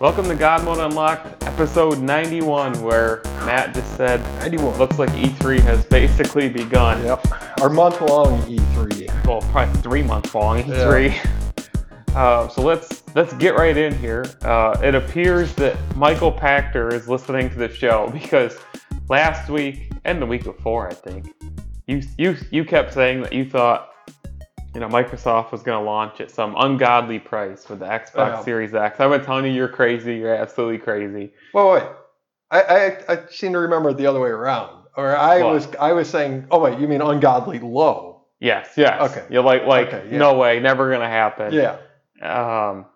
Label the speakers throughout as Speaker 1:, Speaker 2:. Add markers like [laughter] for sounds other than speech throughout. Speaker 1: Welcome to God Mode Unlocked, episode 91, where Matt just said,
Speaker 2: 91.
Speaker 1: looks like E3 has basically begun.
Speaker 2: Yep. Our month long
Speaker 1: E
Speaker 2: E3.
Speaker 1: Well, probably three months long, E3. [laughs] Uh, so let's let's get right in here. Uh, it appears that Michael Pachter is listening to the show [laughs] because last week and the week before, I think, you you you kept saying that you thought you know Microsoft was going to launch at some ungodly price with the Xbox
Speaker 2: Yeah.
Speaker 1: Series X. I've been telling you you're crazy. You're absolutely crazy.
Speaker 2: Well, wait. I, I, I seem to remember it the other way around. Or I
Speaker 1: What?
Speaker 2: was I was saying, oh wait, you mean ungodly low?
Speaker 1: Yes, yes.
Speaker 2: Okay.
Speaker 1: You're like like
Speaker 2: Okay, yeah.
Speaker 1: no way, never going to happen.
Speaker 2: Yeah.
Speaker 1: Um,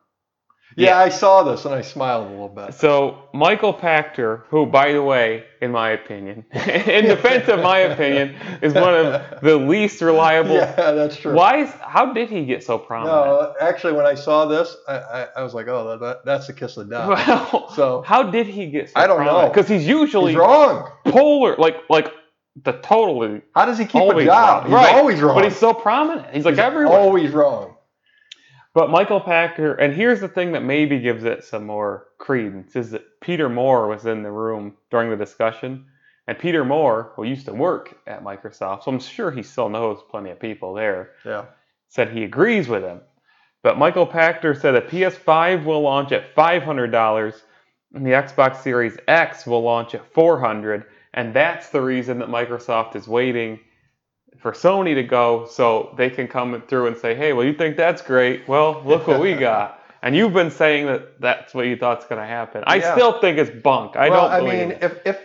Speaker 2: yeah.
Speaker 1: Yeah.
Speaker 2: I saw this and I smiled a little bit.
Speaker 1: So Michael Pachter, who, by the way, in my opinion, [laughs] in defense of my opinion, is one of the least reliable.
Speaker 2: [laughs] yeah, that's true.
Speaker 1: Why is? How did he get so prominent?
Speaker 2: No, actually, when I saw this, I, I, I was like, oh, that, that, that's the kiss
Speaker 1: [laughs]
Speaker 2: of death.
Speaker 1: Well,
Speaker 2: So
Speaker 1: how did he get? so
Speaker 2: I don't know.
Speaker 1: Because he's usually
Speaker 2: he's wrong.
Speaker 1: polar, like like the totally,
Speaker 2: How does he keep
Speaker 1: Always
Speaker 2: a job?
Speaker 1: wrong.
Speaker 2: He's
Speaker 1: Right.
Speaker 2: always wrong.
Speaker 1: but he's so prominent. He's like
Speaker 2: He's
Speaker 1: everywhere.
Speaker 2: Always wrong.
Speaker 1: But Michael Pachter, and here's the thing that maybe gives it some more credence is that Peter Moore was in the room during the discussion. And Peter Moore, who used to work at Microsoft, so I'm sure he still knows plenty of people there,
Speaker 2: Yeah.
Speaker 1: said he agrees with him. But Michael Pachter said a PS5 will launch at $500 and the Xbox Series X will launch at 400 and that's the reason that Microsoft is waiting for Sony to go so they can come through and say, "Hey, well you think that's great. Well, look
Speaker 2: [laughs]
Speaker 1: what we got." And you've been saying that that's what you thought's going to happen. I
Speaker 2: Yeah.
Speaker 1: still think it's bunk. I
Speaker 2: well,
Speaker 1: don't believe
Speaker 2: I mean,
Speaker 1: it.
Speaker 2: if if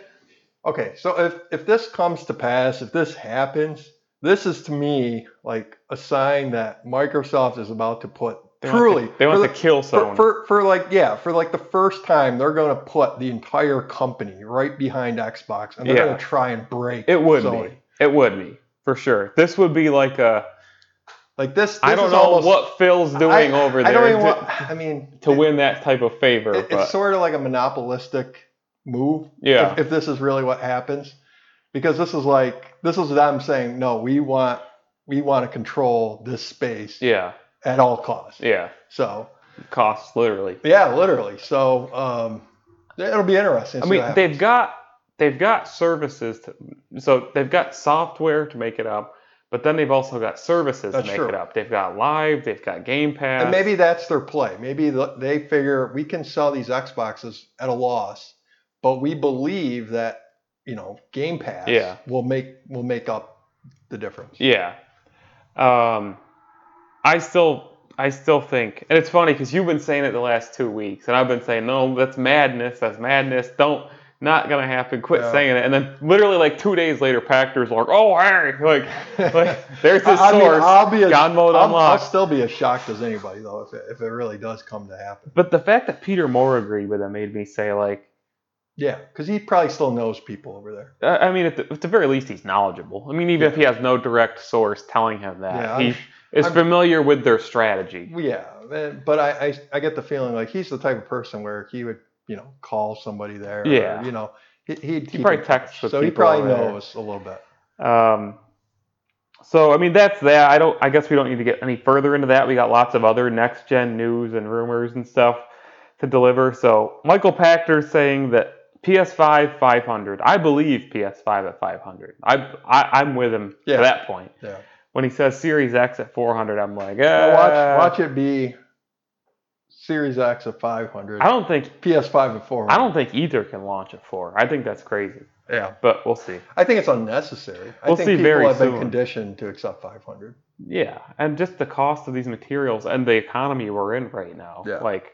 Speaker 2: okay, so if if this comes to pass, if this happens, this is to me like a sign that Microsoft is about to put
Speaker 1: They want
Speaker 2: truly
Speaker 1: to- they want
Speaker 2: for,
Speaker 1: to kill
Speaker 2: the-
Speaker 1: Sony.
Speaker 2: for, for for like yeah for like the first time they're going to put the entire company right behind Xbox and they're
Speaker 1: Yeah.
Speaker 2: going to try and break
Speaker 1: it would
Speaker 2: Sony.
Speaker 1: be. It would be. For sure. This would be like a
Speaker 2: Like this,
Speaker 1: I
Speaker 2: this
Speaker 1: don't
Speaker 2: is
Speaker 1: know
Speaker 2: almost-
Speaker 1: what Phil's doing
Speaker 2: I-
Speaker 1: over there
Speaker 2: I don't even
Speaker 1: to,
Speaker 2: want. I mean,
Speaker 1: to
Speaker 2: it-
Speaker 1: win that type of favor.
Speaker 2: it-
Speaker 1: but
Speaker 2: it's sort of like a monopolistic move
Speaker 1: yeah,
Speaker 2: if, if this is really what happens because this is like this is them saying no we want we want to control this space
Speaker 1: yeah,
Speaker 2: at all costs
Speaker 1: yeah.
Speaker 2: so
Speaker 1: Costs literally.
Speaker 2: yeah literally so um it'll be
Speaker 1: I
Speaker 2: interesting to see
Speaker 1: mean,
Speaker 2: what happens.
Speaker 1: they've got they've got services to, so they've got software to make it up, but then they've also got services
Speaker 2: That's
Speaker 1: to make
Speaker 2: true.
Speaker 1: it up. They've got live, they've got Game Pass.
Speaker 2: and maybe that's their play maybe th- they figure we can sell these xboxes at a loss but we believe that you know game pass
Speaker 1: Yeah.
Speaker 2: will make will make up the difference
Speaker 1: yeah. Um, I still I still think, and it's funny because you've been saying it the last two weeks, and I've been saying no, that's madness, that's madness. Don't. Not gonna happen. Quit
Speaker 2: Yeah.
Speaker 1: saying it, and then literally like two days later, Pactor's like, "Oh, hey, [laughs] like Like, there's his
Speaker 2: [laughs] I mean,
Speaker 1: source.
Speaker 2: I'll be as-
Speaker 1: God mode
Speaker 2: I'll- I'll
Speaker 1: unlocked.
Speaker 2: still be as shocked as anybody though if it, if it really does come to happen.
Speaker 1: But the fact that Peter Moore agreed with him made me say, like,
Speaker 2: Yeah, because he probably still knows people over there.
Speaker 1: I I mean, at the, at the very least, he's knowledgeable. I mean, even if he has no direct source telling him that,
Speaker 2: Yeah, I'm
Speaker 1: he
Speaker 2: sh-
Speaker 1: is
Speaker 2: I'm-
Speaker 1: familiar with their strategy.
Speaker 2: Yeah, eh, but I, I I get the feeling like he's the type of person where he would you know call somebody there. or,
Speaker 1: Yeah.
Speaker 2: you know he he'd keep
Speaker 1: probably
Speaker 2: in touch.
Speaker 1: texts with
Speaker 2: so he
Speaker 1: people
Speaker 2: probably
Speaker 1: over there.
Speaker 2: knows a little bit.
Speaker 1: Um, so I mean, that's that. I don't. I guess we don't need to get any further into that. We got lots of other next gen news and rumors and stuff to deliver. So Michael Pachter saying that PS5 500. I believe PS5 at 500. I, I I'm with him
Speaker 2: Yeah.
Speaker 1: to that point.
Speaker 2: Yeah,
Speaker 1: When he says Series X at 400, I'm like, eh,
Speaker 2: Well, watch watch it be Series X at 500,
Speaker 1: I don't think
Speaker 2: PS5 at 400.
Speaker 1: I don't think either can launch at four. I think that's crazy,
Speaker 2: Yeah,
Speaker 1: but we'll see.
Speaker 2: I think it's unnecessary. I
Speaker 1: We'll
Speaker 2: think
Speaker 1: see
Speaker 2: people
Speaker 1: very
Speaker 2: have been
Speaker 1: soon.
Speaker 2: conditioned to accept 500.
Speaker 1: Yeah, and just the cost of these materials and the economy we're in right now.
Speaker 2: Yeah.
Speaker 1: Like,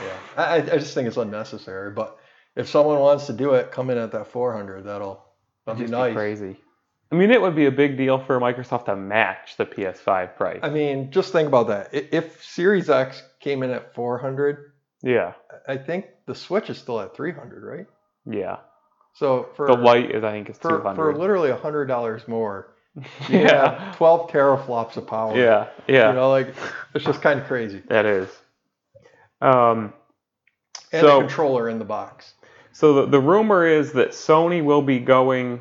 Speaker 2: Yeah, I, I I just think it's unnecessary. But if someone wants to do it, come in at that 400. That'll
Speaker 1: that'd
Speaker 2: that'll be
Speaker 1: just
Speaker 2: nice.
Speaker 1: be crazy. I mean, it would be a big deal for Microsoft to match the PS5 price.
Speaker 2: I mean, just think about that. I- If Series X came in at 400,
Speaker 1: yeah,
Speaker 2: I- I think the Switch is still at 300, right?
Speaker 1: yeah.
Speaker 2: So for
Speaker 1: the light is, I think, is two
Speaker 2: for, for
Speaker 1: hundred.
Speaker 2: literally hundred dollars more, you
Speaker 1: [laughs] Yeah,
Speaker 2: have 12 teraflops of power.
Speaker 1: yeah,
Speaker 2: You
Speaker 1: yeah.
Speaker 2: know, like it's just kind of crazy.
Speaker 1: That is. Um,
Speaker 2: And
Speaker 1: So-
Speaker 2: a controller in the box.
Speaker 1: So the, the rumor is that Sony will be going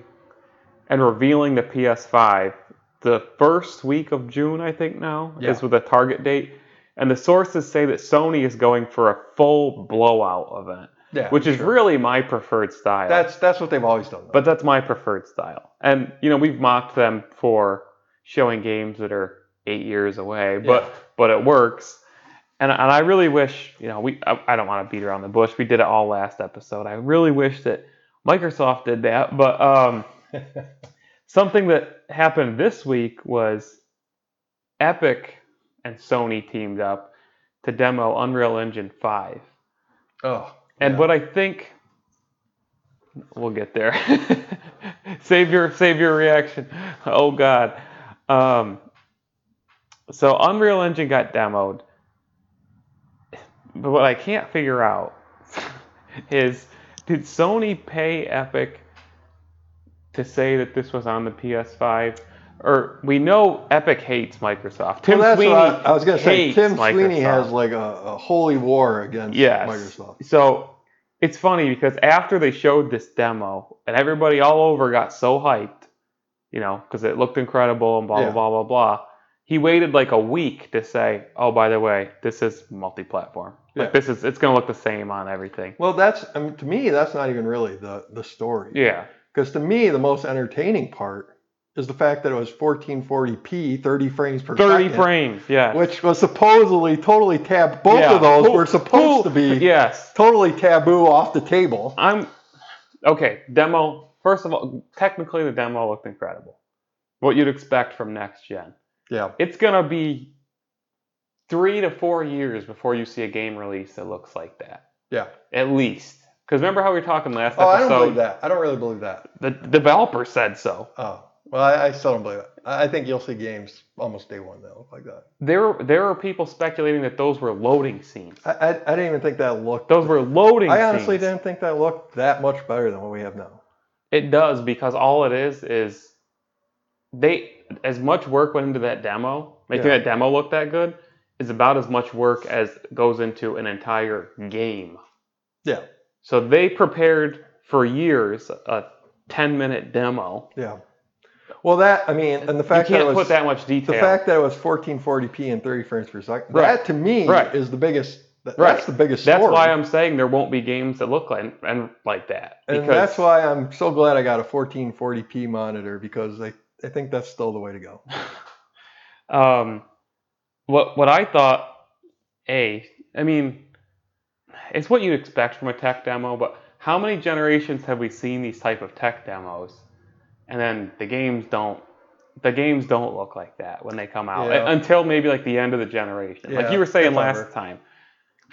Speaker 1: and revealing the PS5 the first week of June, I think now,
Speaker 2: Yeah.
Speaker 1: is with a target date. And the sources say that Sony is going for a full blowout event,
Speaker 2: Yeah,
Speaker 1: which is
Speaker 2: sure.
Speaker 1: really my preferred style.
Speaker 2: That's that's what they've always done. though.
Speaker 1: But that's my preferred style. And, you know, we've mocked them for showing games that are eight years away, but,
Speaker 2: Yeah.
Speaker 1: but it works. And, and I really wish, you know, we I, I don't want to beat around the bush. We did it all last episode. I really wish that Microsoft did that. But um, something that happened this week was Epic and Sony teamed up to demo Unreal Engine 5.
Speaker 2: oh,
Speaker 1: And
Speaker 2: yeah.
Speaker 1: what I think we'll get there. [laughs] save your save your reaction. Oh God. Um, so Unreal Engine got demoed, but what I can't figure out [laughs] is did Sony pay Epic to say that this was on the PS5? Or we know Epic hates Microsoft. Tim [laughs]
Speaker 2: well, that's
Speaker 1: Sweeney
Speaker 2: what I, I was gonna say.
Speaker 1: hates
Speaker 2: Tim Sweeney
Speaker 1: Microsoft.
Speaker 2: has like a, a holy war against
Speaker 1: Yes.
Speaker 2: Microsoft.
Speaker 1: So it's funny because after they showed this demo and everybody all over got so hyped, you know, because it looked incredible and blah,
Speaker 2: Yeah.
Speaker 1: blah, blah, blah, blah. He waited like a week to say, oh, by the way, this is multi platform.
Speaker 2: Yeah.
Speaker 1: Like, this is, it's going to look the same on everything.
Speaker 2: Well, that's I mean, to me that's not even really the the story.
Speaker 1: Yeah.
Speaker 2: Because to me the most entertaining part is the fact that it was 1440p, 30 frames per
Speaker 1: 30
Speaker 2: second,
Speaker 1: frames. Yeah.
Speaker 2: which was supposedly totally tab. Both
Speaker 1: Yeah.
Speaker 2: of those
Speaker 1: Who-
Speaker 2: were
Speaker 1: who-
Speaker 2: supposed to be
Speaker 1: Yes.
Speaker 2: totally taboo off the table.
Speaker 1: I'm. Okay. Demo. First of all, technically the demo looked incredible. What you'd expect from next gen.
Speaker 2: Yeah,
Speaker 1: it's gonna be three to four years before you see a game release that looks like that.
Speaker 2: yeah.
Speaker 1: At least. Because remember how we were talking last
Speaker 2: Oh, I don't believe
Speaker 1: episode?
Speaker 2: that. I don't really believe that.
Speaker 1: The developer said so.
Speaker 2: Oh, well, I, I still don't believe it. I I think you'll see games almost day one that look like that.
Speaker 1: There were there were people speculating that those were loading scenes.
Speaker 2: I, I, I didn't even think that looked.
Speaker 1: Those were loading
Speaker 2: I honestly
Speaker 1: scenes.
Speaker 2: didn't think that looked that much better than what we have now.
Speaker 1: It does because all it is is they as much work went into that demo, making
Speaker 2: Yeah.
Speaker 1: that demo look that good, is about as much work as goes into an entire game.
Speaker 2: Yeah.
Speaker 1: So they prepared for years a 10 minute demo.
Speaker 2: Yeah. Well, that I mean, and the fact
Speaker 1: you
Speaker 2: that
Speaker 1: can't
Speaker 2: it was
Speaker 1: put that much
Speaker 2: the
Speaker 1: detail.
Speaker 2: fact that it was 1440p and 30 frames per second.
Speaker 1: Right.
Speaker 2: That to me
Speaker 1: Right.
Speaker 2: is the biggest. That,
Speaker 1: Right.
Speaker 2: That's the biggest.
Speaker 1: that's
Speaker 2: story.
Speaker 1: why I'm saying there won't be games that look like and like that.
Speaker 2: And that's why I'm so glad I got a 1440p monitor because I, I think that's still the way to go.
Speaker 1: um, what what I thought, a, I mean, it's what you'd expect from a tech demo. But how many generations have we seen these type of tech demos, and then the games don't, the games don't look like that when they come out
Speaker 2: Yeah.
Speaker 1: until maybe like the end of the generation. like
Speaker 2: Yeah,
Speaker 1: you were saying
Speaker 2: if
Speaker 1: last
Speaker 2: ever.
Speaker 1: time.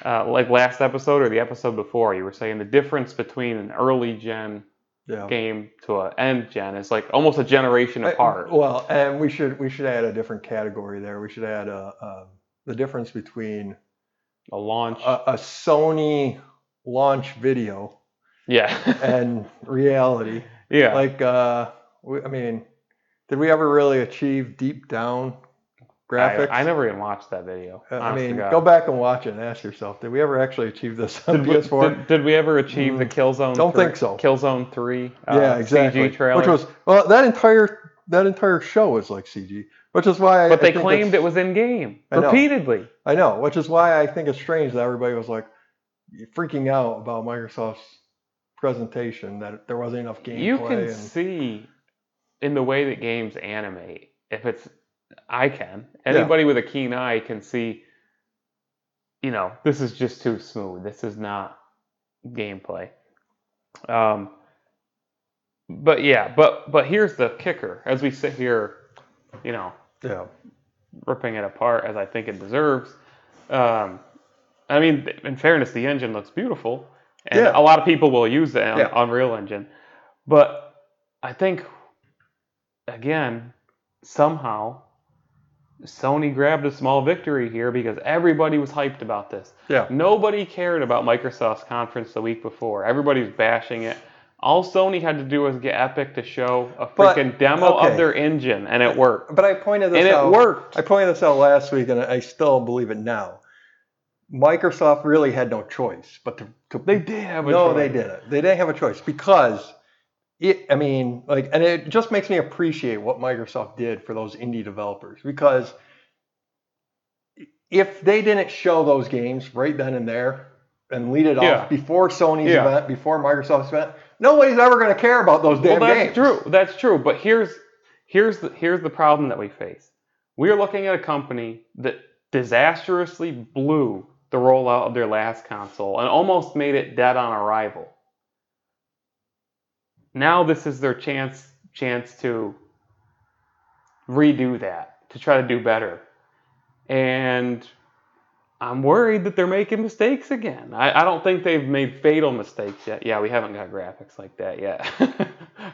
Speaker 1: Uh, like last episode or the episode before, you were saying the difference between an early gen
Speaker 2: Yeah.
Speaker 1: game to an end gen is like almost a generation apart.
Speaker 2: I- well, and we should we should add a different category there. We should add a, um the difference between
Speaker 1: a launch,
Speaker 2: a, a Sony launch video
Speaker 1: yeah, [laughs]
Speaker 2: and reality.
Speaker 1: yeah.
Speaker 2: Like, uh, we, I mean, did we ever really achieve deep down graphics?
Speaker 1: I, I never even watched that video.
Speaker 2: Uh, I
Speaker 1: honest to
Speaker 2: mean,
Speaker 1: God.
Speaker 2: go back and watch it and ask yourself: Did we ever actually achieve this on
Speaker 1: Did we,
Speaker 2: PS4?
Speaker 1: did, did we ever achieve the Killzone?
Speaker 2: Mm. Don't
Speaker 1: 3,
Speaker 2: think so.
Speaker 1: Killzone Three. Uh,
Speaker 2: yeah, exactly.
Speaker 1: CG trailer.
Speaker 2: Which was well, that entire that entire show was like CG, which is why I,
Speaker 1: but
Speaker 2: I
Speaker 1: they
Speaker 2: think
Speaker 1: claimed
Speaker 2: it's-
Speaker 1: it was in game
Speaker 2: I know.
Speaker 1: repeatedly.
Speaker 2: I know, which is why I think it's strange that everybody was like freaking out about Microsoft's presentation that there wasn't enough gameplay.
Speaker 1: You can
Speaker 2: and,
Speaker 1: see in the way that games animate. If it's, I can. Anybody with a keen eye can see. You know, this is just too smooth. This is not gameplay. Um, but yeah, but but here's the kicker. As we sit here, you know,
Speaker 2: yeah,
Speaker 1: ripping it apart as I think it deserves. Um, I mean, in fairness, the engine looks beautiful, and
Speaker 2: Yeah.
Speaker 1: a lot of people will use the Un-
Speaker 2: Yeah.
Speaker 1: Unreal Engine. But I think, again, somehow Sony grabbed a small victory here because everybody was hyped about this.
Speaker 2: Yeah.
Speaker 1: Nobody cared about Microsoft's conference the week before. Everybody was bashing it. All Sony had to do was get Epic to show a
Speaker 2: But-
Speaker 1: freaking demo
Speaker 2: okay.
Speaker 1: of their engine, and it worked.
Speaker 2: but I pointed this
Speaker 1: And
Speaker 2: out.
Speaker 1: it worked.
Speaker 2: I pointed this out last week, and I still believe it now. Microsoft really had no choice but to, to
Speaker 1: They did have a
Speaker 2: no,
Speaker 1: choice.
Speaker 2: they didn't. They didn't have a choice because it. I mean, like, and it just makes me appreciate what Microsoft did for those indie developers because if they didn't show those games right then and there and lead it
Speaker 1: Yeah.
Speaker 2: off before Sony's
Speaker 1: Yeah.
Speaker 2: event, before Microsoft's event, nobody's ever going to care about those damn
Speaker 1: well, that's
Speaker 2: games.
Speaker 1: true. That's true. But here's here's the, here's the problem that we face. We are looking at a company that disastrously blew the rollout of their last console and almost made it dead on arrival. Now this is their chance chance to redo that to try to do better, and. I'm worried that they're making mistakes again. I, I don't think they've made fatal mistakes yet. Yeah, we haven't got graphics like that yet. [laughs] We're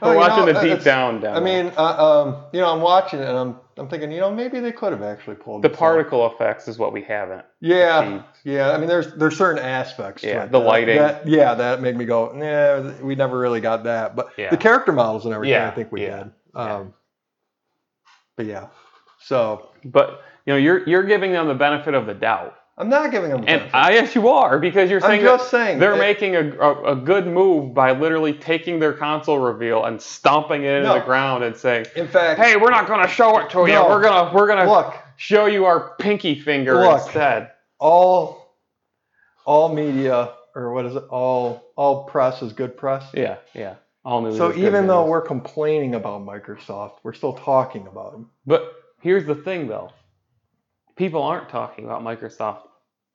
Speaker 2: Well, you
Speaker 1: watching
Speaker 2: know,
Speaker 1: the deep
Speaker 2: it's-
Speaker 1: down down.
Speaker 2: I mean, uh, um, you know, I'm watching it and I'm, I'm thinking, you know, maybe they could have actually pulled
Speaker 1: the
Speaker 2: this off.
Speaker 1: particle effects is what we haven't.
Speaker 2: Yeah,
Speaker 1: achieved.
Speaker 2: yeah. I mean, there's there's certain aspects. to
Speaker 1: Yeah,
Speaker 2: it
Speaker 1: the
Speaker 2: that-
Speaker 1: lighting.
Speaker 2: That, yeah, that made me go, nah, we never really got that. But
Speaker 1: Yeah.
Speaker 2: the character models and everything,
Speaker 1: Yeah,
Speaker 2: I think we
Speaker 1: yeah,
Speaker 2: did.
Speaker 1: yeah.
Speaker 2: Um, But yeah, so
Speaker 1: But you know, you're you're giving them the benefit of the doubt,
Speaker 2: I'm not giving them.
Speaker 1: and
Speaker 2: benefit.
Speaker 1: I yes you are because you're
Speaker 2: I'm
Speaker 1: saying that
Speaker 2: just saying
Speaker 1: they're
Speaker 2: it-
Speaker 1: making a, a a good move by literally taking their console reveal and stomping it into
Speaker 2: No.
Speaker 1: the ground and saying,
Speaker 2: In fact,
Speaker 1: "Hey, uh, we're not going to show it to you.
Speaker 2: No.
Speaker 1: We're gonna we're gonna
Speaker 2: look,
Speaker 1: show you our pinky finger
Speaker 2: Look.
Speaker 1: instead."
Speaker 2: all all media or what is it? All all press is good press.
Speaker 1: Yeah, yeah. All news.
Speaker 2: So
Speaker 1: is good
Speaker 2: even though
Speaker 1: news.
Speaker 2: we're complaining about Microsoft, we're still talking about them.
Speaker 1: But here's the thing, though. People aren't talking about Microsoft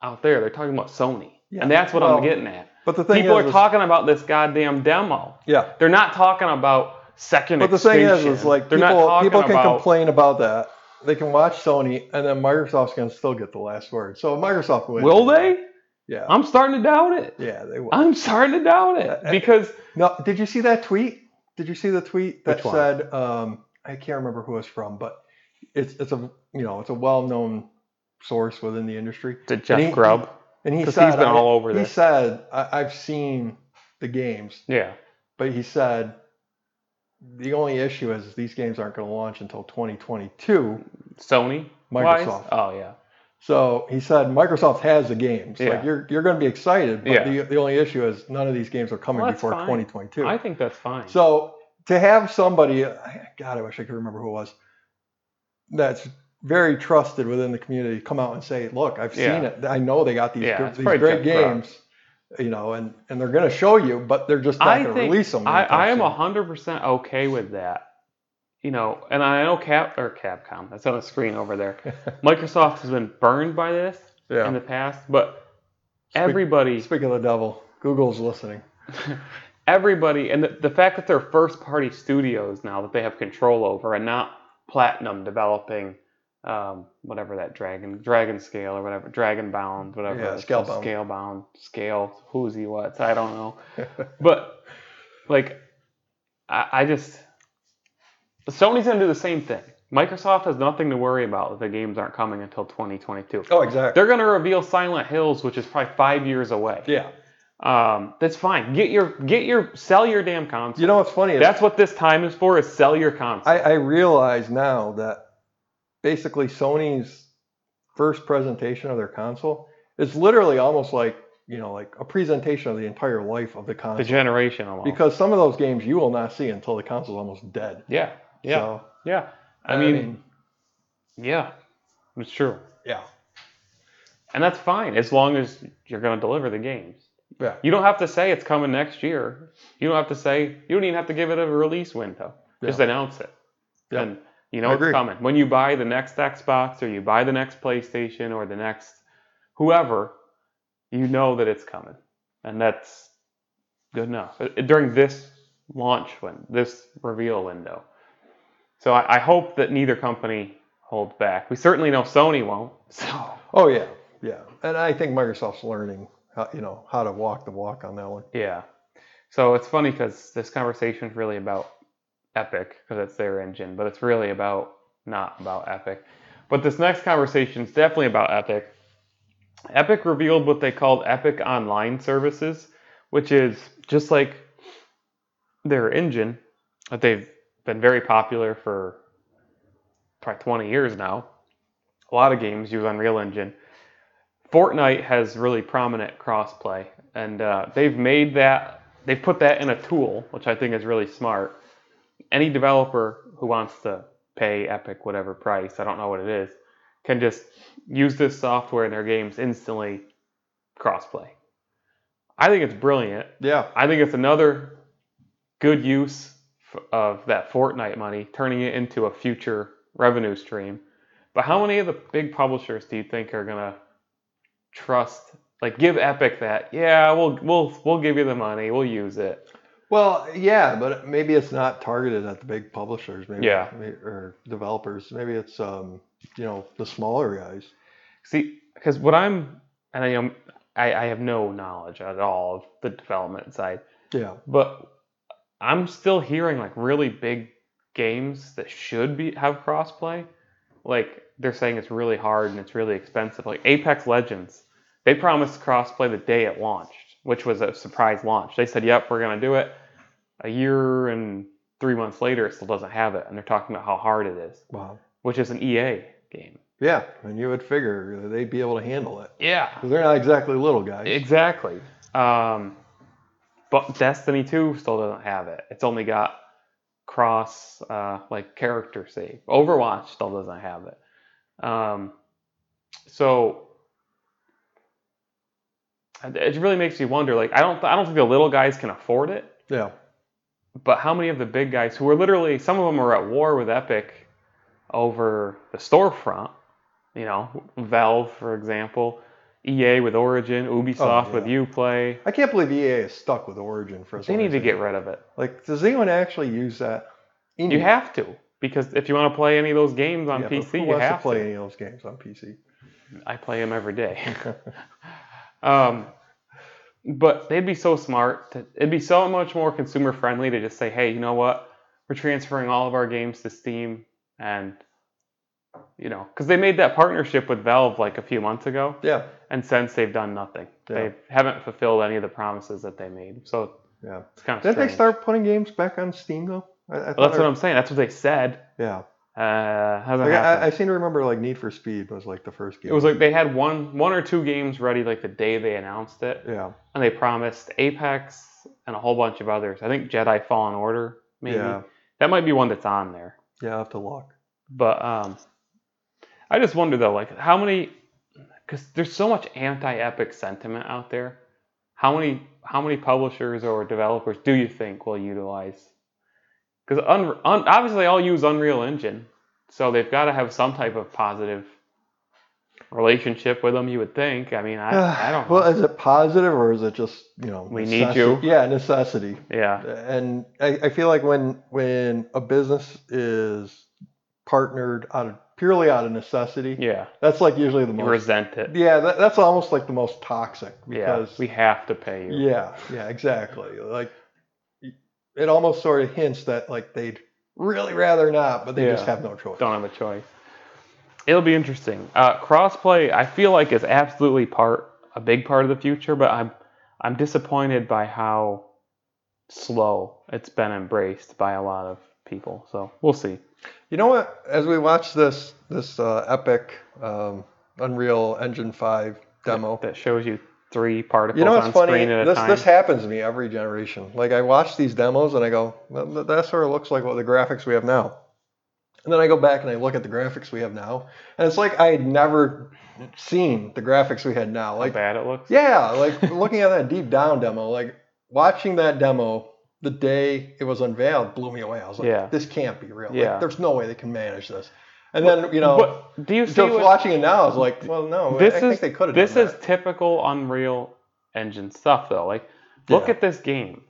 Speaker 1: out there. They're talking about Sony,
Speaker 2: Yeah.
Speaker 1: and that's what
Speaker 2: Well,
Speaker 1: I'm getting at.
Speaker 2: But the thing
Speaker 1: People
Speaker 2: is,
Speaker 1: are
Speaker 2: is-
Speaker 1: talking about this goddamn demo.
Speaker 2: Yeah.
Speaker 1: They're not talking about second
Speaker 2: But the thing
Speaker 1: extinction.
Speaker 2: is, is like
Speaker 1: they're not
Speaker 2: people,
Speaker 1: talking
Speaker 2: people can
Speaker 1: about.
Speaker 2: complain about that. They can watch Sony, and then Microsoft's gonna still get the last word. So Microsoft wins.
Speaker 1: will they?
Speaker 2: Yeah,
Speaker 1: I'm starting to doubt it.
Speaker 2: yeah, they will.
Speaker 1: I'm starting to doubt
Speaker 2: Uh,
Speaker 1: it because
Speaker 2: no, did you see that tweet? Did you see the tweet that
Speaker 1: Which one?
Speaker 2: said? Um, I can't remember who it's from, but it's it's a you know it's a well known source within the industry,
Speaker 1: to
Speaker 2: And he-
Speaker 1: Jeff Grubb
Speaker 2: and he
Speaker 1: because
Speaker 2: said
Speaker 1: he's been
Speaker 2: I-
Speaker 1: all over
Speaker 2: he
Speaker 1: this.
Speaker 2: said I, I've seen the games,
Speaker 1: Yeah,
Speaker 2: but he said the only issue is these games aren't going to launch until 2022.
Speaker 1: Sony. wise?
Speaker 2: Microsoft.
Speaker 1: Oh yeah.
Speaker 2: So he said Microsoft has the games.
Speaker 1: Yeah.
Speaker 2: Like you're you're going to be excited, but
Speaker 1: Yeah.
Speaker 2: the, the only issue is none of these games are coming
Speaker 1: Well, that's
Speaker 2: before
Speaker 1: fine.
Speaker 2: 2022.
Speaker 1: I think that's fine.
Speaker 2: so to have somebody, I- God, I wish I could remember who it was, that's very trusted within the community come out and say, "Look, I've seen
Speaker 1: Yeah.
Speaker 2: it. I know they got these
Speaker 1: Yeah,
Speaker 2: gr-
Speaker 1: it's
Speaker 2: these
Speaker 1: probably
Speaker 2: great
Speaker 1: Jeff Grubb.
Speaker 2: games." You know, and, and they're going to show you, but they're just not
Speaker 1: I
Speaker 2: going to
Speaker 1: think-
Speaker 2: release them.
Speaker 1: I,
Speaker 2: anytime
Speaker 1: I am
Speaker 2: soon.
Speaker 1: hundred percent okay with that. You know, and I know Cap or Capcom. That's on the screen over
Speaker 2: [laughs]
Speaker 1: there. Microsoft has been burned by this
Speaker 2: Yeah.
Speaker 1: in the past, but
Speaker 2: Speak-
Speaker 1: everybody,
Speaker 2: Speaking of the devil, Google's listening.
Speaker 1: [laughs] everybody, and the, the fact that they're first-party studios now that they have control over, and not Platinum developing um, whatever that Dragon Dragon Scale or whatever Dragon Bound, whatever
Speaker 2: Yeah,
Speaker 1: it's
Speaker 2: Scalebound.
Speaker 1: called, Scalebound, Scale, who's he, what's I don't
Speaker 2: [laughs]
Speaker 1: know. But like, I, I just Sony's gonna do the same thing. Microsoft has nothing to worry about. if The games aren't coming until 2022.
Speaker 2: Oh, exactly.
Speaker 1: They're gonna reveal Silent Hills, which is probably five years away.
Speaker 2: Yeah.
Speaker 1: Um, that's fine. Get your get your sell your damn console.
Speaker 2: You know what's funny? Is
Speaker 1: that's what this time is for. Is sell your console.
Speaker 2: I, I realize now that basically Sony's first presentation of their console is literally almost like you know like a presentation of the entire life of the
Speaker 1: the
Speaker 2: console
Speaker 1: generation alone.
Speaker 2: because some of those games you will not see until the console's almost dead.
Speaker 1: yeah, yeah,
Speaker 2: So,
Speaker 1: yeah. I, mean, yeah, it's true,
Speaker 2: yeah,
Speaker 1: and that's fine as long as you're gonna deliver the games.
Speaker 2: yeah.
Speaker 1: You don't have to say it's coming next year. You don't have to say you don't even have to give it a release window. Just
Speaker 2: Yeah.
Speaker 1: announce it.
Speaker 2: Yeah.
Speaker 1: And you
Speaker 2: I
Speaker 1: know it's
Speaker 2: agree.
Speaker 1: coming. When you buy the next Xbox or you buy the next PlayStation or the next whoever, you know that it's coming. And that's good enough. Uh, During this launch win, this reveal window. So I, I hope that neither company holds back. We certainly know Sony won't. [laughs] So
Speaker 2: Oh yeah, yeah. And I think Microsoft's learning how you know how to walk the walk on that one.
Speaker 1: Yeah. So it's funny because this conversation is really about Epic because it's their engine, but it's really about not about Epic. But this next conversation is definitely about Epic. Epic revealed what they called Epic Online Services, which is just like their engine that they've been very popular for probably 20 years now. A lot of games use Unreal Engine. Fortnite has really prominent crossplay, and uh, they've made that they've put that in a tool, which I think is really smart. Any developer who wants to pay Epic whatever price, I don't know what it is, can just use this software in their games instantly crossplay. I think it's brilliant.
Speaker 2: Yeah.
Speaker 1: I think it's another good use f- of that Fortnite money, turning it into a future revenue stream. But how many of the big publishers do you think are gonna trust, like, give Epic that? Yeah, we'll we'll we'll give you the money, we'll use it.
Speaker 2: Well, yeah, but maybe it's not targeted at the big publishers, maybe,
Speaker 1: Yeah.
Speaker 2: may- or developers. Maybe it's um, you know, the smaller guys.
Speaker 1: See, because what I'm, and I am, I, I have no knowledge at all of the development side.
Speaker 2: Yeah.
Speaker 1: but I'm still hearing like really big games that should be have crossplay. Like they're saying it's really hard and it's really expensive. Like Apex Legends, they promised crossplay the day it launched, which was a surprise launch. They said, "Yep, we're gonna do it." A year and three months later, it still doesn't have it, and they're talking about how hard it is,
Speaker 2: Wow.
Speaker 1: which is an EA game.
Speaker 2: Yeah, and you would figure they'd be able to handle it
Speaker 1: Yeah,
Speaker 2: 'Cause they're not exactly little guys.
Speaker 1: Exactly. Um, but Destiny 2 still doesn't have it. It's only got cross uh, like character save. Overwatch still doesn't have it. Um, so it- it really makes you wonder. Like I don't I don't think the little guys can afford it.
Speaker 2: yeah.
Speaker 1: But how many of the big guys who are literally some of them are at war with Epic over the storefront, you know, Valve for example, EA with Origin, Ubisoft
Speaker 2: Oh,
Speaker 1: with UPlay.
Speaker 2: I can't believe EA is stuck with Origin for. as
Speaker 1: They
Speaker 2: long
Speaker 1: need
Speaker 2: as
Speaker 1: to get rid of it.
Speaker 2: Like, does anyone actually use that?
Speaker 1: You
Speaker 2: Indie.
Speaker 1: have to because if you want to play any of those games on
Speaker 2: Mm-hmm. Yeah, but
Speaker 1: PC,
Speaker 2: Who
Speaker 1: you
Speaker 2: wants
Speaker 1: have
Speaker 2: to play
Speaker 1: to.
Speaker 2: any of those games on PC?
Speaker 1: I play them every day. [laughs] um, but they'd be so smart. To, it'd be so much more consumer friendly to just say, hey, you know what? We're transferring all of our games to Steam, and you know, because they made that partnership with Valve like a few months ago,
Speaker 2: Yeah.
Speaker 1: and since they've done nothing.
Speaker 2: Yeah.
Speaker 1: They haven't fulfilled any of the promises that they made. So
Speaker 2: Yeah.
Speaker 1: it's kind of
Speaker 2: Didn't
Speaker 1: strange.
Speaker 2: they start putting games back on Steam though? I, I
Speaker 1: Well,
Speaker 2: thought
Speaker 1: that's what
Speaker 2: I-
Speaker 1: I'm saying. That's what they said.
Speaker 2: Yeah.
Speaker 1: Uh, hasn't
Speaker 2: Like,
Speaker 1: happened.
Speaker 2: I, I seem to remember like Need for Speed was like the first game.
Speaker 1: It was like they had one one or two games ready like the day they announced it,
Speaker 2: yeah,
Speaker 1: and they promised Apex and a whole bunch of others. I think Jedi Fallen Order, maybe
Speaker 2: yeah,
Speaker 1: that might be one that's on there.
Speaker 2: yeah. I have to look.
Speaker 1: But um, I just wonder though, like how many? Because there's so much anti-epic sentiment out there. How many how many publishers or developers do you think will utilize? Because un, un, obviously they all use Unreal Engine, so they've got to have some type of positive relationship with them. You would think. I mean,
Speaker 2: [sighs]
Speaker 1: I, I don't.
Speaker 2: Well,
Speaker 1: know.
Speaker 2: is it positive or is it just you know?
Speaker 1: We need you.
Speaker 2: Yeah, necessity.
Speaker 1: Yeah.
Speaker 2: And I, I feel like when when a business is partnered out of purely out of necessity,
Speaker 1: Yeah.
Speaker 2: that's like usually the
Speaker 1: You
Speaker 2: most.
Speaker 1: resent it.
Speaker 2: yeah, that, that's almost like the most toxic
Speaker 1: Yeah.
Speaker 2: because
Speaker 1: We have to pay you.
Speaker 2: Yeah, yeah, exactly. Like it almost sort of hints that like they'd really rather not, but they just
Speaker 1: Yeah.
Speaker 2: have no choice.
Speaker 1: don't have a choice. It'll be interesting. Uh, crossplay, I feel like is absolutely part a big part of the future, but I'm I'm disappointed by how slow it's been embraced by a lot of people. So we'll see.
Speaker 2: You know what? As we watch this this uh, epic um, Unreal Engine Five demo,
Speaker 1: That shows you three particles
Speaker 2: you know
Speaker 1: on
Speaker 2: what's funny?
Speaker 1: screen at a
Speaker 2: This
Speaker 1: time.
Speaker 2: this happens to me every generation. Like I watch these demos and I go, "Well, that, that sort of looks like what the graphics we have now. And then I go back and I look at the graphics we have now, and it's like I had never seen the graphics we had now.
Speaker 1: how
Speaker 2: Like
Speaker 1: bad it looks.
Speaker 2: Yeah, like looking at that deep down demo, like watching that demo the day it was unveiled blew me away. I was like,
Speaker 1: Yeah.
Speaker 2: this can't be real.
Speaker 1: Yeah.
Speaker 2: Like, there's no way they can manage this. And then, you know,
Speaker 1: But do you see
Speaker 2: just
Speaker 1: what,
Speaker 2: watching it now, I was like, well, no,
Speaker 1: This
Speaker 2: I think
Speaker 1: is-
Speaker 2: they could have
Speaker 1: this
Speaker 2: done
Speaker 1: is typical Unreal Engine stuff, though. Like, look
Speaker 2: Yeah.
Speaker 1: at this game.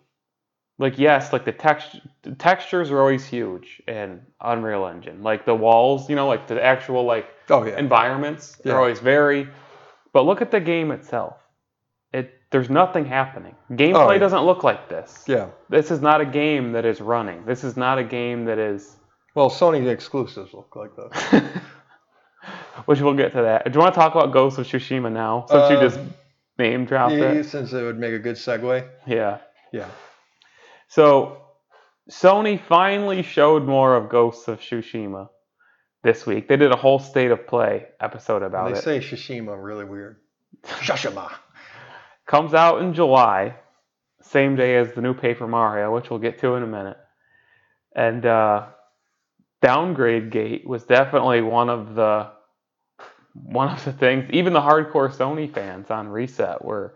Speaker 1: Like, yes, like the text the textures are always huge in Unreal Engine. Like the walls, you know, like the actual like
Speaker 2: that. Oh, yeah.
Speaker 1: environments,
Speaker 2: Yeah.
Speaker 1: they're always vary. But look at the game itself. It there's nothing happening. Gameplay
Speaker 2: Oh, yeah.
Speaker 1: doesn't look like this.
Speaker 2: yeah.
Speaker 1: This is not a game that is running. This is not a game that is. [laughs]
Speaker 2: Well, Sony's exclusives look like that.
Speaker 1: Which we'll get to that. Do you want to talk about Ghost of Tsushima now? Since you
Speaker 2: Um,
Speaker 1: just name dropped
Speaker 2: Yeah,
Speaker 1: it.
Speaker 2: since it would make a good segue.
Speaker 1: Yeah.
Speaker 2: Yeah.
Speaker 1: So Sony finally showed more of Ghosts of Tsushima this week. They did a whole state of play episode about
Speaker 2: they
Speaker 1: it.
Speaker 2: say Shishima really weird. Shashima.
Speaker 1: Comes out in July, same day as the new Paper Mario, which we'll get to in a minute. And uh, Downgrade Gate was definitely one of the one of the things, even the hardcore Sony fans on Reset were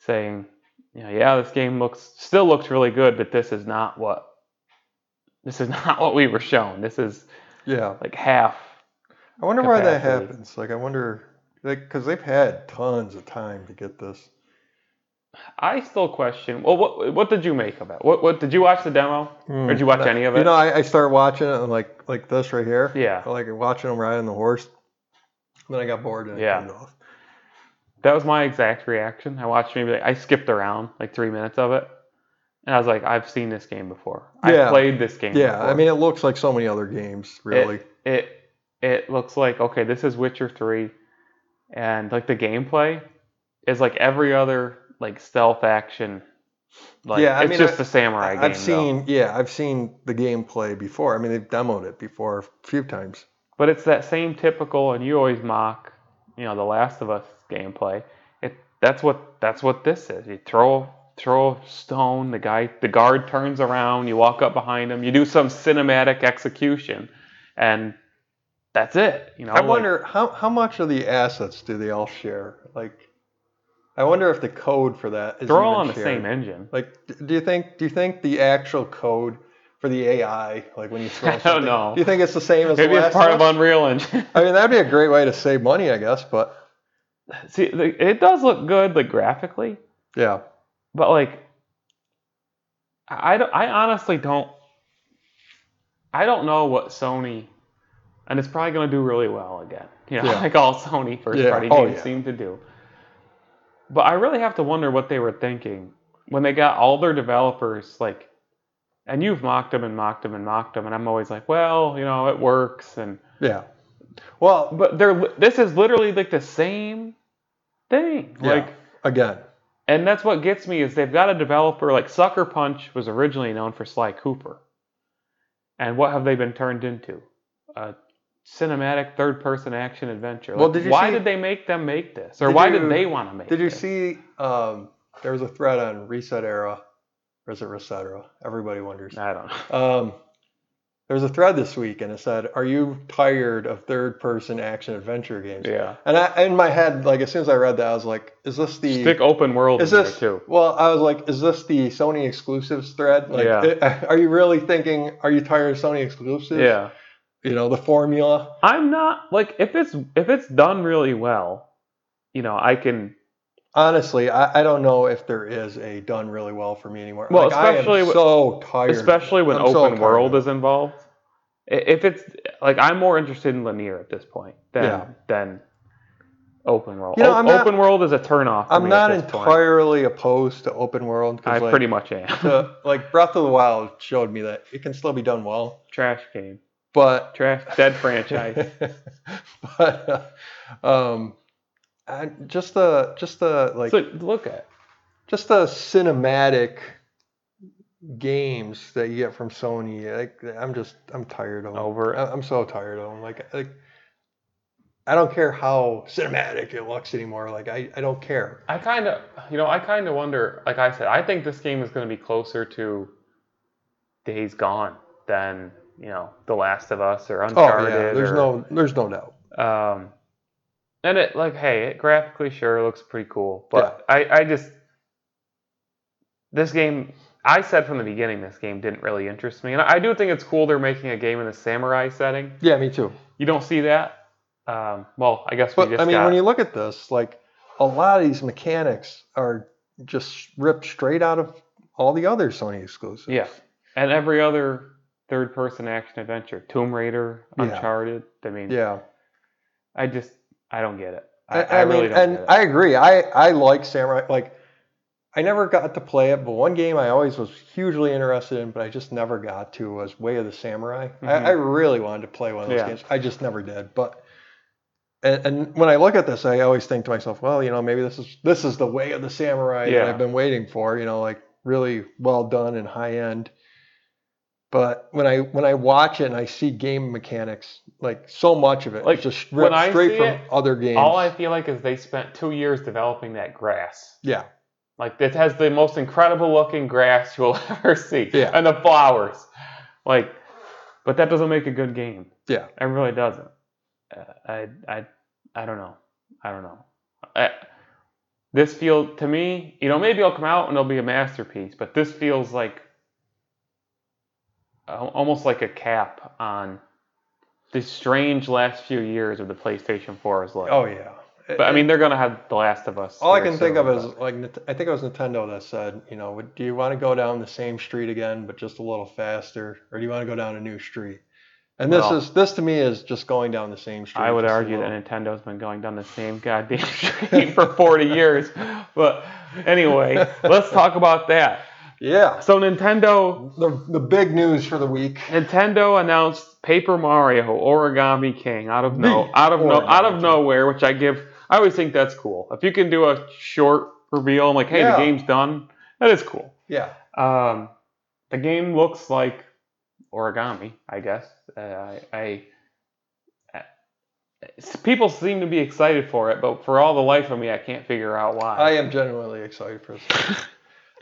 Speaker 1: saying, you know, yeah, this game looks still looks really good, but this is not what this is [laughs] not what we were shown. This is
Speaker 2: Yeah.
Speaker 1: like half.
Speaker 2: I wonder why that
Speaker 1: Capacity.
Speaker 2: happens. Like, I wonder, because they've had tons of time to get this.
Speaker 1: I still question. Well, what what did you make of it? What what did you watch the demo?
Speaker 2: Hmm.
Speaker 1: Or did you watch any of it?
Speaker 2: You know, I, I started watching it and like like this right here.
Speaker 1: Yeah.
Speaker 2: I like watching him riding the horse. Then I got bored and I
Speaker 1: Yeah.
Speaker 2: turned it off.
Speaker 1: That was my exact reaction. I watched maybe like, I skipped around like three minutes of it, and I was like, I've seen this game before. I
Speaker 2: Yeah.
Speaker 1: played this game.
Speaker 2: Yeah,
Speaker 1: before.
Speaker 2: I mean, it looks like so many other games, really.
Speaker 1: it it looks like okay, this is Witcher three, and like the gameplay is like every other like stealth action. Like,
Speaker 2: Yeah, I
Speaker 1: it's
Speaker 2: mean,
Speaker 1: just
Speaker 2: I-
Speaker 1: a samurai game.
Speaker 2: I've
Speaker 1: though.
Speaker 2: seen, yeah, I've seen the gameplay before. I mean, they've demoed it before a few times.
Speaker 1: But it's that same typical, and you always mock, you know, The Last of Us gameplay. It that's what that's what this is. You throw throw a stone, the guy, the guard turns around, you walk up behind him, you do some cinematic execution, and that's it. You know,
Speaker 2: I
Speaker 1: like-
Speaker 2: wonder how how much of the assets do they all share? Like, I wonder if the code for that is
Speaker 1: they're all
Speaker 2: even
Speaker 1: on the
Speaker 2: shared.
Speaker 1: same engine.
Speaker 2: Like, d- do you think do you think the actual code for the AI, like when you
Speaker 1: [laughs]
Speaker 2: throw
Speaker 1: I don't
Speaker 2: something-
Speaker 1: know.
Speaker 2: do you think it's the same as
Speaker 1: Maybe
Speaker 2: the last
Speaker 1: it's part
Speaker 2: one?
Speaker 1: of Unreal Engine. [laughs]
Speaker 2: I mean, that'd be a great way to save money, I guess. But
Speaker 1: See, the- it does look good, like graphically,
Speaker 2: yeah,
Speaker 1: but like, I I don't- I honestly don't. I don't know what Sony, and it's probably gonna do really well again. You know, [laughs]
Speaker 2: Yeah.
Speaker 1: like all Sony first
Speaker 2: Yeah.
Speaker 1: party
Speaker 2: Oh,
Speaker 1: games
Speaker 2: yeah.
Speaker 1: seem to do. But I really have to wonder what they were thinking when they got all their developers like, and you've mocked them and mocked them and mocked them, and I'm always like, well, you know, it works and.
Speaker 2: yeah. Well,
Speaker 1: but they're li- this is literally like the same thing
Speaker 2: Yeah.
Speaker 1: like
Speaker 2: again,
Speaker 1: and that's what gets me is they've got a developer like sucker punch was originally known for sly cooper and what have they been turned into a cinematic third person action adventure
Speaker 2: Well,
Speaker 1: Like,
Speaker 2: did you
Speaker 1: why
Speaker 2: see-
Speaker 1: did they make them make this or
Speaker 2: Did
Speaker 1: why
Speaker 2: you-
Speaker 1: did they want to make
Speaker 2: Did you
Speaker 1: this?
Speaker 2: see? Um, there was a thread on Reset Era, or is it Reset Era? Everybody wonders.
Speaker 1: i
Speaker 2: [laughs]
Speaker 1: don't know
Speaker 2: Um, there was a thread this week, and it said, "Are you tired of third-person action adventure games?"
Speaker 1: yeah
Speaker 2: And I, in my head, like as soon as I read that, I was like, "Is this the?"
Speaker 1: stick open world
Speaker 2: is
Speaker 1: in
Speaker 2: this
Speaker 1: there too
Speaker 2: [laughs] well? I was like, "Is this the Sony exclusives thread?" Like,
Speaker 1: Yeah.
Speaker 2: it- [laughs] are you really thinking? Are you tired of Sony exclusives?
Speaker 1: yeah
Speaker 2: You know the formula.
Speaker 1: i'm not like if it's if it's done really well you know i can
Speaker 2: Honestly, I, I don't know if there is a done really well for me anymore.
Speaker 1: Well,
Speaker 2: Like, I am
Speaker 1: especially with-
Speaker 2: so tired.
Speaker 1: especially when
Speaker 2: I'm so
Speaker 1: open
Speaker 2: tired
Speaker 1: world
Speaker 2: of
Speaker 1: is involved. I- If it's like I'm more interested in linear at this point than
Speaker 2: Yeah.
Speaker 1: than open world.
Speaker 2: You know,
Speaker 1: O-
Speaker 2: I'm not-
Speaker 1: open world is a turnoff. For
Speaker 2: I'm
Speaker 1: me
Speaker 2: not
Speaker 1: at this point.
Speaker 2: entirely opposed to open
Speaker 1: I
Speaker 2: world because like,
Speaker 1: pretty much am. [laughs]
Speaker 2: the- like Breath of the Wild showed me that it can still be done well,
Speaker 1: trash game, [laughs]
Speaker 2: but
Speaker 1: trash
Speaker 2: [laughs]
Speaker 1: dead franchise.
Speaker 2: but uh, um, I, just the just the like
Speaker 1: so look at
Speaker 2: just the cinematic games that you get from Sony. Like I'm just I'm tired of them.
Speaker 1: over.
Speaker 2: I- I'm so tired of them. Like like I don't care how cinematic it looks anymore. Like I, I don't care.
Speaker 1: I kind of, you know, I kind of wonder. Like I said, I think this game is going to be closer to Days Gone than you know The Last of Us or
Speaker 2: Oh
Speaker 1: Uncharted.
Speaker 2: yeah, there's
Speaker 1: or-
Speaker 2: no there's no doubt.
Speaker 1: Um, and it like, hey, it graphically sure looks pretty cool, but I, I just this game. I said from the beginning this game didn't really interest me, and I do think it's cool they're making a game in a samurai setting.
Speaker 2: Yeah, me too.
Speaker 1: You don't see that. Um, well, I guess we
Speaker 2: But
Speaker 1: just
Speaker 2: I mean,
Speaker 1: got.
Speaker 2: when you look at this, like a lot of these mechanics are just ripped straight out of all the other Sony exclusives.
Speaker 1: yeah, and every other third-person action adventure, Tomb Raider,
Speaker 2: Yeah.
Speaker 1: Uncharted. I mean,
Speaker 2: Yeah.
Speaker 1: I just I don't get it. I,
Speaker 2: I, I,
Speaker 1: I really
Speaker 2: mean,
Speaker 1: don't
Speaker 2: and
Speaker 1: get it.
Speaker 2: I agree. I, I like Samurai. Like, I never got to play it, but one game I always was hugely interested in, but I just never got to was Way of the Samurai. I,
Speaker 1: Mhm.
Speaker 2: I really wanted to play one of those
Speaker 1: Yeah.
Speaker 2: games. I just never did. But and, and when I look at this, I always think to myself, well, you know, maybe this is this is the Way of the Samurai
Speaker 1: Yeah.
Speaker 2: that I've been waiting for. You know, like really well done and high end. But when I when I watch it and I see game mechanics, like so much of it,
Speaker 1: Like,
Speaker 2: it's just
Speaker 1: when
Speaker 2: ripped
Speaker 1: I
Speaker 2: straight
Speaker 1: see
Speaker 2: from
Speaker 1: it,
Speaker 2: other games.
Speaker 1: All I feel like is they spent two years developing that grass.
Speaker 2: yeah.
Speaker 1: Like it has the most incredible looking grass you'll [laughs] ever see.
Speaker 2: Yeah.
Speaker 1: And the flowers. Like but that doesn't make a good game.
Speaker 2: Yeah.
Speaker 1: It really doesn't. Uh, I I I don't know. I don't know. I, this feel to me, you know, maybe I'll come out and it'll be a masterpiece, but this feels like al- almost like a cap on the strange last few years of the PlayStation 4's life.
Speaker 2: Oh yeah.
Speaker 1: but I mean, they're gonna have The Last of Us.
Speaker 2: all I
Speaker 1: here
Speaker 2: can think of
Speaker 1: soon,
Speaker 2: is like Nint- I think it was Nintendo that said, you know, do you want to go down the same street again, but just a little faster, or do you want to go down a new street? And this
Speaker 1: Well-
Speaker 2: is this to me is just going down the same street.
Speaker 1: I would
Speaker 2: just a
Speaker 1: argue that
Speaker 2: little-
Speaker 1: Nintendo's been going down the same goddamn [laughs] street for 40 years. But
Speaker 2: [laughs]
Speaker 1: anyway, let's talk about that.
Speaker 2: yeah.
Speaker 1: So Nintendo
Speaker 2: The the big news for the week.
Speaker 1: Nintendo announced Paper Mario Origami King out of no
Speaker 2: The
Speaker 1: out of no out
Speaker 2: Origami
Speaker 1: of
Speaker 2: King.
Speaker 1: nowhere, which I give I always think that's cool. If you can do a short reveal, I'm like, hey,
Speaker 2: Yeah.
Speaker 1: the game's done. That is cool.
Speaker 2: Yeah.
Speaker 1: Um, the game looks like origami, I guess. Uh, I, I, s- people seem to be excited for it, but for all the life of me, I can't figure out
Speaker 2: I
Speaker 1: why.
Speaker 2: am genuinely excited for
Speaker 1: [laughs]
Speaker 2: this.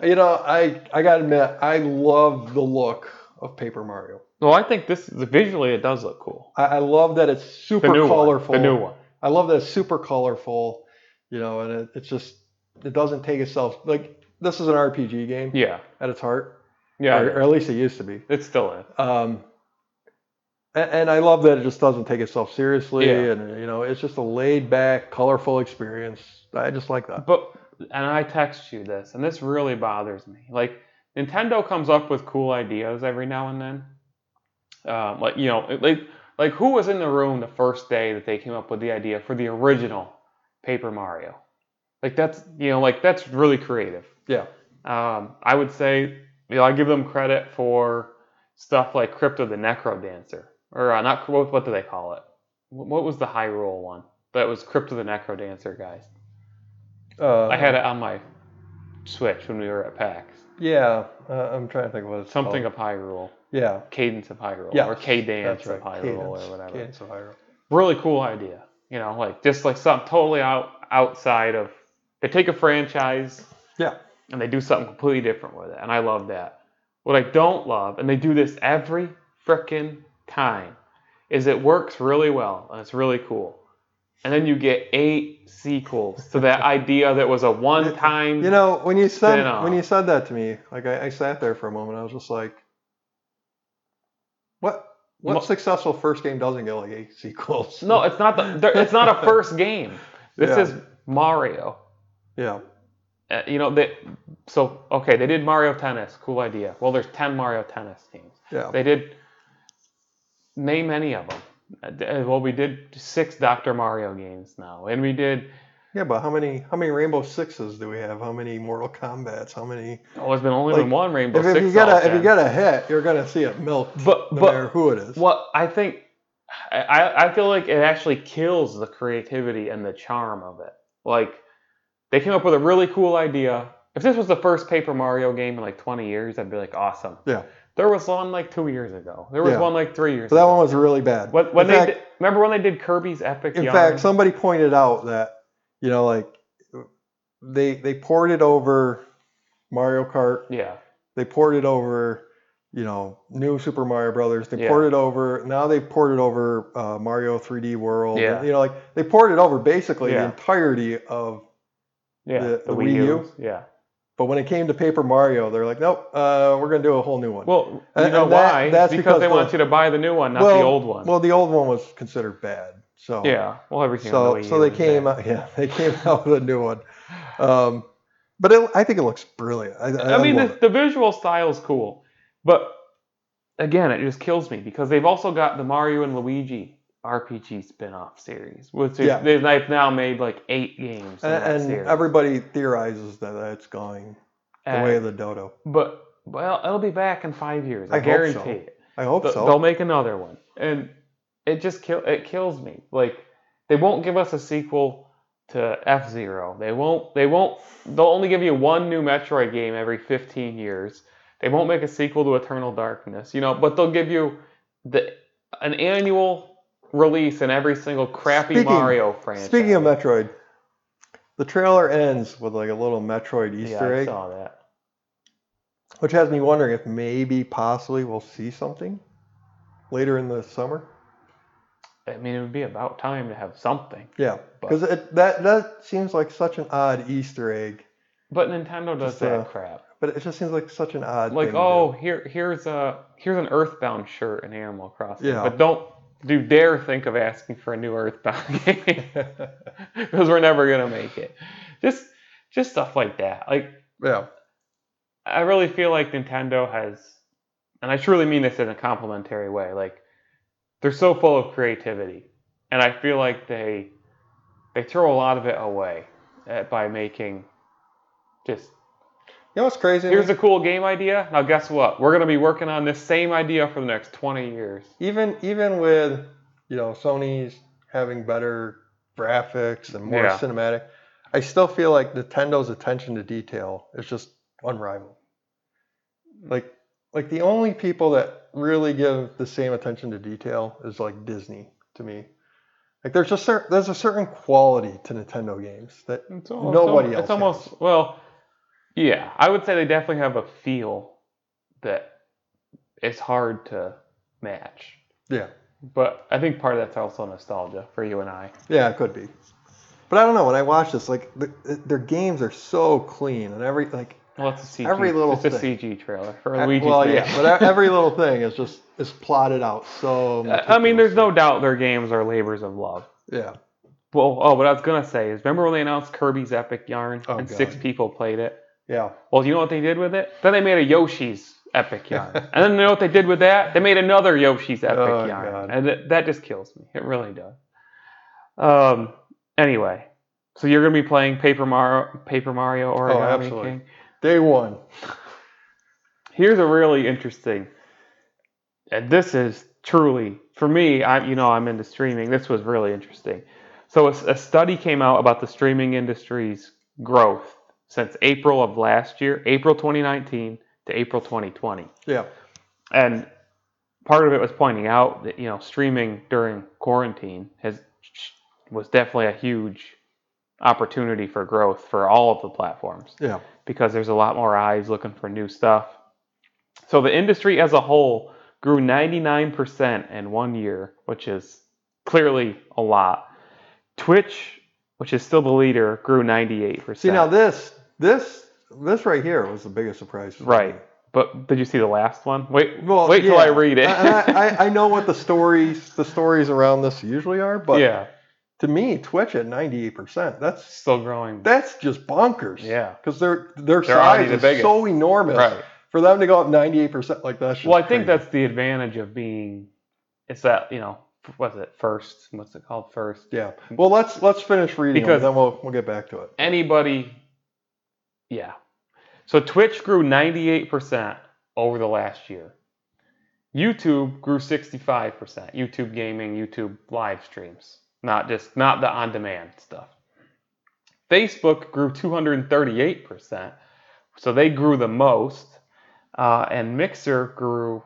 Speaker 2: you know, I I gotta admit, I love the look of Paper Mario.
Speaker 1: well, I think this visually it does look cool.
Speaker 2: I, I love that it's super
Speaker 1: The new
Speaker 2: colorful.
Speaker 1: one. The new one.
Speaker 2: I love that it's super colorful, you know, and it, it's just it doesn't take itself like this is an RPG game
Speaker 1: Yeah.
Speaker 2: at its heart,
Speaker 1: Yeah.
Speaker 2: or, or at least it used to be.
Speaker 1: It's still in.
Speaker 2: Um, a- and, I love that it just doesn't take itself seriously,
Speaker 1: Yeah.
Speaker 2: and you know, it's just a laid back, colorful experience. I just like that.
Speaker 1: But and I text you this, and this really bothers me. Like Nintendo comes up with cool ideas every now and then. Um, like you know, it- like like who was in the room the first day that they came up with the idea for the original Paper Mario? Like that's you know like that's really creative.
Speaker 2: Yeah.
Speaker 1: Um, I would say you know I give them credit for stuff like Crypto the Necro Dancer or uh, not what, what do they call it? Wh- What was the high roll one? That was Crypto the Necro Dancer guys.
Speaker 2: Uh,
Speaker 1: I had it on my Switch when we were at PAX.
Speaker 2: Yeah, uh, I'm trying to think what it's
Speaker 1: Something
Speaker 2: Called.
Speaker 1: of Hyrule,
Speaker 2: Yeah.
Speaker 1: Cadence of Hyrule,
Speaker 2: Oh. Yeah.
Speaker 1: or K Dance
Speaker 2: That's
Speaker 1: of
Speaker 2: right.
Speaker 1: Hyrule,
Speaker 2: Cadence,
Speaker 1: or whatever.
Speaker 2: Cadence of Hyrule.
Speaker 1: Really cool idea, you know, like just like something totally out outside of. They take a franchise,
Speaker 2: Yeah.
Speaker 1: and they do something completely different with it, and I love that. What I don't love, and they do this every frickin' time, is it works really well and it's really cool, and then you get eight sequels to
Speaker 2: [laughs]
Speaker 1: that idea that was a one-time.
Speaker 2: You know, when you said
Speaker 1: Spin-off.
Speaker 2: when you said that to me, like I, I sat there for a moment. I was just like, what? What
Speaker 1: Mo-
Speaker 2: successful first game doesn't get like eight sequels?
Speaker 1: No, it's not the. there- It's not
Speaker 2: [laughs]
Speaker 1: a first game. This
Speaker 2: Yeah.
Speaker 1: is Mario.
Speaker 2: [laughs] Yeah.
Speaker 1: Uh, you know they. So okay, they did Mario Tennis. Cool idea. Well, there's ten Mario Tennis games.
Speaker 2: Yeah.
Speaker 1: They did. Name any of them. Uh, d- uh, Well, we did six Dr. Mario games now, and we did.
Speaker 2: yeah, but how many how many Rainbow Sixes do we have? How many Mortal Kombat's? How many?
Speaker 1: Oh, there's been only
Speaker 2: Like,
Speaker 1: been one Rainbow
Speaker 2: If, if
Speaker 1: Six.
Speaker 2: you get
Speaker 1: all
Speaker 2: a if you
Speaker 1: 10.
Speaker 2: get a hit, you're gonna see it milked,
Speaker 1: but
Speaker 2: no
Speaker 1: but
Speaker 2: matter who it is.
Speaker 1: Well, I think I- I, I feel like it actually kills the creativity and the charm of it. Like they came up with a really cool idea. If this was the first Paper Mario game in like 20 years, I'd be like awesome.
Speaker 2: Yeah.
Speaker 1: There was one like two years ago. There was
Speaker 2: Yeah.
Speaker 1: one like three years.
Speaker 2: So that
Speaker 1: ago.
Speaker 2: one was really bad.
Speaker 1: When, when
Speaker 2: in
Speaker 1: they
Speaker 2: fact,
Speaker 1: did, remember when they did Kirby's Epic
Speaker 2: in
Speaker 1: Yarn?
Speaker 2: fact, somebody pointed out that you know like they they poured it over Mario Kart
Speaker 1: yeah.
Speaker 2: They poured it over, you know, new Super Mario Brothers. They
Speaker 1: Yeah.
Speaker 2: poured it over. Now they poured it over uh, Mario 3D World.
Speaker 1: Yeah.
Speaker 2: You know, like they poured it over basically
Speaker 1: Yeah.
Speaker 2: the entirety of.
Speaker 1: Yeah.
Speaker 2: The-
Speaker 1: The,
Speaker 2: the
Speaker 1: Wii,
Speaker 2: Wii U?
Speaker 1: U's, Yeah.
Speaker 2: But when it came to Paper Mario, they're like, nope, uh, we're gonna do a whole new one.
Speaker 1: Well, you
Speaker 2: And-
Speaker 1: know
Speaker 2: and that-
Speaker 1: why?
Speaker 2: that's
Speaker 1: because
Speaker 2: because
Speaker 1: they
Speaker 2: the-
Speaker 1: want you to buy the new one, not the
Speaker 2: Well,
Speaker 1: old one.
Speaker 2: Well, the old one was considered bad. So
Speaker 1: yeah. Well, everything. on
Speaker 2: So
Speaker 1: the Wii
Speaker 2: so
Speaker 1: U
Speaker 2: they
Speaker 1: is
Speaker 2: came
Speaker 1: bad.
Speaker 2: out. [laughs] Yeah, they came out with a new one. Um, but it, I think it looks brilliant. I, I,
Speaker 1: I mean,
Speaker 2: love
Speaker 1: the, the visual style's cool, but again, it just kills me because they've also got the Mario and Luigi RPG spin-off series, which is,
Speaker 2: Yeah.
Speaker 1: they've, they've now made like eight games. in that
Speaker 2: it. and,
Speaker 1: series.
Speaker 2: and everybody theorizes that it's going the
Speaker 1: And-
Speaker 2: way of the dodo.
Speaker 1: but well, it'll be back in five years. I,
Speaker 2: I hope so.
Speaker 1: guarantee it.
Speaker 2: I hope
Speaker 1: Th-
Speaker 2: so.
Speaker 1: They'll make another one, and it just kill it kills me. Like they won't give us a sequel to F Zero. They won't. They won't. They'll only give you one new Metroid game every 15 years. They won't make a sequel to Eternal Darkness, you know. But they'll give you the an annual release in every single crappy
Speaker 2: Speaking-
Speaker 1: Mario franchise.
Speaker 2: Speaking of Metroid, the trailer ends with like a little Metroid
Speaker 1: yeah,
Speaker 2: Easter
Speaker 1: I
Speaker 2: egg,
Speaker 1: saw that.
Speaker 2: which has me wondering if maybe possibly we'll see something later in the summer.
Speaker 1: I mean, it would be about time to have something.
Speaker 2: Yeah,
Speaker 1: But-
Speaker 2: because that that seems like such an odd Easter egg,
Speaker 1: But Nintendo does
Speaker 2: Just,
Speaker 1: that
Speaker 2: uh,
Speaker 1: crap.
Speaker 2: but it just seems like such an odd.
Speaker 1: Like,
Speaker 2: thing to
Speaker 1: oh, here here's a here's an Earthbound shirt in Animal Crossing.
Speaker 2: Yeah.
Speaker 1: But don't do dare think of asking for a new Earthbound [laughs]
Speaker 2: [laughs]
Speaker 1: game
Speaker 2: do.
Speaker 1: because we're never gonna make it. Just just stuff like that. Like
Speaker 2: yeah,
Speaker 1: I really feel like Nintendo has, and I truly mean this in a complimentary way, like they're so full of creativity, and I feel like they they throw a lot of it away uh, by making just
Speaker 2: you know what's crazy?
Speaker 1: here's a cool game idea. Now guess what? We're gonna be working on this same idea for the next 20 years.
Speaker 2: even even with you know Sony's having better graphics and more
Speaker 1: Yeah.
Speaker 2: cinematic, I still feel like Nintendo's attention to detail is just unrivaled. Like like the only people that really give the same attention to detail is like Disney to me. Like there's just cer- there's a certain quality to Nintendo games that
Speaker 1: It's
Speaker 2: Nobody
Speaker 1: it's,
Speaker 2: else
Speaker 1: almost well, yeah. I would say they definitely have a feel that it's hard to match.
Speaker 2: yeah
Speaker 1: But I think part of that's also nostalgia for you and I.
Speaker 2: yeah it could be. But I don't know when I watch this like the, their games are so clean and every like
Speaker 1: Well, it's a CG.
Speaker 2: Every little
Speaker 1: it's a
Speaker 2: thing.
Speaker 1: CG trailer for
Speaker 2: Uh,
Speaker 1: Luigi's
Speaker 2: well,
Speaker 1: Mansion.
Speaker 2: yeah, but e- every little thing is just is plotted out. So
Speaker 1: [laughs] I mean, there's no doubt their games are labors of love.
Speaker 2: yeah,
Speaker 1: Well, oh, what I was gonna say is, remember when they announced Kirby's Epic Yarn
Speaker 2: Oh,
Speaker 1: and six
Speaker 2: God.
Speaker 1: people played it?
Speaker 2: yeah,
Speaker 1: Well, you know what they did with it? Then they made a Yoshi's Epic
Speaker 2: [laughs]
Speaker 1: Yarn, and then you know what they did with that? They made another Yoshi's Epic
Speaker 2: Oh,
Speaker 1: Yarn,
Speaker 2: God.
Speaker 1: and th- that just kills me. It really does. Um. Anyway, so you're gonna be playing Paper Mario, Paper Mario Origami
Speaker 2: Oh, absolutely.
Speaker 1: King.
Speaker 2: day one.
Speaker 1: here's a really interesting and this is truly for me i you know i'm into streaming this was really interesting so a, a study came out about the streaming industry's growth since april of last year april 2019 to april 2020
Speaker 2: Yeah,
Speaker 1: and part of it was pointing out that you know streaming during quarantine has was definitely a huge opportunity for growth for all of the platforms
Speaker 2: yeah,
Speaker 1: because there's a lot more eyes looking for new stuff. So the industry as a whole grew 99% in one year, which is clearly a lot. Twitch, which is still the leader, grew 98%.
Speaker 2: See now this this this right here was the biggest surprise. for me.
Speaker 1: Right. but did you see the last one? Wait,
Speaker 2: Well,
Speaker 1: wait till
Speaker 2: Oh, yeah.
Speaker 1: I read it. [laughs]
Speaker 2: I, I, I- I know what the stories the stories around this usually are, but
Speaker 1: yeah,
Speaker 2: to me, Twitch at ninety eight percent. That's
Speaker 1: still growing.
Speaker 2: that's just bonkers.
Speaker 1: yeah,
Speaker 2: because their their
Speaker 1: They're already
Speaker 2: size
Speaker 1: the
Speaker 2: is
Speaker 1: biggest.
Speaker 2: so enormous.
Speaker 1: right.
Speaker 2: For them to go up ninety eight percent like that.
Speaker 1: Well, I think that's the advantage of being. It's that you know, what's it first? What's it called first?
Speaker 2: yeah. Well, let's let's finish reading
Speaker 1: Because-
Speaker 2: because then we'll we'll get back to it.
Speaker 1: anybody yeah so twitch grew 98% over the last year youtube grew 65% youtube gaming youtube live streams not just not the on demand stuff facebook grew 238% so they grew the most uh, and mixer grew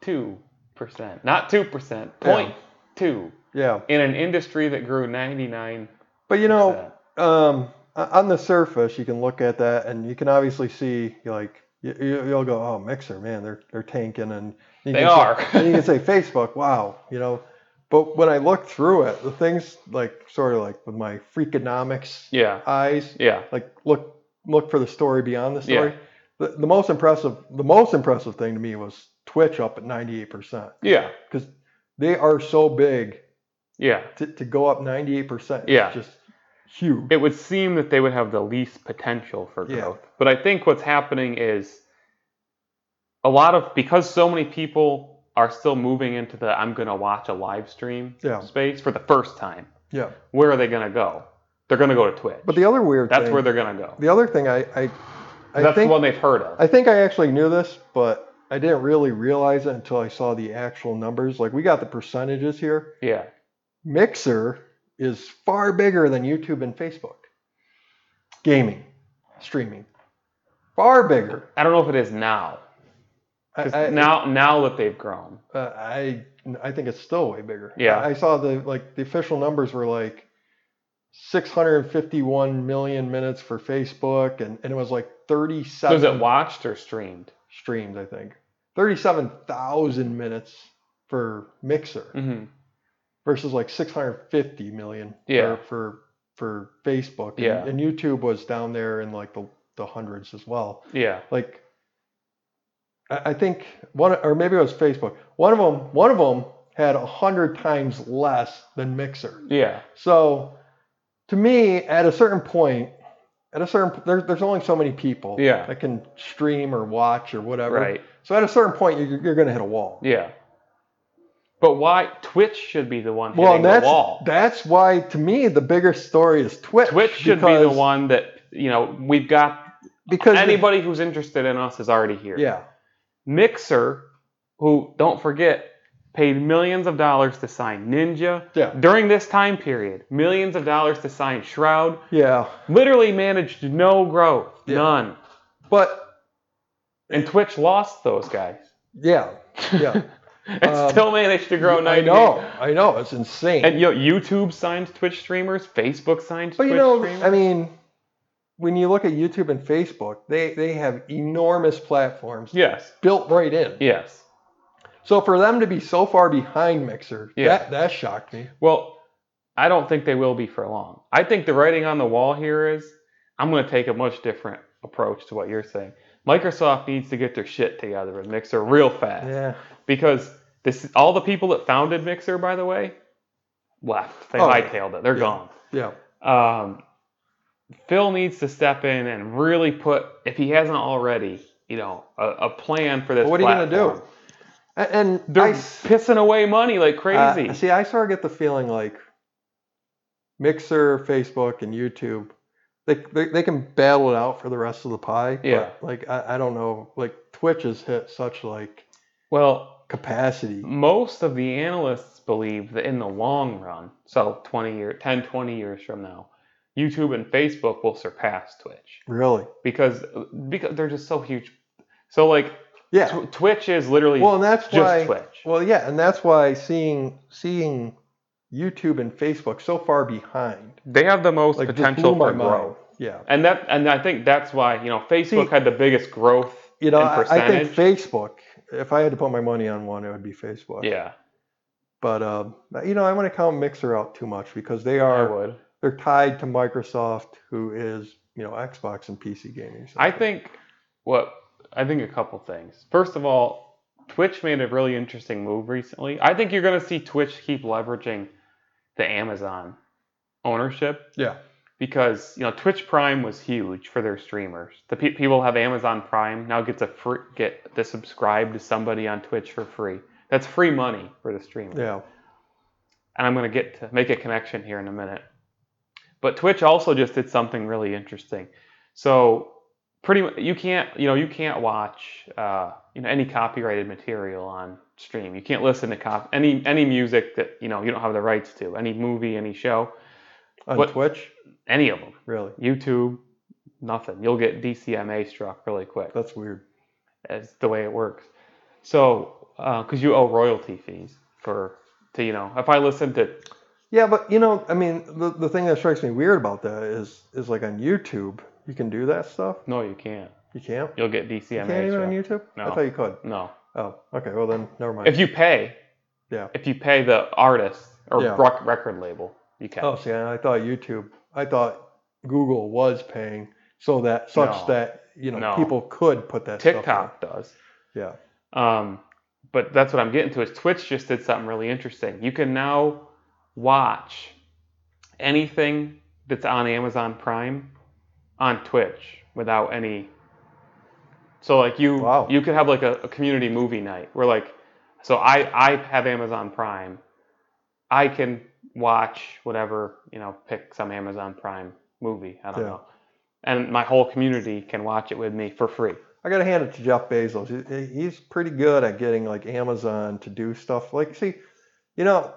Speaker 1: 0.2% not 2%
Speaker 2: Yeah.
Speaker 1: 0.2
Speaker 2: Yeah,
Speaker 1: in an industry that grew 99
Speaker 2: but you know. um, o- on the surface, you can look at that and you can obviously see like you, you- you'll go, oh, Mixer, man, they're they're tanking, and you
Speaker 1: they
Speaker 2: can say-
Speaker 1: are
Speaker 2: [laughs] and you can say Facebook, wow, you know. But when I look through it, the things like sort of like with my freakonomics
Speaker 1: Yeah,
Speaker 2: eyes,
Speaker 1: yeah,
Speaker 2: like look look for the story beyond the story.
Speaker 1: Yeah.
Speaker 2: The, the most impressive the most impressive thing to me was Twitch up at ninety eight percent
Speaker 1: yeah,
Speaker 2: because they are so big
Speaker 1: yeah.
Speaker 2: to, to go up ninety eight percent.
Speaker 1: Yeah.
Speaker 2: just huge.
Speaker 1: It would seem that they would have the least potential for
Speaker 2: Yeah.
Speaker 1: growth. But I think what's happening is a lot of because so many people are still moving into the I'm going to watch a live stream
Speaker 2: Yeah.
Speaker 1: space for the first time.
Speaker 2: yeah.
Speaker 1: Where are they going to go? They're going to go to Twitch.
Speaker 2: But the other weird
Speaker 1: that's
Speaker 2: thing,
Speaker 1: where they're going to go.
Speaker 2: the other thing I I, I
Speaker 1: that's
Speaker 2: think
Speaker 1: the one they've heard of.
Speaker 2: I think I actually knew this, but I didn't really realize it until I saw the actual numbers. Like we got the percentages here.
Speaker 1: yeah.
Speaker 2: Mixer is far bigger than YouTube and Facebook. Gaming, streaming, far bigger.
Speaker 1: I don't know if it is now. 'Cause
Speaker 2: I, I,
Speaker 1: now, now that they've grown,
Speaker 2: uh, I I think it's still way bigger.
Speaker 1: Yeah.
Speaker 2: I saw the like the official numbers were like 651 million minutes for Facebook, and, and it was like 37.
Speaker 1: so is it watched or streamed?
Speaker 2: streams, I think. 37,000 minutes for Mixer.
Speaker 1: hmm
Speaker 2: versus like 650 million
Speaker 1: Yeah.
Speaker 2: for for, for Facebook. And-
Speaker 1: Yeah.
Speaker 2: And, YouTube was down there in like the, the hundreds as well.
Speaker 1: Yeah.
Speaker 2: Like I, I think one or maybe it was Facebook. One of them one of them had a hundred times less than Mixer.
Speaker 1: Yeah.
Speaker 2: So to me, at a certain point, at a certain there, there's only so many people
Speaker 1: Yeah.
Speaker 2: that can stream or watch or whatever.
Speaker 1: Right.
Speaker 2: So at a certain point, you're, you're going to hit a wall.
Speaker 1: Yeah. But why Twitch should be the one hitting
Speaker 2: Well, and
Speaker 1: the
Speaker 2: that's
Speaker 1: wall?
Speaker 2: that's why to me the bigger story is Twitch.
Speaker 1: Twitch should be the
Speaker 2: because-
Speaker 1: one that you know we've got.
Speaker 2: because the-
Speaker 1: Anybody who's interested in us is already here.
Speaker 2: yeah,
Speaker 1: Mixer, who don't forget, paid millions of dollars to sign Ninja
Speaker 2: yeah,
Speaker 1: during this time period. Millions of dollars to sign Shroud.
Speaker 2: yeah.
Speaker 1: Literally managed no growth,
Speaker 2: Yeah.
Speaker 1: none.
Speaker 2: But
Speaker 1: And Twitch lost those guys.
Speaker 2: yeah, yeah.
Speaker 1: [laughs] and
Speaker 2: Um,
Speaker 1: still managed to grow.
Speaker 2: I
Speaker 1: 90.
Speaker 2: know, I know, it's insane.
Speaker 1: And you know, YouTube signed Twitch streamers. Facebook signed
Speaker 2: but
Speaker 1: Twitch
Speaker 2: you know,
Speaker 1: streamers.
Speaker 2: I mean, when you look at YouTube and Facebook, they they have enormous platforms
Speaker 1: yes,
Speaker 2: built right in.
Speaker 1: yes.
Speaker 2: So for them to be so far behind Mixer,
Speaker 1: Yeah.
Speaker 2: that that shocked me.
Speaker 1: Well, I don't think they will be for long. I think the writing on the wall here is I'm going to take a much different approach to what you're saying. Microsoft needs to get their shit together with Mixer real fast
Speaker 2: Yeah.
Speaker 1: because this all the people that founded Mixer, by the way, left. They
Speaker 2: Oh, yeah.
Speaker 1: hightailed it. They're
Speaker 2: Yeah.
Speaker 1: gone.
Speaker 2: Yeah.
Speaker 1: um, Phil needs to step in and really put, if he hasn't already, you know, a, a plan for this.
Speaker 2: What are you gonna
Speaker 1: platform.
Speaker 2: do? A- And,
Speaker 1: They're
Speaker 2: I s-
Speaker 1: pissing away money like
Speaker 2: uh,
Speaker 1: crazy.
Speaker 2: see, I sort of get the feeling like Mixer, Facebook, and YouTube, they, they they can battle it out for the rest of the pie. but,
Speaker 1: Yeah.
Speaker 2: like I, I don't know, like Twitch has hit such like
Speaker 1: well,
Speaker 2: capacity.
Speaker 1: Mm. most of the analysts believe that in the long run, so 20 year, 10, 20 years from now, YouTube and Facebook will surpass Twitch
Speaker 2: Really.
Speaker 1: because because they're just so huge. So like
Speaker 2: Yeah.
Speaker 1: tw- Twitch is literally
Speaker 2: Well, and that's
Speaker 1: just
Speaker 2: why.
Speaker 1: Twitch.
Speaker 2: Well, yeah, and that's why seeing seeing YouTube and Facebook so far behind
Speaker 1: They have the most
Speaker 2: like just
Speaker 1: potential
Speaker 2: blew
Speaker 1: for
Speaker 2: my mind.
Speaker 1: growth.
Speaker 2: Yeah.
Speaker 1: And that and I think that's why, you know, Facebook
Speaker 2: See-
Speaker 1: had the biggest growth
Speaker 2: You know,
Speaker 1: in
Speaker 2: I, I
Speaker 1: percentage.
Speaker 2: think Facebook. If I had to put my money on one, it would be Facebook.
Speaker 1: yeah,
Speaker 2: But um, you know, I want to count Mixer out too much because they
Speaker 1: I
Speaker 2: are
Speaker 1: would.
Speaker 2: they're tied to Microsoft, who is you know Xbox and PC gaming. so-
Speaker 1: I think what I think a couple things. First of all, Twitch made a really interesting move recently. I think you're going to see Twitch keep leveraging the Amazon ownership
Speaker 2: yeah,
Speaker 1: because, you know, Twitch Prime was huge for their streamers. The pe- people have Amazon Prime now get to free, get to subscribe to somebody on Twitch for free. That's free money for the streamer.
Speaker 2: yeah,
Speaker 1: and I'm going to get to make a connection here in a minute. But Twitch also just did something really interesting. So pretty much you can't you know you can't watch uh, you know any copyrighted material on stream. You can't listen to cop any any music that you know you don't have the rights to any movie, any show,
Speaker 2: on
Speaker 1: What-
Speaker 2: Twitch,
Speaker 1: any of them.
Speaker 2: really,
Speaker 1: YouTube, nothing. You'll get DCMA struck really quick.
Speaker 2: that's weird.
Speaker 1: That's the way it works. So because you owe royalty fees for to you know if I listen to
Speaker 2: Yeah, but you know, I mean, the, the thing that strikes me weird about that is is like on YouTube, you can do that stuff.
Speaker 1: no you can't.
Speaker 2: You can't.
Speaker 1: You'll get
Speaker 2: You
Speaker 1: DCMA.
Speaker 2: can't even
Speaker 1: struck.
Speaker 2: on YouTube.
Speaker 1: No.
Speaker 2: I thought you could.
Speaker 1: No.
Speaker 2: Oh, okay. Well then, never mind.
Speaker 1: If you pay,
Speaker 2: Yeah.
Speaker 1: If you pay the artist or
Speaker 2: Yeah.
Speaker 1: rec- record label, you can.
Speaker 2: Oh, see, I thought YouTube. I thought Google was paying so that such
Speaker 1: No.
Speaker 2: that you know
Speaker 1: No.
Speaker 2: people could put that stuff
Speaker 1: TikTok does.
Speaker 2: in. Yeah,
Speaker 1: Um, but that's what I'm getting to is Twitch just did something really interesting. You can now watch anything that's on Amazon Prime on Twitch without any. So like you,
Speaker 2: Wow.
Speaker 1: you could have like a, a community movie night where like, so I I have Amazon Prime, I can watch whatever you know, pick some Amazon Prime movie. I don't
Speaker 2: Yeah.
Speaker 1: know, and my whole community can watch it with me for free.
Speaker 2: I gotta hand it to Jeff Bezos. He- He's pretty good at getting like Amazon to do stuff. Like, see, you know,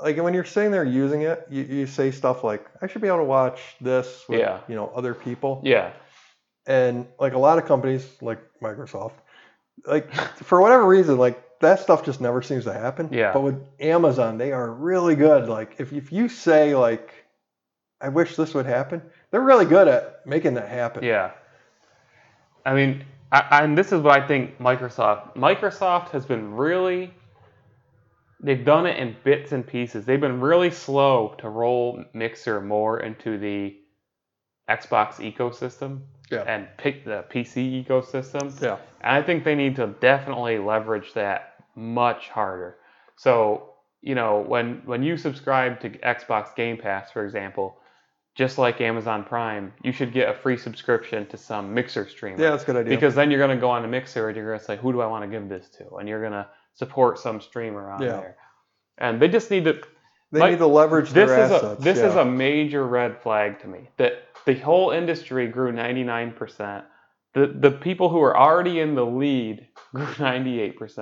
Speaker 2: like when you're sitting there using it, you, you say stuff like, "I should be able to watch this with
Speaker 1: Yeah.
Speaker 2: you know other people."
Speaker 1: Yeah.
Speaker 2: And like a lot of companies, like Microsoft, like for whatever reason, like that stuff just never seems to happen.
Speaker 1: Yeah.
Speaker 2: But with Amazon, they are really good. Like if if you say like, I wish this would happen, they're really good at making that happen.
Speaker 1: Yeah. I mean, I, and this is what I think Microsoft. Microsoft has been really they've done it in bits and pieces. They've been really slow to roll Mixer more into the Xbox ecosystem
Speaker 2: Yeah.
Speaker 1: and pick the PC ecosystem.
Speaker 2: Yeah.
Speaker 1: And I think they need to definitely leverage that much harder. So, you know, when when you subscribe to Xbox Game Pass, for example, just like Amazon Prime, you should get a free subscription to some Mixer streamer.
Speaker 2: Yeah, that's a good idea.
Speaker 1: Because then you're going to go on a Mixer and you're going to say, who do I want to give this to? And you're going to support some streamer on
Speaker 2: Yeah.
Speaker 1: there. And they just need to.
Speaker 2: they
Speaker 1: like,
Speaker 2: need to leverage
Speaker 1: This
Speaker 2: their
Speaker 1: is
Speaker 2: assets.
Speaker 1: a this
Speaker 2: yeah.
Speaker 1: is a major red flag to me. That the whole industry grew 99%. The the people who were already in the lead grew [laughs] 98%.
Speaker 2: yeah,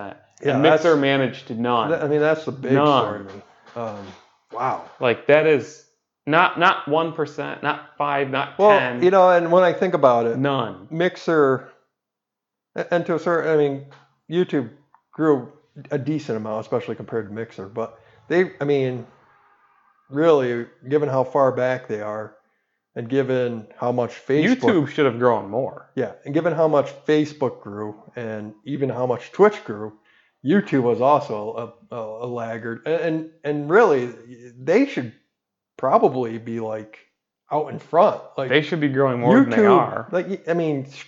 Speaker 1: and
Speaker 2: that's-
Speaker 1: Mixer managed to none.
Speaker 2: that- I mean, that's the big
Speaker 1: None.
Speaker 2: story. to me. Um, wow.
Speaker 1: like that is not not 1%, not 5, not
Speaker 2: Well,
Speaker 1: 10.
Speaker 2: you know, and when I think about it,
Speaker 1: none.
Speaker 2: Mixer, and to a certain, I mean, YouTube grew a decent amount, especially compared to Mixer. But they, I mean, really, given how far back they are, and given how much Facebook,
Speaker 1: YouTube should have grown more.
Speaker 2: yeah, and given how much Facebook grew, and even how much Twitch grew, YouTube was also a, a, a laggard, and, and and really, they should probably be like out in front, like
Speaker 1: They should be growing more than they are.
Speaker 2: like I mean, sh-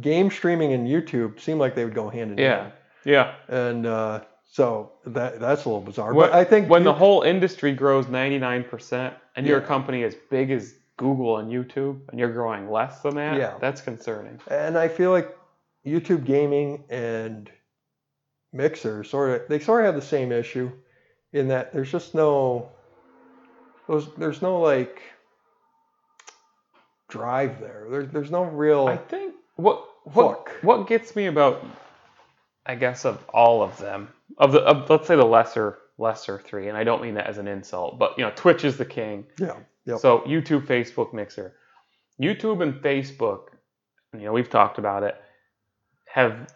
Speaker 2: game streaming and YouTube seem like they would go hand in
Speaker 1: Yeah.
Speaker 2: hand.
Speaker 1: Yeah.
Speaker 2: And uh, so that that's a little bizarre.
Speaker 1: When-
Speaker 2: but I think
Speaker 1: when the
Speaker 2: you-
Speaker 1: whole industry grows 99% and you're a
Speaker 2: Yeah.
Speaker 1: company as big as Google and YouTube and you're growing less than that,
Speaker 2: Yeah.
Speaker 1: that's concerning.
Speaker 2: and I feel like YouTube gaming and Mixer sort of they sort of have the same issue in that there's just no there's, there's no like drive there. There's there's no real
Speaker 1: I think what what
Speaker 2: Hook.
Speaker 1: what gets me about I guess of all of them of the of, let's say the lesser lesser three and I don't mean that as an insult, but you know Twitch is the king.
Speaker 2: yeah Yep.
Speaker 1: So YouTube, Facebook, Mixer. YouTube and Facebook, you know, we've talked about it, have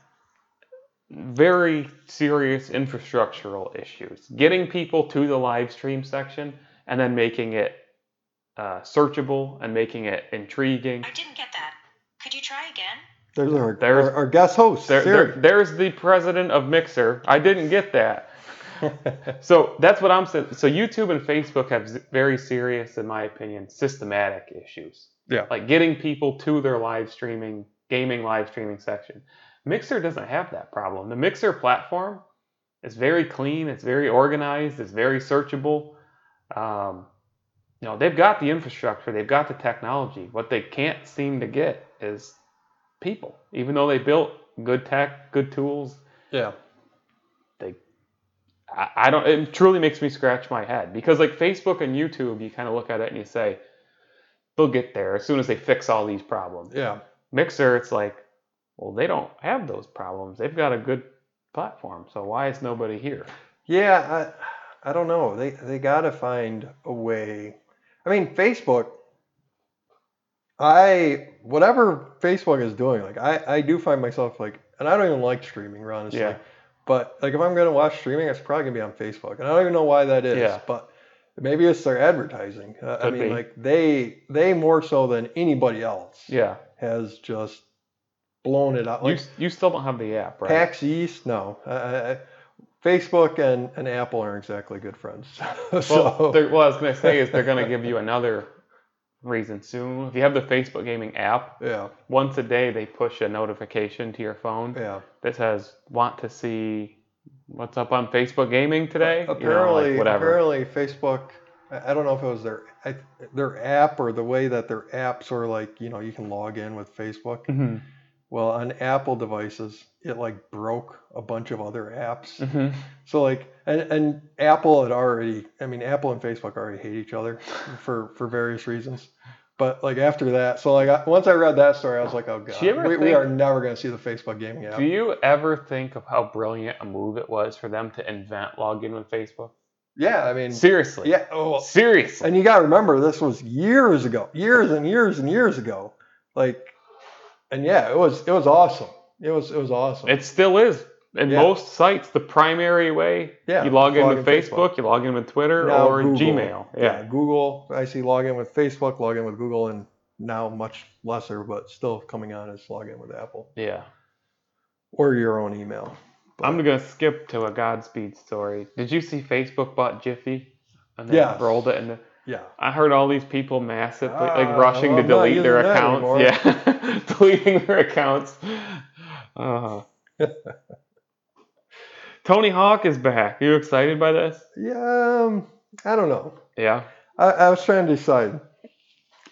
Speaker 1: very serious infrastructural issues. Getting people to the live stream section and then making it uh, searchable and making it intriguing.
Speaker 3: I didn't get that. Could you try again?
Speaker 2: there's our,
Speaker 1: there's-
Speaker 2: our, our guest host
Speaker 1: There, there,
Speaker 2: Siri.
Speaker 1: there's the president of Mixer. I didn't get that. So that's what I'm saying. So YouTube and Facebook have z- very serious, in my opinion, systematic issues.
Speaker 2: Yeah.
Speaker 1: Like getting people to their live streaming, gaming live streaming section. Mixer doesn't have that problem. The Mixer platform is very clean. It's very organized. It's very searchable. Um, you know, they've got the infrastructure. They've got the technology. What they can't seem to get is people. Even though they built good tech, good tools,
Speaker 2: yeah.
Speaker 1: I, I don't. It truly makes me scratch my head because like Facebook and YouTube, you kind of look at it and you say, they'll get there as soon as they fix all these problems.
Speaker 2: Yeah.
Speaker 1: Mixer, it's like, well, they don't have those problems. They've got a good platform, so why is nobody here?
Speaker 2: Yeah, I, I don't know. They they gotta find a way. I mean, Facebook. I whatever Facebook is doing, like I I do find myself like, and I don't even like streaming, honestly.
Speaker 1: Yeah.
Speaker 2: But like, if I'm gonna watch streaming, it's probably gonna be on Facebook, and I don't even know why that is.
Speaker 1: Yeah.
Speaker 2: But maybe it's their advertising. Uh, I
Speaker 1: Could
Speaker 2: mean,
Speaker 1: be.
Speaker 2: like they they more so than anybody else
Speaker 1: Yeah,
Speaker 2: has just blown it out.
Speaker 1: you
Speaker 2: Like,
Speaker 1: you you still don't have the app, right?
Speaker 2: PAX East, no. I, I, I- Facebook and, and Apple aren't exactly good friends. [laughs]
Speaker 1: Well,
Speaker 2: so,
Speaker 1: they're well, I was gonna say is they're gonna give you another reason soon. If you have the Facebook gaming app,
Speaker 2: yeah,
Speaker 1: once a day they push a notification to your phone.
Speaker 2: yeah.
Speaker 1: that says want to see what's up on Facebook gaming today. You know, like,
Speaker 2: apparently,
Speaker 1: whatever.
Speaker 2: apparently, Facebook. I I don't know if it was their I, their app or the way that their apps are like. You know, you can log in with Facebook.
Speaker 1: Mhm,
Speaker 2: Well, on Apple devices, it like broke a bunch of other apps.
Speaker 1: mhm.
Speaker 2: So like, and and Apple had already, I mean, Apple and Facebook already hate each other for for various reasons. But like after that, so like I, once I read that story, I was like, oh god,
Speaker 1: Do you ever
Speaker 2: we, we are
Speaker 1: think-
Speaker 2: never gonna see the Facebook gaming app.
Speaker 1: Do you ever think of how brilliant a move it was for them to invent login with Facebook?
Speaker 2: yeah, I mean,
Speaker 1: Seriously.
Speaker 2: yeah, oh,
Speaker 1: Seriously.
Speaker 2: and you gotta remember this was years ago, years and years and years ago, like, and yeah, it was it was awesome. It was it was awesome.
Speaker 1: It still is. In
Speaker 2: Yeah.
Speaker 1: most sites, the primary way
Speaker 2: yeah,
Speaker 1: you log in
Speaker 2: log
Speaker 1: with Facebook, you log in with Twitter
Speaker 2: Now
Speaker 1: or
Speaker 2: Google.
Speaker 1: Gmail.
Speaker 2: yeah.
Speaker 1: Yeah.
Speaker 2: Uh, Google. I see login with Facebook, login with Google, and now much lesser, but still coming on is login with Apple
Speaker 1: Yeah.
Speaker 2: or your own email.
Speaker 1: I'm gonna skip to a Godspeed story. Did you see Facebook bought Jiffy? And they
Speaker 2: Yes.
Speaker 1: rolled it into
Speaker 2: Yeah.
Speaker 1: I heard all these people massively like
Speaker 2: Ah,
Speaker 1: rushing to
Speaker 2: well, I'm not
Speaker 1: delete their
Speaker 2: using that
Speaker 1: accounts.
Speaker 2: anymore.
Speaker 1: Yeah, [laughs] deleting their accounts. Uh.
Speaker 2: [laughs]
Speaker 1: Tony Hawk is back. Are you excited by this?
Speaker 2: Yeah. Um, I don't know.
Speaker 1: Yeah.
Speaker 2: I, I was trying to decide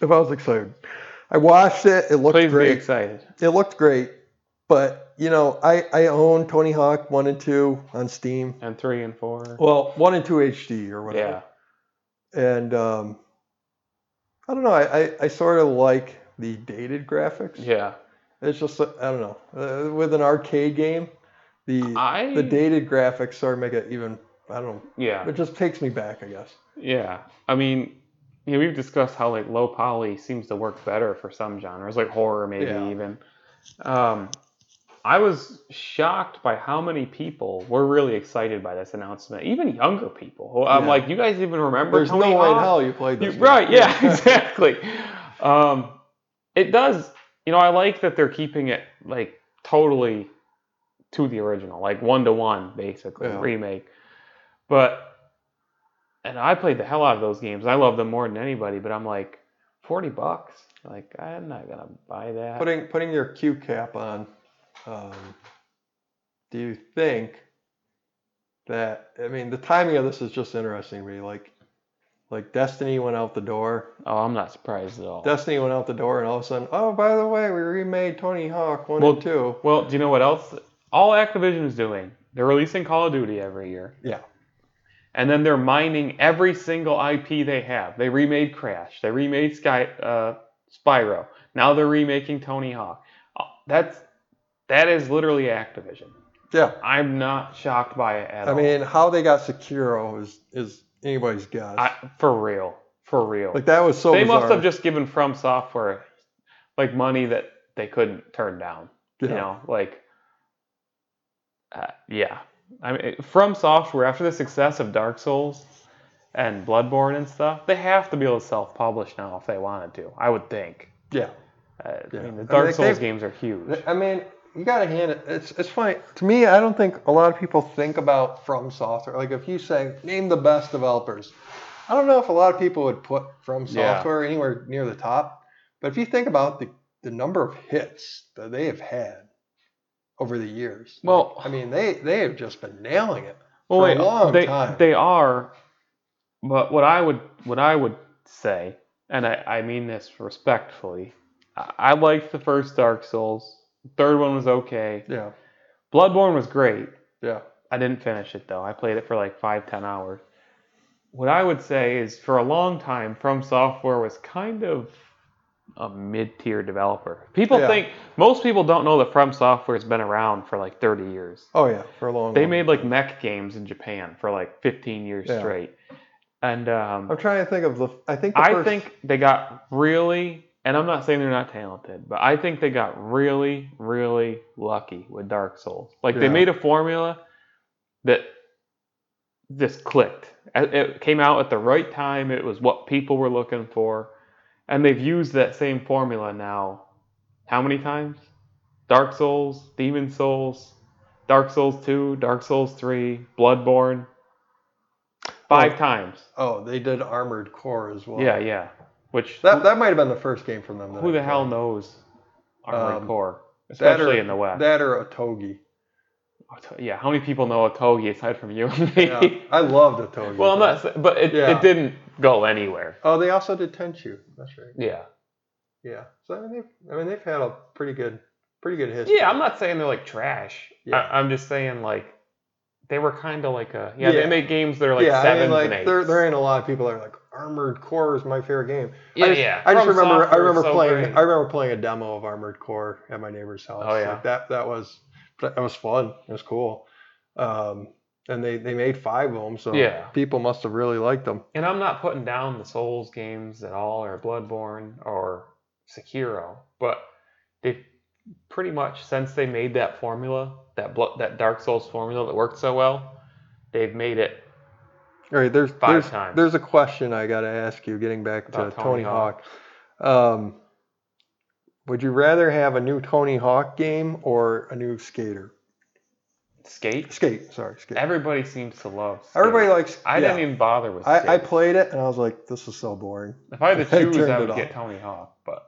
Speaker 2: if I was excited. I watched it. It looked
Speaker 1: Please be
Speaker 2: great.
Speaker 1: excited.
Speaker 2: it looked great, but you know, I I own Tony Hawk one and two on Steam.
Speaker 1: And three and four.
Speaker 2: Well, one and two HD or
Speaker 1: yeah.
Speaker 2: whatever. And um, I don't know. I, I I sort of like the dated graphics.
Speaker 1: Yeah.
Speaker 2: It's just uh, I don't know. Uh, with an arcade game, the
Speaker 1: I.
Speaker 2: the dated graphics sort of make it even. I don't know.
Speaker 1: Yeah.
Speaker 2: It just takes me back, I guess.
Speaker 1: Yeah. I mean, yeah, we've discussed how like low poly seems to work better for some genres, like horror maybe
Speaker 2: Yeah.
Speaker 1: even. Um, I was shocked by how many people were really excited by this announcement, even younger people. who- I'm
Speaker 2: Yeah.
Speaker 1: like, you guys even remember
Speaker 2: There's
Speaker 1: Tony
Speaker 2: no way in
Speaker 1: Hawk?"
Speaker 2: hell you played
Speaker 1: You-
Speaker 2: this. game.
Speaker 1: right?
Speaker 2: [laughs]
Speaker 1: Yeah, [laughs] exactly. um, it does. You know, I like that they're keeping it like totally to the original, like one to one, basically
Speaker 2: Yeah.
Speaker 1: remake. But and I played the hell out of those games. I love them more than anybody. But I'm like, forty bucks. Like I'm not gonna buy that.
Speaker 2: putting putting your Q cap on. Um, do you think that I mean the timing of this is just interesting to me. Like, like Destiny went out the door.
Speaker 1: oh, I'm not surprised at all.
Speaker 2: Destiny went out the door, and all of a sudden, oh by the way, we remade Tony Hawk one
Speaker 1: Well-
Speaker 2: and two.
Speaker 1: Well, do you know what else? All Activision is doing, they're releasing Call of Duty every year.
Speaker 2: Yeah.
Speaker 1: And then they're mining every single IP they have. They remade Crash. They remade Sky uh, Spyro. Now they're remaking Tony Hawk. Uh, That's that is literally Activision.
Speaker 2: Yeah,
Speaker 1: I'm not shocked by it at
Speaker 2: I
Speaker 1: all.
Speaker 2: mean how they got Sekiro is is anybody's guess.
Speaker 1: I- for real, for real.
Speaker 2: like that was so.
Speaker 1: they must
Speaker 2: bizarre.
Speaker 1: have just given From Software like money that they couldn't turn down.
Speaker 2: Yeah.
Speaker 1: you know like uh, yeah i mean it- from software after the success of dark souls and bloodborne and stuff they have to be able to self-publish now if they wanted to i would think
Speaker 2: yeah.
Speaker 1: uh,
Speaker 2: Yeah.
Speaker 1: i mean the
Speaker 2: I
Speaker 1: dark
Speaker 2: mean,
Speaker 1: souls
Speaker 2: they've-
Speaker 1: games are huge
Speaker 2: I mean, you gotta hand it. It's it's funny to me. I don't think a lot of people think about From Software. Like if you say name the best developers, I don't know if a lot of people would put From
Speaker 1: Yeah.
Speaker 2: Software anywhere near the top. But if you think about the the number of hits that they have had over the years,
Speaker 1: Well-
Speaker 2: I mean they they have just been nailing it.
Speaker 1: well,
Speaker 2: for
Speaker 1: wait,
Speaker 2: a long
Speaker 1: they,
Speaker 2: time.
Speaker 1: they are but what i would what i would say and i, I mean this respectfully I, I liked the first dark souls third one was okay
Speaker 2: Yeah,
Speaker 1: bloodborne was great
Speaker 2: yeah,
Speaker 1: I didn't finish it though. I played it for like five, ten hours. What I would say is, for a long time, From Software was kind of a mid-tier developer. People
Speaker 2: Yeah.
Speaker 1: think most people don't know that From Software's been around for like 30 years.
Speaker 2: oh yeah, for a long.
Speaker 1: They
Speaker 2: long-
Speaker 1: made like mech games in Japan for like 15 years
Speaker 2: Yeah.
Speaker 1: straight, and
Speaker 2: I'm
Speaker 1: um,
Speaker 2: trying to think of the. I think the
Speaker 1: I
Speaker 2: first-
Speaker 1: think they got really. And I'm not saying they're not talented, but I think they got really, really lucky with Dark Souls. Like they
Speaker 2: Yeah.
Speaker 1: made a formula that just clicked. It- It came out at the right time. It was what people were looking for, and they've used that same formula now. How many times? Dark Souls, Demon Souls, Dark Souls Two, Dark Souls Three, Bloodborne. Five
Speaker 2: Oh.
Speaker 1: times.
Speaker 2: Oh, they did Armored Core as well.
Speaker 1: Yeah, yeah. Which
Speaker 2: That that might have been the first game from them. that
Speaker 1: who
Speaker 2: I
Speaker 1: the hell
Speaker 2: played.
Speaker 1: knows Armored
Speaker 2: Um,
Speaker 1: Core,
Speaker 2: that
Speaker 1: especially
Speaker 2: or-
Speaker 1: in the West?
Speaker 2: That or
Speaker 1: [laughs]
Speaker 2: Otogi.
Speaker 1: Oto- yeah, how many people know Otogi aside from you and me?
Speaker 2: Yeah, I loved
Speaker 1: [laughs]
Speaker 2: Otogi.
Speaker 1: well, I'm not, sa- but it,
Speaker 2: Yeah.
Speaker 1: it didn't go anywhere.
Speaker 2: Oh, they also did Tenchu. That's right.
Speaker 1: Yeah.
Speaker 2: Yeah. So I mean, they've, I mean, they've had a pretty good, pretty good history.
Speaker 1: Yeah, I'm not saying they're like trash.
Speaker 2: Yeah.
Speaker 1: I, I'm just saying like they were kind of like a yeah,
Speaker 2: Yeah.
Speaker 1: They made games that are like
Speaker 2: yeah, I
Speaker 1: sevens
Speaker 2: mean, like
Speaker 1: and eights.
Speaker 2: there, there ain't a lot of people that are like Armored Core is my favorite game.
Speaker 1: yeah,
Speaker 2: I just,
Speaker 1: yeah.
Speaker 2: I just
Speaker 1: From
Speaker 2: remember, I
Speaker 1: Software is
Speaker 2: remember
Speaker 1: so
Speaker 2: playing,
Speaker 1: great.
Speaker 2: I remember playing a demo of Armored Core at my neighbor's house.
Speaker 1: Oh, yeah.
Speaker 2: Like, that that was that was fun. It was cool. Um, and they they made five of them, so
Speaker 1: Yeah.
Speaker 2: people must have really liked them.
Speaker 1: and I'm not putting down the Souls games at all, or Bloodborne, or Sekiro, but they pretty much since they made that formula, that blo- that Dark Souls formula that worked so well, they've made it.
Speaker 2: All right, there's
Speaker 1: Five
Speaker 2: there's,
Speaker 1: times.
Speaker 2: there's a question I got to ask you. Getting back to
Speaker 1: About Tony
Speaker 2: Tony, Hawk, Um, would you rather have a new Tony Hawk game or a new skater?
Speaker 1: Skate.
Speaker 2: Skate, sorry, skate.
Speaker 1: Everybody seems to love. Skate.
Speaker 2: Everybody likes.
Speaker 1: I
Speaker 2: yeah.
Speaker 1: didn't even bother with. Skate.
Speaker 2: I, I played it and I was like, this is so boring.
Speaker 1: if I had to
Speaker 2: [laughs] I
Speaker 1: choose,
Speaker 2: turned
Speaker 1: I
Speaker 2: it
Speaker 1: would
Speaker 2: off.
Speaker 1: get Tony Hawk, but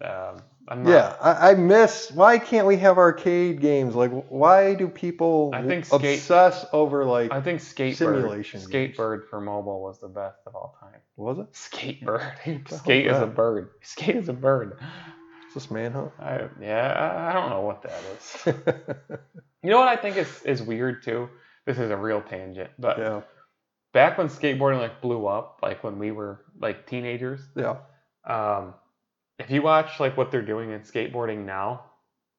Speaker 1: um, I'm not.
Speaker 2: Yeah, I, I miss. Why can't we have arcade games? Like, why do people
Speaker 1: I think skate-
Speaker 2: obsess over like?
Speaker 1: I think Skatebird.
Speaker 2: Simulation games.
Speaker 1: Skatebird for mobile was the best of all time.
Speaker 2: was it?
Speaker 1: Skatebird. [laughs]
Speaker 2: the
Speaker 1: Skate
Speaker 2: hell's
Speaker 1: is a
Speaker 2: that?
Speaker 1: bird. Skate is a bird.
Speaker 2: Is this manhunt? [laughs]
Speaker 1: I, yeah, I don't know what that is. [laughs] You know what I think is is weird too. This is a real tangent, but
Speaker 2: yeah,
Speaker 1: back when skateboarding like blew up, like when we were like teenagers,
Speaker 2: yeah.
Speaker 1: um, if you watch like what they're doing in skateboarding now,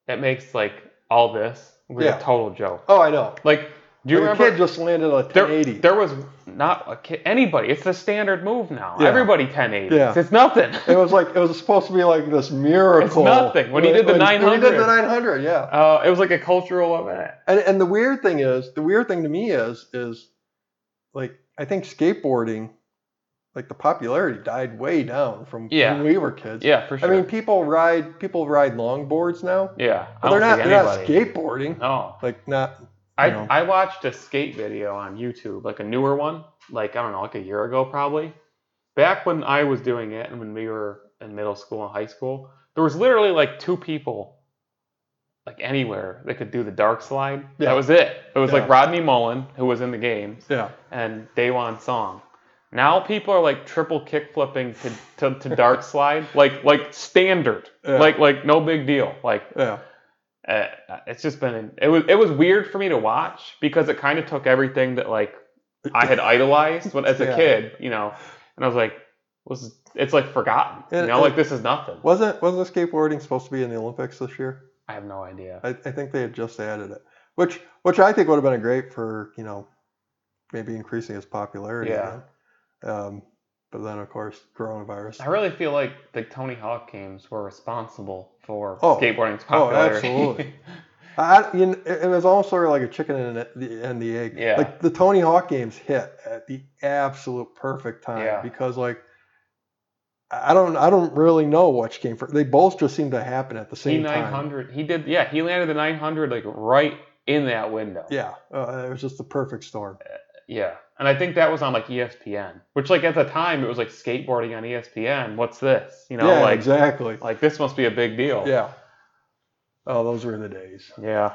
Speaker 1: it makes like all this was
Speaker 2: Yeah.
Speaker 1: a total joke.
Speaker 2: Oh, I know.
Speaker 1: Like, do you
Speaker 2: Like,
Speaker 1: remember?
Speaker 2: A kid just landed a
Speaker 1: there,
Speaker 2: 1080.
Speaker 1: there was not a kid, anybody. It's the standard move now.
Speaker 2: Yeah.
Speaker 1: Everybody 1080.
Speaker 2: Yeah.
Speaker 1: It's nothing.
Speaker 2: it was like it was supposed to be like this miracle.
Speaker 1: It's nothing. When he did the
Speaker 2: When he did
Speaker 1: 900.
Speaker 2: the 900, yeah.
Speaker 1: [laughs] Uh, it was like a cultural event.
Speaker 2: And and the weird thing is, the weird thing to me is is like I think skateboarding, like the popularity died way down from
Speaker 1: Yeah.
Speaker 2: when we were kids.
Speaker 1: Yeah, for sure.
Speaker 2: I mean, people ride people ride longboards now.
Speaker 1: yeah, I
Speaker 2: But they're
Speaker 1: don't
Speaker 2: not
Speaker 1: see
Speaker 2: they're not
Speaker 1: anybody.
Speaker 2: skateboarding.
Speaker 1: No,
Speaker 2: Like not
Speaker 1: I,
Speaker 2: you know.
Speaker 1: I watched a skate video on YouTube, like a newer one, like I don't know, like a year ago probably. Back when I was doing it and when we were in middle school and high school, there was literally like two people like anywhere that could do the dark slide.
Speaker 2: Yeah.
Speaker 1: That was it. It was like
Speaker 2: Yeah.
Speaker 1: Rodney Mullen, who was in the games,
Speaker 2: yeah.
Speaker 1: and Daewon Song. Now people are like triple kick flipping to, to, to dark [laughs] slide, like like standard.
Speaker 2: Yeah.
Speaker 1: Like like no big deal. Like
Speaker 2: Yeah.
Speaker 1: uh, it's just been it was it was weird for me to watch because it kind of took everything that like I had idolized when as a
Speaker 2: Yeah.
Speaker 1: kid, you know, and I was like, was it's like forgotten, you
Speaker 2: And-
Speaker 1: know,
Speaker 2: and-
Speaker 1: like this is nothing.
Speaker 2: Wasn't wasn't skateboarding supposed to be in the Olympics this year?
Speaker 1: I have no idea.
Speaker 2: I, I think they had just added it, which which I think would have been a great for you know maybe increasing its popularity.
Speaker 1: Yeah.
Speaker 2: again. Um, but then of course coronavirus.
Speaker 1: I really feel like the Tony Hawk games were responsible for
Speaker 2: Oh.
Speaker 1: skateboarding's popularity. [laughs]
Speaker 2: absolutely. I, I- you know, it it was almost sort of like a chicken and an- the and the egg.
Speaker 1: Yeah.
Speaker 2: Like the Tony Hawk games hit at the absolute perfect time
Speaker 1: Yeah.
Speaker 2: because like I I don't I don't really know which came first. They both just seem to happen at the
Speaker 1: he
Speaker 2: same time.
Speaker 1: 900. He did. Yeah, he landed the 900 like right in that window.
Speaker 2: Yeah, uh, it was just the perfect storm.
Speaker 1: Yeah. And I think that was on like E ESPN, which like at the time it was like skateboarding on E ESPN. What's this? You know,
Speaker 2: yeah,
Speaker 1: like
Speaker 2: exactly.
Speaker 1: like this must be a big deal.
Speaker 2: Yeah. Oh, those were the days.
Speaker 1: Yeah.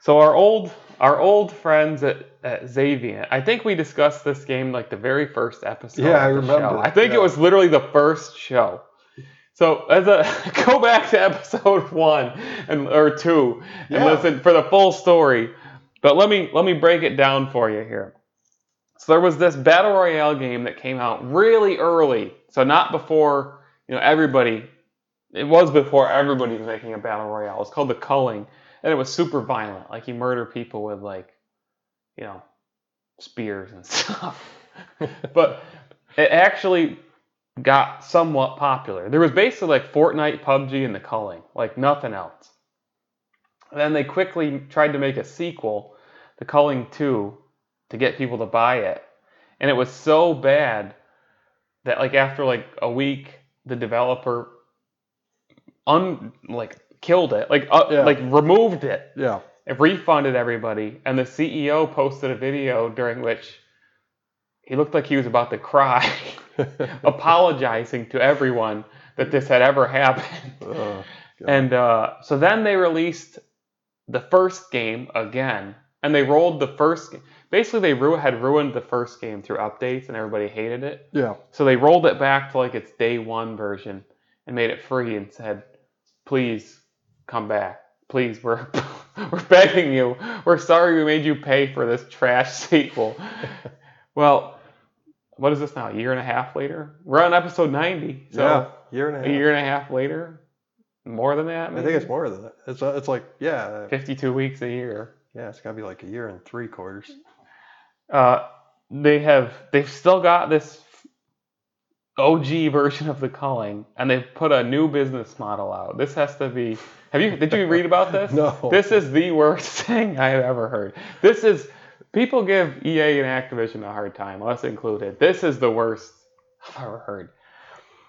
Speaker 1: So our old our old friends at, at Xavier, I think we discussed this game like the very first episode.
Speaker 2: Yeah,
Speaker 1: of
Speaker 2: I
Speaker 1: the
Speaker 2: remember.
Speaker 1: show. I think
Speaker 2: Yeah.
Speaker 1: it was literally the first show. So as a [laughs] go back to episode one and or two and
Speaker 2: Yeah.
Speaker 1: listen for the full story. But let me let me break it down for you here. So there was this battle royale game that came out really early. So not before you know everybody. It was before everybody was making a battle royale. It was called The Culling, and it was super violent. Like you murder people with like, you know, spears and [laughs] stuff. but it actually got somewhat popular. There was basically like Fortnite, PUBG, and The Culling. Like nothing else. And then they quickly tried to make a sequel, The Culling 2, to get people to buy it. And it was so bad that like after like a week, the developer un like killed it, like uh,
Speaker 2: Yeah.
Speaker 1: like removed it
Speaker 2: Yeah. [laughs]
Speaker 1: it refunded everybody, and the CEO posted a video during which he looked like he was about to cry, [laughs] apologizing to everyone that this had ever happened.
Speaker 2: Uh,
Speaker 1: And uh, so then they released the first game again, and they rolled the first. ga- Basically, they ru- had ruined the first game through updates, and everybody hated it.
Speaker 2: yeah.
Speaker 1: So they rolled it back to like its day one version and made it free and said, please come back. Please, we're, [laughs] we're begging you. We're sorry we made you pay for this trash [laughs] sequel. well, what is this now? A year and a half later? We're on episode 90. So
Speaker 2: yeah. Year and a half.
Speaker 1: a year and a half later? More than that?
Speaker 2: I
Speaker 1: Maybe?
Speaker 2: think it's more than that. It's uh, it's like yeah,
Speaker 1: 52 weeks a year.
Speaker 2: yeah. It's got to be like a year and three quarters.
Speaker 1: Uh, they have they've still got this OG version of the calling, and they've put a new business model out. This has to be. Have you? Did you read about this?
Speaker 2: [laughs] No.
Speaker 1: This is the worst [laughs] thing I've ever heard. This is people give EA and Activision a hard time, us included. This is the worst I've ever heard.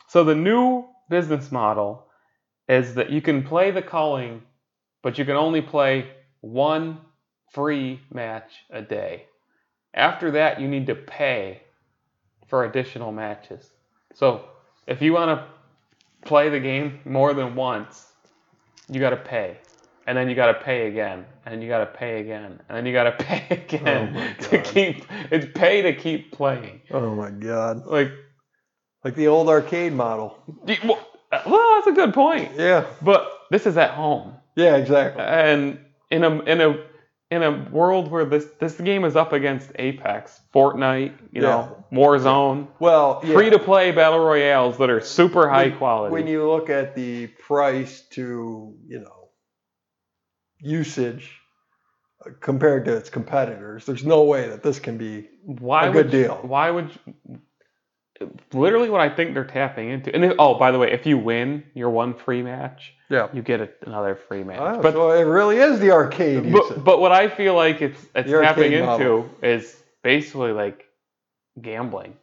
Speaker 1: So the new business model is that you can play the calling, but you can only play one free match a day. After that, you need to pay for additional matches. So if you want to play the game more than once, you got to pay. And then you got to pay again, and you got to pay again, and then you got to [laughs] pay again
Speaker 2: Oh my
Speaker 1: to
Speaker 2: God.
Speaker 1: keep. It's pay to keep playing.
Speaker 2: Oh my god.
Speaker 1: Like,
Speaker 2: Like the old arcade model.
Speaker 1: you- well, uh, well, that's a good point.
Speaker 2: Yeah.
Speaker 1: But this is at home.
Speaker 2: Yeah, exactly.
Speaker 1: and in a in a in a world where this this game is up against Apex, Fortnite, you know, Warzone,
Speaker 2: Well, yeah.
Speaker 1: free to play battle royales that are super high quality.
Speaker 2: when you look at the price to you know usage uh, compared to its competitors there's no way that this can be
Speaker 1: why
Speaker 2: a
Speaker 1: would
Speaker 2: good deal.
Speaker 1: Why would you- literally what I think they're tapping into? And they, oh, by the way, if you win your one free match,
Speaker 2: yeah
Speaker 1: you get a, another free match.
Speaker 2: oh,
Speaker 1: but,
Speaker 2: so it really is the arcade usage.
Speaker 1: but but what I feel like it's it's
Speaker 2: The
Speaker 1: tapping
Speaker 2: arcade
Speaker 1: into
Speaker 2: model.
Speaker 1: is basically like gambling.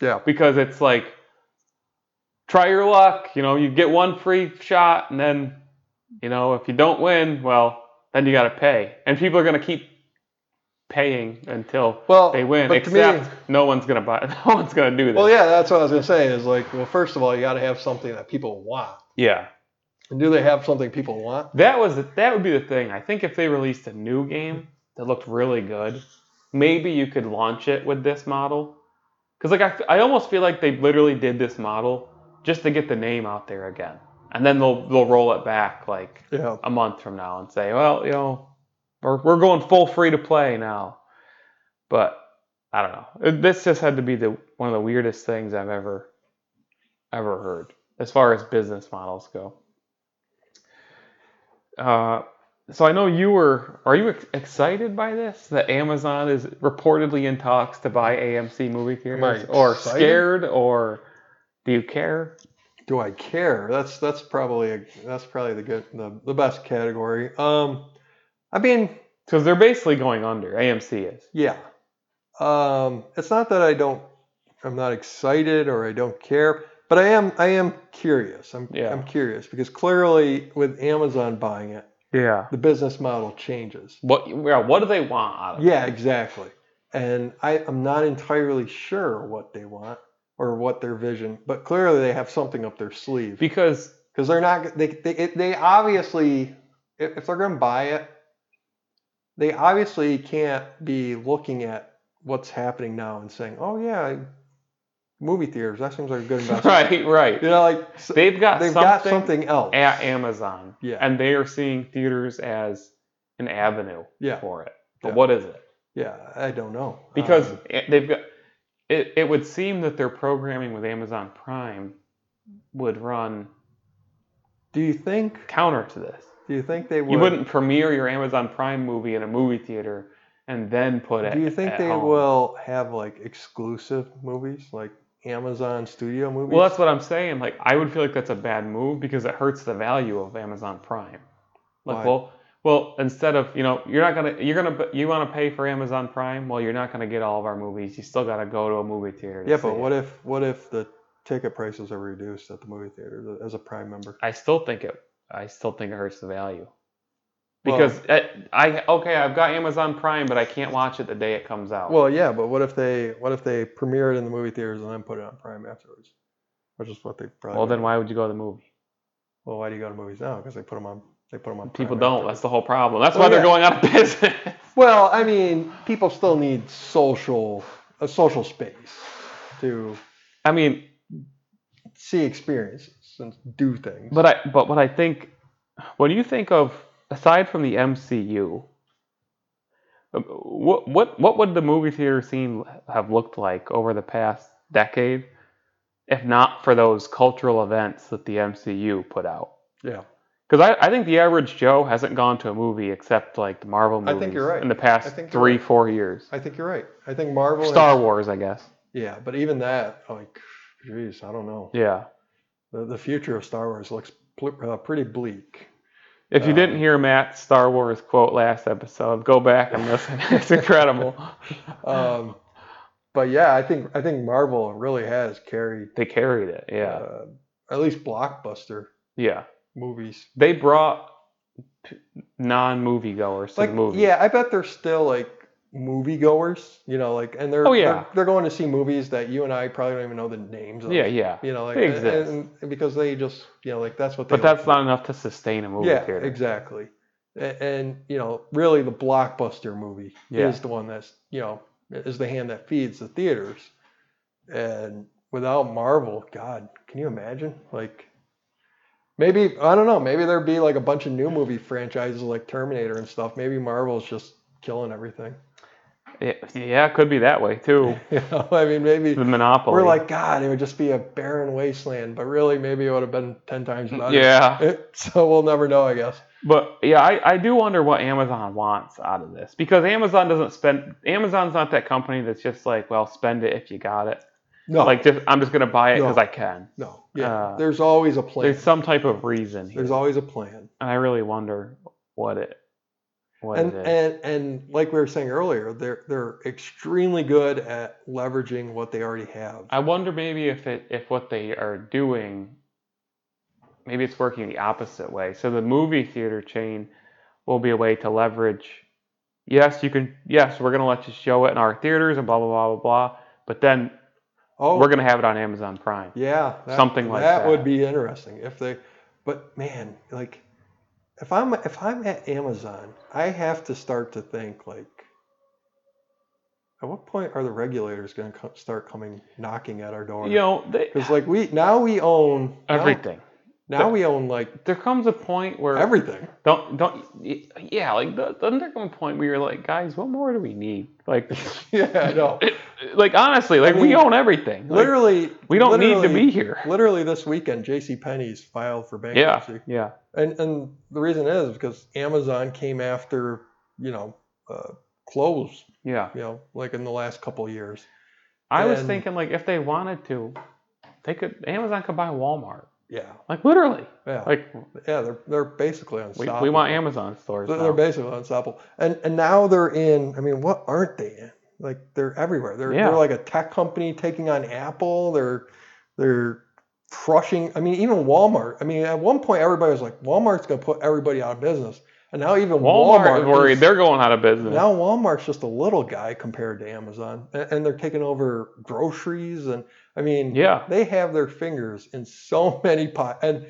Speaker 2: yeah
Speaker 1: because it's like try your luck you know you get one free shot and then you know if you don't win well then you got to pay and people are going to keep paying until
Speaker 2: well
Speaker 1: they win
Speaker 2: but to me-
Speaker 1: except no one's going to buy [laughs] no one's going to do this
Speaker 2: well yeah that's what i was going to say is like well first of all you got to have something that people want
Speaker 1: yeah
Speaker 2: and do they have something people want
Speaker 1: that was that would be the thing i think if they released a new game that looked really good maybe you could launch it with this model because like I, f- I almost feel like they literally did this model just to get the name out there again and then they'll they'll roll it back like
Speaker 2: yeah
Speaker 1: a month from now and say, well, you know, we're, we're going full free to play now. But I don't know. This just had to be the one of the weirdest things I've ever ever heard as far as business models go. Uh, so I know you were. Are you ex- excited by this? That Amazon is reportedly in talks to buy AMC movie theaters, or
Speaker 2: excited?
Speaker 1: scared, or do you care?
Speaker 2: do I care? That's that's probably a, that's probably the good the, the best category. Um, I mean,
Speaker 1: Because they're basically going under. AMC is.
Speaker 2: Yeah. Um, it's not that I don't, I'm not excited or I don't care, but I am, I am curious. I'm,
Speaker 1: Yeah.
Speaker 2: I'm curious because clearly with Amazon buying it,
Speaker 1: Yeah.
Speaker 2: the business model changes.
Speaker 1: What? Yeah. What do they want out of it?
Speaker 2: Yeah, exactly. And I, I'm not entirely sure what they want or what their vision, but clearly they have something up their sleeve [laughs]
Speaker 1: because
Speaker 2: because they're not they they, it, they obviously if, if they're going to buy it they obviously can't be looking at what's happening now and saying oh yeah movie theaters that seems like a good investment
Speaker 1: right right
Speaker 2: you know like so
Speaker 1: they've got
Speaker 2: they've
Speaker 1: something,
Speaker 2: got something else
Speaker 1: at amazon
Speaker 2: Yeah.
Speaker 1: and they are seeing theaters as an avenue
Speaker 2: Yeah.
Speaker 1: for it but
Speaker 2: Yeah.
Speaker 1: what is it
Speaker 2: yeah i don't know
Speaker 1: because
Speaker 2: Um,
Speaker 1: it- they've got it, it would seem that their programming with amazon prime would run
Speaker 2: do you think
Speaker 1: counter to this
Speaker 2: do you think they would
Speaker 1: you wouldn't premiere your amazon prime movie in a movie theater and then put it
Speaker 2: do you think
Speaker 1: at
Speaker 2: they
Speaker 1: home.
Speaker 2: will have like exclusive movies like amazon studio movies
Speaker 1: well that's what i'm saying like i would feel like that's a bad move because it hurts the value of amazon prime like
Speaker 2: Why?
Speaker 1: well well instead of you know you're not gonna you're gonna you want to pay for amazon prime well you're not gonna get all of our movies you still gotta go to a movie theater to
Speaker 2: yeah
Speaker 1: see
Speaker 2: but
Speaker 1: it.
Speaker 2: what if what if the ticket prices are reduced at the movie theater as a prime member
Speaker 1: i still think it i still think it hurts the value
Speaker 2: Well-
Speaker 1: because I, I okay i've got amazon prime but i can't watch it the day it comes out
Speaker 2: Well, yeah, but what if they what if they premiere it in the movie theaters and then put it on Prime afterwards? Which is what they probably.
Speaker 1: well then
Speaker 2: do.
Speaker 1: why would you go to the movie
Speaker 2: Well, why do you go to movies now? Because they put them on. They put 'em on.
Speaker 1: people
Speaker 2: Prime
Speaker 1: don't
Speaker 2: afterwards.
Speaker 1: that's the whole problem that's
Speaker 2: Well,
Speaker 1: why
Speaker 2: yeah.
Speaker 1: they're going out of business [laughs]
Speaker 2: Well, I mean, people still need social a social space to
Speaker 1: i mean
Speaker 2: see experiences and do things.
Speaker 1: But I but what I think when you think of aside from the MCU, um, what what what would the movie theater scene have looked like over the past decade if not for those cultural events that the MCU put out?
Speaker 2: yeah,
Speaker 1: Because I, I think the average Joe hasn't gone to a movie except like the Marvel
Speaker 2: I
Speaker 1: movies
Speaker 2: think you're right.
Speaker 1: in the past
Speaker 2: I think you're
Speaker 1: three
Speaker 2: right.
Speaker 1: four years.
Speaker 2: I think you're right. I think Marvel. and-
Speaker 1: Star Wars, I guess.
Speaker 2: yeah, but even that, like, jeez, I don't know.
Speaker 1: Yeah.
Speaker 2: The, the future of Star Wars looks pl- uh, pretty bleak.
Speaker 1: If you
Speaker 2: Um,
Speaker 1: didn't hear Matt's Star Wars quote last episode, go back and listen. [laughs] it's [laughs] incredible.
Speaker 2: [laughs] Um, but yeah, I think I think Marvel really has carried
Speaker 1: They carried it. Yeah.
Speaker 2: uh, at least blockbuster
Speaker 1: Yeah.
Speaker 2: movies.
Speaker 1: They brought non-moviegoers to
Speaker 2: like
Speaker 1: the movies.
Speaker 2: yeah i bet they're still like moviegoers you know like and they're
Speaker 1: Oh, yeah.
Speaker 2: they're, they're going to see movies that you and i probably don't even know the names of
Speaker 1: yeah, yeah.
Speaker 2: you know like
Speaker 1: They exist.
Speaker 2: And, and because they just you know like that's what they
Speaker 1: But that's not enough to sustain a movie
Speaker 2: yeah
Speaker 1: theater.
Speaker 2: exactly and, and you know really the blockbuster movie
Speaker 1: Yeah.
Speaker 2: is the one that's you know is the hand that feeds the theaters and without marvel god can you imagine like maybe i don't know maybe there'd be like a bunch of new movie franchises like terminator and stuff maybe marvel's just killing everything [laughs]
Speaker 1: Yeah, yeah, it could be that way too.
Speaker 2: you know i mean maybe
Speaker 1: The monopoly.
Speaker 2: we're like god it would just be a barren wasteland but really maybe it would have been 10 times better
Speaker 1: yeah.
Speaker 2: [laughs] so we'll never know i guess
Speaker 1: But yeah, I, I do wonder what Amazon wants out of this because Amazon doesn't spend. Amazon's not that company that's just like, well, spend it if you got it.
Speaker 2: no
Speaker 1: Like, just I'm just gonna buy it because
Speaker 2: No.
Speaker 1: I can.
Speaker 2: No. Yeah.
Speaker 1: Uh,
Speaker 2: there's always a plan.
Speaker 1: There's
Speaker 2: There's,
Speaker 1: some type of reason, here.
Speaker 2: always a plan.
Speaker 1: and I really wonder what it what
Speaker 2: And,
Speaker 1: it is.
Speaker 2: and and like we were saying earlier, they're they're extremely good at leveraging what they already have.
Speaker 1: I wonder maybe if it if what they are doing, maybe it's working the opposite way. So the movie theater chain will be a way to leverage. Yes, you can. Yes, we're gonna let you show it in our theaters and blah blah blah blah blah. But then
Speaker 2: oh,
Speaker 1: we're gonna have it on Amazon Prime.
Speaker 2: yeah,
Speaker 1: something like that.
Speaker 2: That would be interesting if they. But man, like, if I'm if I'm at Amazon, I have to start to think like. At what point are the regulators going to co- start coming knocking at our door?
Speaker 1: You know, they,
Speaker 2: because like we now we own now-
Speaker 1: everything.
Speaker 2: Now, we own like
Speaker 1: There comes a point where
Speaker 2: everything. [laughs]
Speaker 1: don't don't yeah, like th- doesn't there come a point where you're like, guys, what more do we need? Like,
Speaker 2: [laughs] yeah, I know.
Speaker 1: like honestly, like we
Speaker 2: mean,
Speaker 1: own everything. Like,
Speaker 2: literally
Speaker 1: we don't need to
Speaker 2: literally-
Speaker 1: be here.
Speaker 2: literally this weekend jc penney's filed for
Speaker 1: Yeah,
Speaker 2: bankruptcy
Speaker 1: yeah.
Speaker 2: and and the reason is because amazon came after you know uh, close
Speaker 1: Yeah.
Speaker 2: you know like in the last couple of years
Speaker 1: I was
Speaker 2: And-
Speaker 1: thinking like if they wanted to, they could Amazon could buy Walmart.
Speaker 2: yeah
Speaker 1: Like literally.
Speaker 2: yeah
Speaker 1: Like
Speaker 2: yeah they're they're basically
Speaker 1: we,
Speaker 2: unstoppable
Speaker 1: we want Amazon stores.
Speaker 2: they're,
Speaker 1: now.
Speaker 2: they're basically unstoppable and and now they're in i mean what aren't they in like they're everywhere they're,
Speaker 1: Yeah.
Speaker 2: they're like a tech company taking on apple they're they're crushing i mean even walmart i mean at one point everybody was like walmart's going to put everybody out of business and now even
Speaker 1: Walmart,
Speaker 2: walmart,
Speaker 1: is worried
Speaker 2: is-
Speaker 1: they're going out of business.
Speaker 2: now walmart's just a little guy compared to amazon and, and they're taking over groceries and i mean
Speaker 1: Yeah.
Speaker 2: they have their fingers in so [laughs] many pot and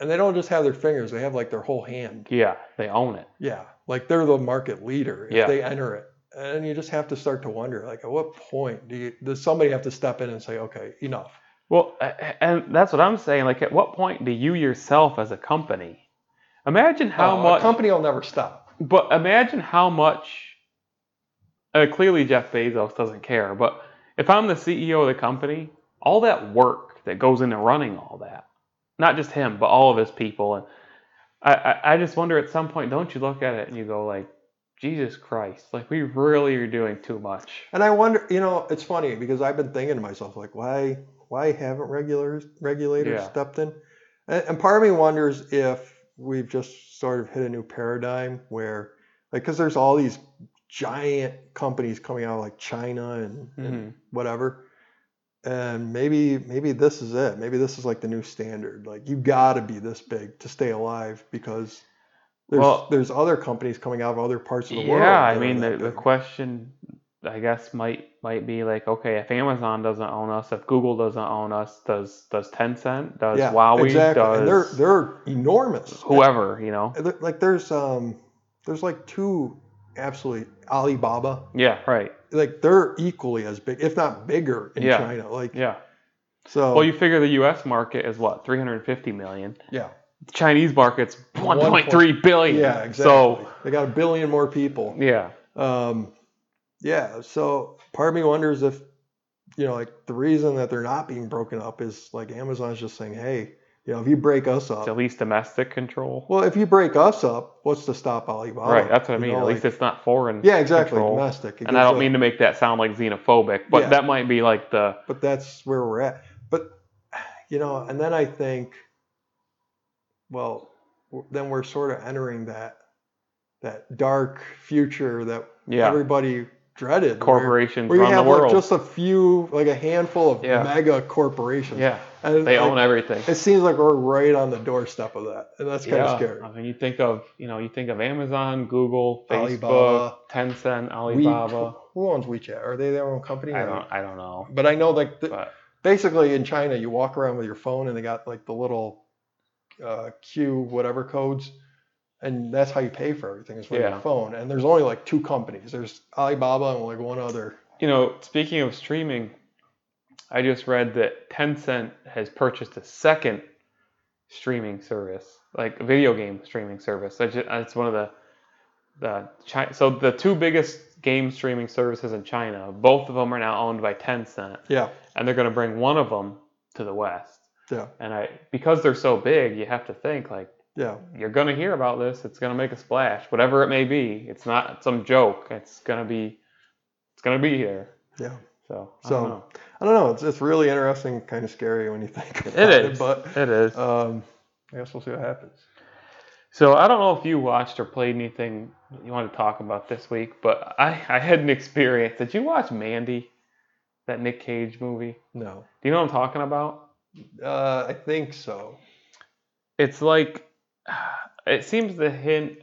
Speaker 2: and they don't just have their fingers they have like their whole hand
Speaker 1: Yeah. They own it.
Speaker 2: yeah, like they're the market leader if
Speaker 1: Yeah.
Speaker 2: they enter it. And you just have to start to wonder, like, at what point do you, does somebody have to step in and say, okay, enough?
Speaker 1: Well, a- a- and that's what I'm saying. Like, at what point do you yourself, as a company, imagine how
Speaker 2: Uh,
Speaker 1: much?
Speaker 2: A company will never stop.
Speaker 1: but imagine how much. Uh, clearly, Jeff Bezos doesn't care. But if I'm the CEO of the company, all that work that goes into running all that, not just him, but all of his people, and I, I, I just wonder at some point, don't you look at it and you go like, Jesus Christ, like we really are doing too much.
Speaker 2: And I wonder, you know, it's funny because I've been thinking to myself, like, why, why haven't regulators regulators
Speaker 1: Yeah.
Speaker 2: stepped in? And, and part of me wonders if we've just sort of hit a new paradigm where, like, because there's all these giant companies coming out of like China and,
Speaker 1: Mm-hmm.
Speaker 2: and whatever. And maybe maybe this is it. Maybe this is like the new standard. Like you got to be this big to stay alive because there's
Speaker 1: Well-
Speaker 2: there's other companies coming out of other parts of the
Speaker 1: yeah,
Speaker 2: world.
Speaker 1: I
Speaker 2: that are
Speaker 1: mean
Speaker 2: that
Speaker 1: the, the
Speaker 2: big.
Speaker 1: question I guess might might be like, okay, if Amazon doesn't own us, if Google doesn't own us, does does Tencent, does
Speaker 2: yeah,
Speaker 1: Huawei,
Speaker 2: exactly.
Speaker 1: does
Speaker 2: and they're they're enormous.
Speaker 1: whoever, you know?
Speaker 2: And they're- Like there's um there's like two absolutely Alibaba.
Speaker 1: Yeah, right.
Speaker 2: Like they're equally as big, if not bigger, in
Speaker 1: Yeah.
Speaker 2: China. Like
Speaker 1: Yeah.
Speaker 2: so.
Speaker 1: Well, you figure the U.S. market is what 350 million.
Speaker 2: yeah.
Speaker 1: The Chinese market's
Speaker 2: One
Speaker 1: 1.3 billion.
Speaker 2: Yeah. Exactly.
Speaker 1: So
Speaker 2: they got a billion more people.
Speaker 1: yeah,
Speaker 2: Um, yeah, so part of me wonders if, you know, like the reason that they're not being broken up is like Amazon's just saying, hey, you know, if you break us
Speaker 1: it's at
Speaker 2: up,
Speaker 1: least domestic control.
Speaker 2: well, if you break us up, what's to stop Alibaba?
Speaker 1: right. That's what I
Speaker 2: You
Speaker 1: mean.
Speaker 2: know,
Speaker 1: at least
Speaker 2: like-
Speaker 1: it's not foreign.
Speaker 2: yeah, exactly,
Speaker 1: control.
Speaker 2: domestic. It
Speaker 1: And I
Speaker 2: gives
Speaker 1: don't
Speaker 2: a-
Speaker 1: mean to make that sound like xenophobic, but
Speaker 2: Yeah.
Speaker 1: that might be like the
Speaker 2: but that's where we're at. But you know, and then I think, well, w- then we're sort of entering that that dark future that
Speaker 1: yeah.
Speaker 2: everybody dreaded. where-
Speaker 1: corporations
Speaker 2: Where you
Speaker 1: run the
Speaker 2: have like
Speaker 1: world.
Speaker 2: just a few, like a handful of
Speaker 1: Yeah.
Speaker 2: mega corporations.
Speaker 1: yeah,
Speaker 2: and
Speaker 1: they
Speaker 2: like,
Speaker 1: own everything.
Speaker 2: It seems like we're right on the doorstep of that, and that's kind of scary.
Speaker 1: I mean, you think of you know you think of Amazon, Google, Facebook,
Speaker 2: Alibaba.
Speaker 1: Tencent,
Speaker 2: We-
Speaker 1: Alibaba.
Speaker 2: [laughs] who owns WeChat? Are they their own company?
Speaker 1: I
Speaker 2: No.
Speaker 1: don't I don't know,
Speaker 2: But I know, like, th-
Speaker 1: but
Speaker 2: basically in China, you walk around with your phone, and they got like the little uh, Q whatever codes, and that's how you pay for everything is with
Speaker 1: Yeah.
Speaker 2: your phone. And there's only like two companies. There's Alibaba and like one other.
Speaker 1: you know, speaking of streaming, I just read that Tencent has purchased a second streaming service, like a video game streaming service. That's ju- It's one of the the Chi- so the two biggest game streaming services in China. Both of them are now owned by Tencent,
Speaker 2: Yeah,
Speaker 1: and they're going to bring one of them to the West.
Speaker 2: yeah,
Speaker 1: And I because they're so big, you have to think like.
Speaker 2: yeah.
Speaker 1: you're gonna hear about this. It's gonna make a splash, whatever it may be. It's not some joke. It's gonna be, it's gonna be here.
Speaker 2: Yeah.
Speaker 1: So. I
Speaker 2: So,
Speaker 1: don't
Speaker 2: [laughs]
Speaker 1: know.
Speaker 2: I don't know. It's it's really interesting, kind of scary when you think about
Speaker 1: it is.
Speaker 2: But
Speaker 1: it is.
Speaker 2: um, I guess we'll see what happens.
Speaker 1: so I don't know if you watched or played anything you want to talk about this week, but I I had an [laughs] experience. Did you watch Mandy, that Nick Cage movie?
Speaker 2: No,
Speaker 1: Do you know what I'm talking about?
Speaker 2: uh, I think so.
Speaker 1: It's like, [sighs] it seems the hint.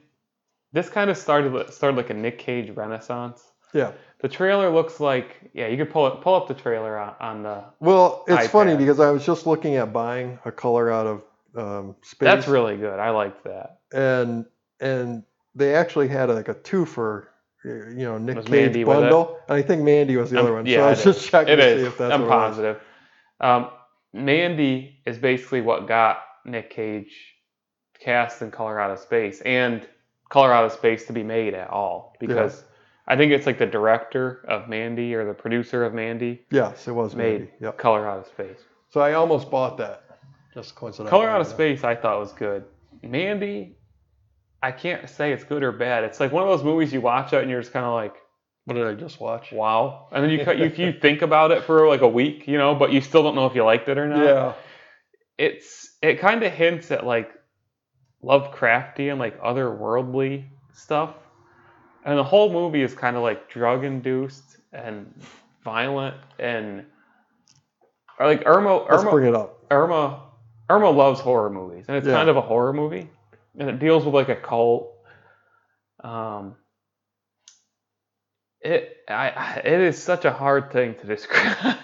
Speaker 1: This kind of started started like a Nick Cage renaissance.
Speaker 2: Yeah.
Speaker 1: The trailer looks like yeah, you could pull it pull up the trailer on, on the
Speaker 2: Well, it's funny
Speaker 1: iPad.
Speaker 2: because I was just looking at buying a color out of um, space.
Speaker 1: That's really good. I like that.
Speaker 2: and and they actually had like a two for you know Nick
Speaker 1: Was
Speaker 2: Cage
Speaker 1: Mandy with it?
Speaker 2: bundle, and I think Mandy was the
Speaker 1: Um,
Speaker 2: other one.
Speaker 1: yeah,
Speaker 2: so I
Speaker 1: it
Speaker 2: was just checking
Speaker 1: It
Speaker 2: to see
Speaker 1: is.
Speaker 2: if that's
Speaker 1: I'm
Speaker 2: what It
Speaker 1: positive. Um, Mandy is basically what got Nick Cage cast in Colorado Space and Colorado Space to be made at all because I think it's like the director of Mandy or the producer of Mandy
Speaker 2: was. Yes, it was
Speaker 1: made
Speaker 2: Mandy. Yep.
Speaker 1: Colorado Space.
Speaker 2: So I almost bought that. Just coincidentally.
Speaker 1: Colorado
Speaker 2: you know.
Speaker 1: Space I thought was good. Mandy, I can't say it's good or bad. It's like one of those movies you watch it and you're just kind of like.
Speaker 2: What did I just watch?
Speaker 1: Wow. And then you cut, if you think about it for like a week, you know, but you still don't know if you liked it or not.
Speaker 2: Yeah.
Speaker 1: It's it kind of hints at like Lovecrafty and like otherworldly stuff. And the whole movie is kind of like drug induced and violent and or, like Irma
Speaker 2: Let's
Speaker 1: Irma
Speaker 2: bring it up.
Speaker 1: Irma Irma loves horror movies and it's
Speaker 2: Yeah.
Speaker 1: kind of a horror movie and it deals with like a cult. Um, it I- I it is such a hard thing to [laughs] describe.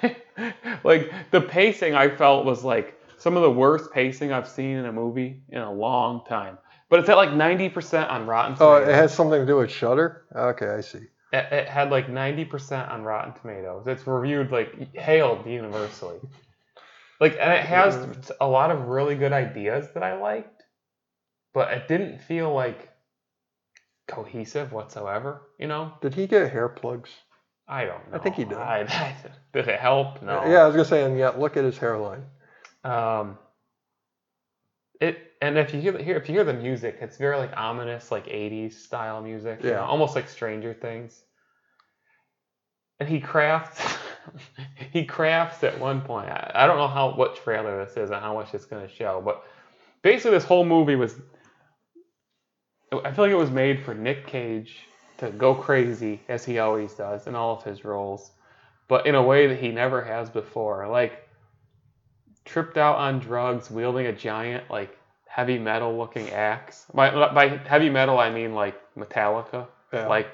Speaker 1: like the pacing I felt was like some of the worst pacing I've seen in a movie in a long time. But it's at like 90% on Rotten
Speaker 2: Oh,
Speaker 1: Tomatoes.
Speaker 2: it has something to do with Shutter. Okay, I see.
Speaker 1: It, it had like 90% on Rotten Tomatoes. It's reviewed like hailed universally.
Speaker 2: [laughs]
Speaker 1: Like, and it
Speaker 2: Mm-hmm.
Speaker 1: has a lot of really good ideas that I liked, but it didn't feel like cohesive whatsoever. You know,
Speaker 2: Did he get hair plugs?
Speaker 1: I don't know.
Speaker 2: I think he did.
Speaker 1: I, I, [laughs] did it help? No.
Speaker 2: Yeah, I was gonna say, and yet look at his hairline.
Speaker 1: Um, it and if you hear, the- hear if you hear the music, it's very like ominous, like '80s style music. you
Speaker 2: Yeah.
Speaker 1: know, almost like Stranger Things. And he crafts, [laughs] he crafts at one point. I, I don't know how what trailer this is and how much it's gonna show, but basically this whole movie was. I feel like it was made for Nick Cage to go crazy as he always does in all of his roles, but in a way that he never has before. Like tripped out on drugs, wielding a giant like heavy metal looking axe. By, by heavy metal, I mean like Metallica,
Speaker 2: Yeah.
Speaker 1: like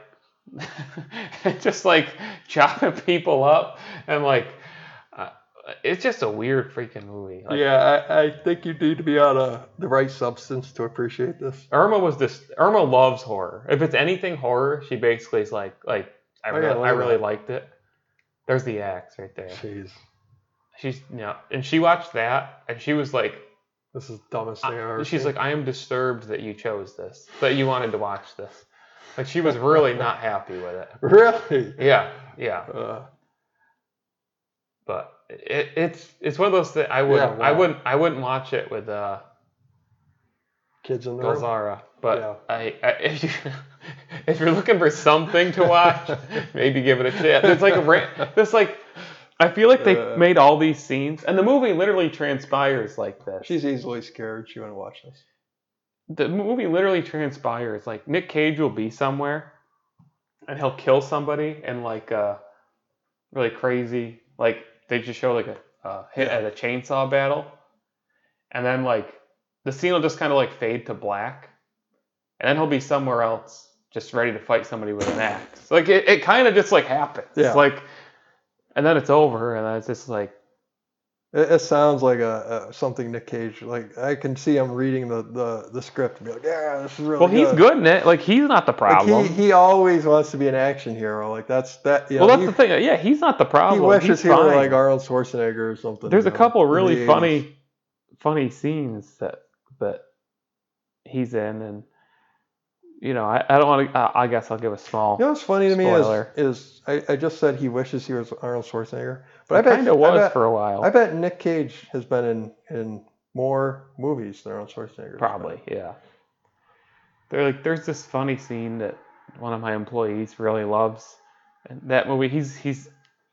Speaker 1: [laughs] just like chopping people up and like uh, it's just a weird freaking movie. Like,
Speaker 2: yeah, I, I think you need to be on a, the right substance to appreciate this.
Speaker 1: Irma was this. Irma loves horror. If it's anything horror, she basically is like like I
Speaker 2: Oh,
Speaker 1: really,
Speaker 2: yeah, look
Speaker 1: I
Speaker 2: at
Speaker 1: really
Speaker 2: that.
Speaker 1: liked it. There's the axe right there.
Speaker 2: Jeez,
Speaker 1: She's you know, and she watched that and she was like
Speaker 2: this is the dumbest
Speaker 1: I-
Speaker 2: thing I've ever
Speaker 1: she's
Speaker 2: seen.
Speaker 1: like, I am disturbed that you chose this, that you wanted to watch this. Like she was really not happy with it.
Speaker 2: really?
Speaker 1: Yeah, yeah.
Speaker 2: Uh,
Speaker 1: But it, it's it's one of those that I wouldn't
Speaker 2: Yeah,
Speaker 1: I
Speaker 2: wow.
Speaker 1: wouldn't I wouldn't watch it with uh,
Speaker 2: kids in the room.
Speaker 1: Golzara. But
Speaker 2: Yeah.
Speaker 1: I, [laughs] I if you if you're looking for something to
Speaker 2: [laughs]
Speaker 1: watch, maybe give it a chance. It's like a ra- this like I feel like they
Speaker 2: Uh.
Speaker 1: made all these scenes, and the movie literally transpires like this.
Speaker 2: She's easily scared. She wouldn't watch this.
Speaker 1: the movie literally transpires like Nick Cage will be somewhere and he'll kill somebody in like a really crazy like they just show like a, a hit
Speaker 2: Yeah.
Speaker 1: at a chainsaw battle and then like the scene will just kind of like fade to black and then he'll be somewhere else just ready to fight somebody with an axe like it, it kind of just like happens
Speaker 2: Yeah.
Speaker 1: like and then it's over and then it's just like
Speaker 2: It, it sounds like a, a something Nick Cage. Like I can see him reading the the, the script and be like, yeah, this is really.
Speaker 1: well he's good in it like he's not the
Speaker 2: Like,
Speaker 1: problem
Speaker 2: he, he always wants to be an action hero. Like that's that. You
Speaker 1: well
Speaker 2: know,
Speaker 1: that's the thing yeah he's not the
Speaker 2: he,
Speaker 1: problem
Speaker 2: he wishes
Speaker 1: he's
Speaker 2: he were
Speaker 1: fine.
Speaker 2: like Arnold Schwarzenegger or something.
Speaker 1: There's
Speaker 2: you
Speaker 1: a
Speaker 2: know,
Speaker 1: couple
Speaker 2: in the
Speaker 1: really
Speaker 2: 80s.
Speaker 1: funny, funny scenes that that he's in, and you know, I, I don't want to. I, I guess I'll give a small.
Speaker 2: You know what's funny to me
Speaker 1: Spoiler.
Speaker 2: is is I, I just said he wishes he was Arnold Schwarzenegger, but
Speaker 1: But
Speaker 2: I bet
Speaker 1: kind of was
Speaker 2: I bet,
Speaker 1: for a while.
Speaker 2: I bet Nick Cage has been in in more movies than Arnold Schwarzenegger. [laughs]
Speaker 1: Probably, yeah. They're like, there's this funny scene that one of my employees really loves, and that movie. He's he's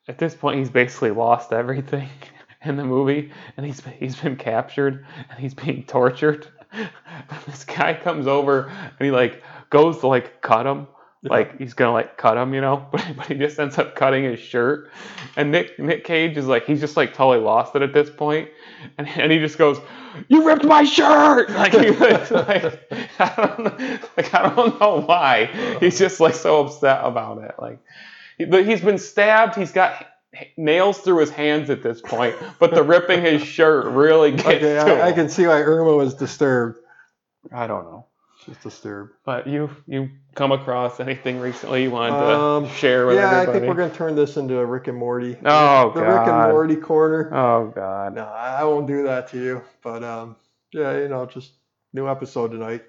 Speaker 1: at this point he's basically lost everything [laughs] in the movie, and he's he's been captured and he's being tortured. [laughs] And this guy comes over and he like goes to like cut him, like he's gonna like cut him, you know, [laughs] but, but he just ends up cutting his shirt. And Nick Nick Cage is like he's just like totally lost it at this point, and, and he just goes, "You ripped my shirt!" [laughs] Like he was like I don't know, like I don't know why he's just like so upset about it. Like, he- but he's been stabbed. He's got h- nails through his hands at this point, but the ripping his shirt really gets
Speaker 2: [laughs] Okay,
Speaker 1: to
Speaker 2: I, I
Speaker 1: him.
Speaker 2: can see why Irma was disturbed.
Speaker 1: I don't know.
Speaker 2: She's disturbed.
Speaker 1: But you you come across anything recently you wanted
Speaker 2: Um,
Speaker 1: to share with
Speaker 2: yeah, I
Speaker 1: everybody?
Speaker 2: think we're gonna turn this into a Rick and Morty.
Speaker 1: Oh
Speaker 2: the
Speaker 1: god.
Speaker 2: Rick and Morty corner.
Speaker 1: Oh god.
Speaker 2: No, I I won't do that to you. But um, yeah, you know, just new episode tonight.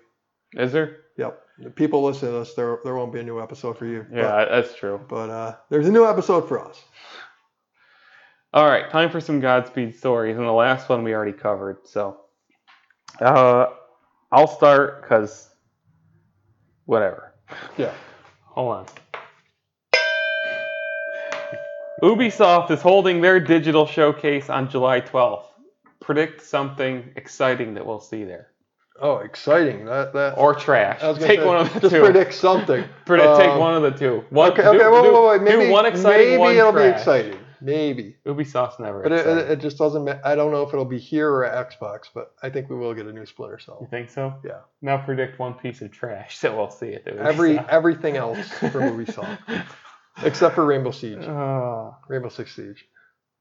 Speaker 1: Is there?
Speaker 2: Yep. The people listening to this, there there won't be a new episode for you.
Speaker 1: Yeah, that's true.
Speaker 2: But, but uh, there's a new episode for us.
Speaker 1: All right, time for some Godspeed stories, and the last one we already covered. So, uh, I'll start because whatever.
Speaker 2: Yeah.
Speaker 1: Hold on. Ubisoft is holding their digital showcase on July 12th. Predict something exciting that we'll see there,
Speaker 2: Oh, exciting! That that.
Speaker 1: or trash.
Speaker 2: I was gonna
Speaker 1: Take
Speaker 2: say,
Speaker 1: one of the
Speaker 2: just
Speaker 1: two.
Speaker 2: predict something.
Speaker 1: Predict, take
Speaker 2: Um,
Speaker 1: one of the two. [laughs] One,
Speaker 2: Okay,
Speaker 1: do-
Speaker 2: okay, wait,
Speaker 1: do-
Speaker 2: wait, wait. Maybe,
Speaker 1: do one exciting,
Speaker 2: maybe
Speaker 1: one
Speaker 2: it'll be
Speaker 1: trash.
Speaker 2: exciting. Maybe.
Speaker 1: Ubisoft's never.
Speaker 2: But it,
Speaker 1: exciting.
Speaker 2: it, it just doesn't. ma- I don't know if it'll be here or at Xbox, but I think we will get a new Splinter
Speaker 1: You [laughs]
Speaker 2: Cell.
Speaker 1: think so?
Speaker 2: Yeah.
Speaker 1: Now predict one piece of trash [laughs] that we'll see at the [laughs]
Speaker 2: Every
Speaker 1: Ubisoft.
Speaker 2: everything else
Speaker 1: [laughs]
Speaker 2: for Ubisoft, except for Rainbow Siege,
Speaker 1: Ah,
Speaker 2: Rainbow Six Siege.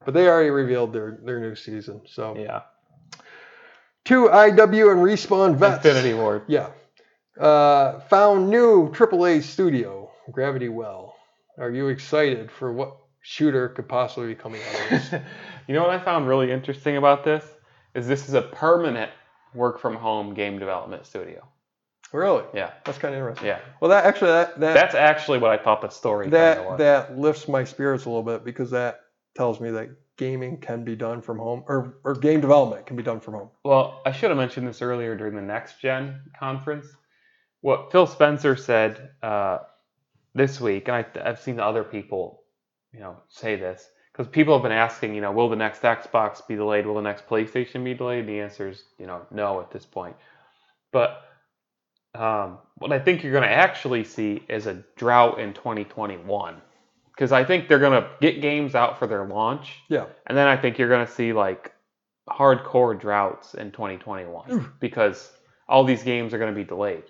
Speaker 2: But they already revealed their their new season. So
Speaker 1: yeah.
Speaker 2: two IW and Respawn vets.
Speaker 1: Infinity Ward.
Speaker 2: Yeah. Uh, found new AAA studio, Gravity Well. Are you excited for what shooter could possibly be coming out of this?
Speaker 1: [laughs] [laughs] you know what I found really interesting about this is this is a permanent work from home game development studio.
Speaker 2: really?
Speaker 1: Yeah.
Speaker 2: That's kind of interesting.
Speaker 1: Yeah.
Speaker 2: Well, that actually that that
Speaker 1: That's actually what I thought the story kinda
Speaker 2: that,
Speaker 1: was.
Speaker 2: that lifts my spirits a little bit because that tells me that gaming can be done from home or or game development can be done from home.
Speaker 1: Well, I should have mentioned this earlier during the next gen conference. What Phil Spencer said uh, this week, and I, I've seen other people, you know, say this because people have been asking, you know, will the next Xbox be delayed? Will the next PlayStation be delayed? The answer is, you know, no at this point. But um, what I think you're going to actually see is a drought in 2021 because I think they're going to get games out for their launch.
Speaker 2: Yeah.
Speaker 1: And then I think you're going to see like hardcore droughts in 2021 because all these games are going to be delayed.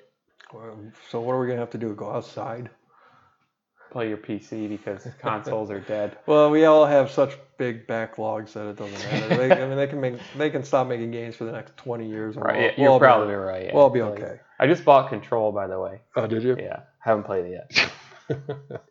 Speaker 2: Um, So what are we gonna have to do? Go outside?
Speaker 1: Play your PC
Speaker 2: [laughs]
Speaker 1: because consoles are dead.
Speaker 2: Well, we all have such big backlogs that it doesn't matter. They, I mean, they can make they can stop making games for the next twenty years. and
Speaker 1: Right,
Speaker 2: we'll-
Speaker 1: yeah, you're
Speaker 2: we'll be-
Speaker 1: probably right. yeah.
Speaker 2: We'll be
Speaker 1: Like,
Speaker 2: okay.
Speaker 1: I just bought Control, by the way.
Speaker 2: Oh, did you?
Speaker 1: Yeah, haven't played it
Speaker 2: [laughs]
Speaker 1: yet.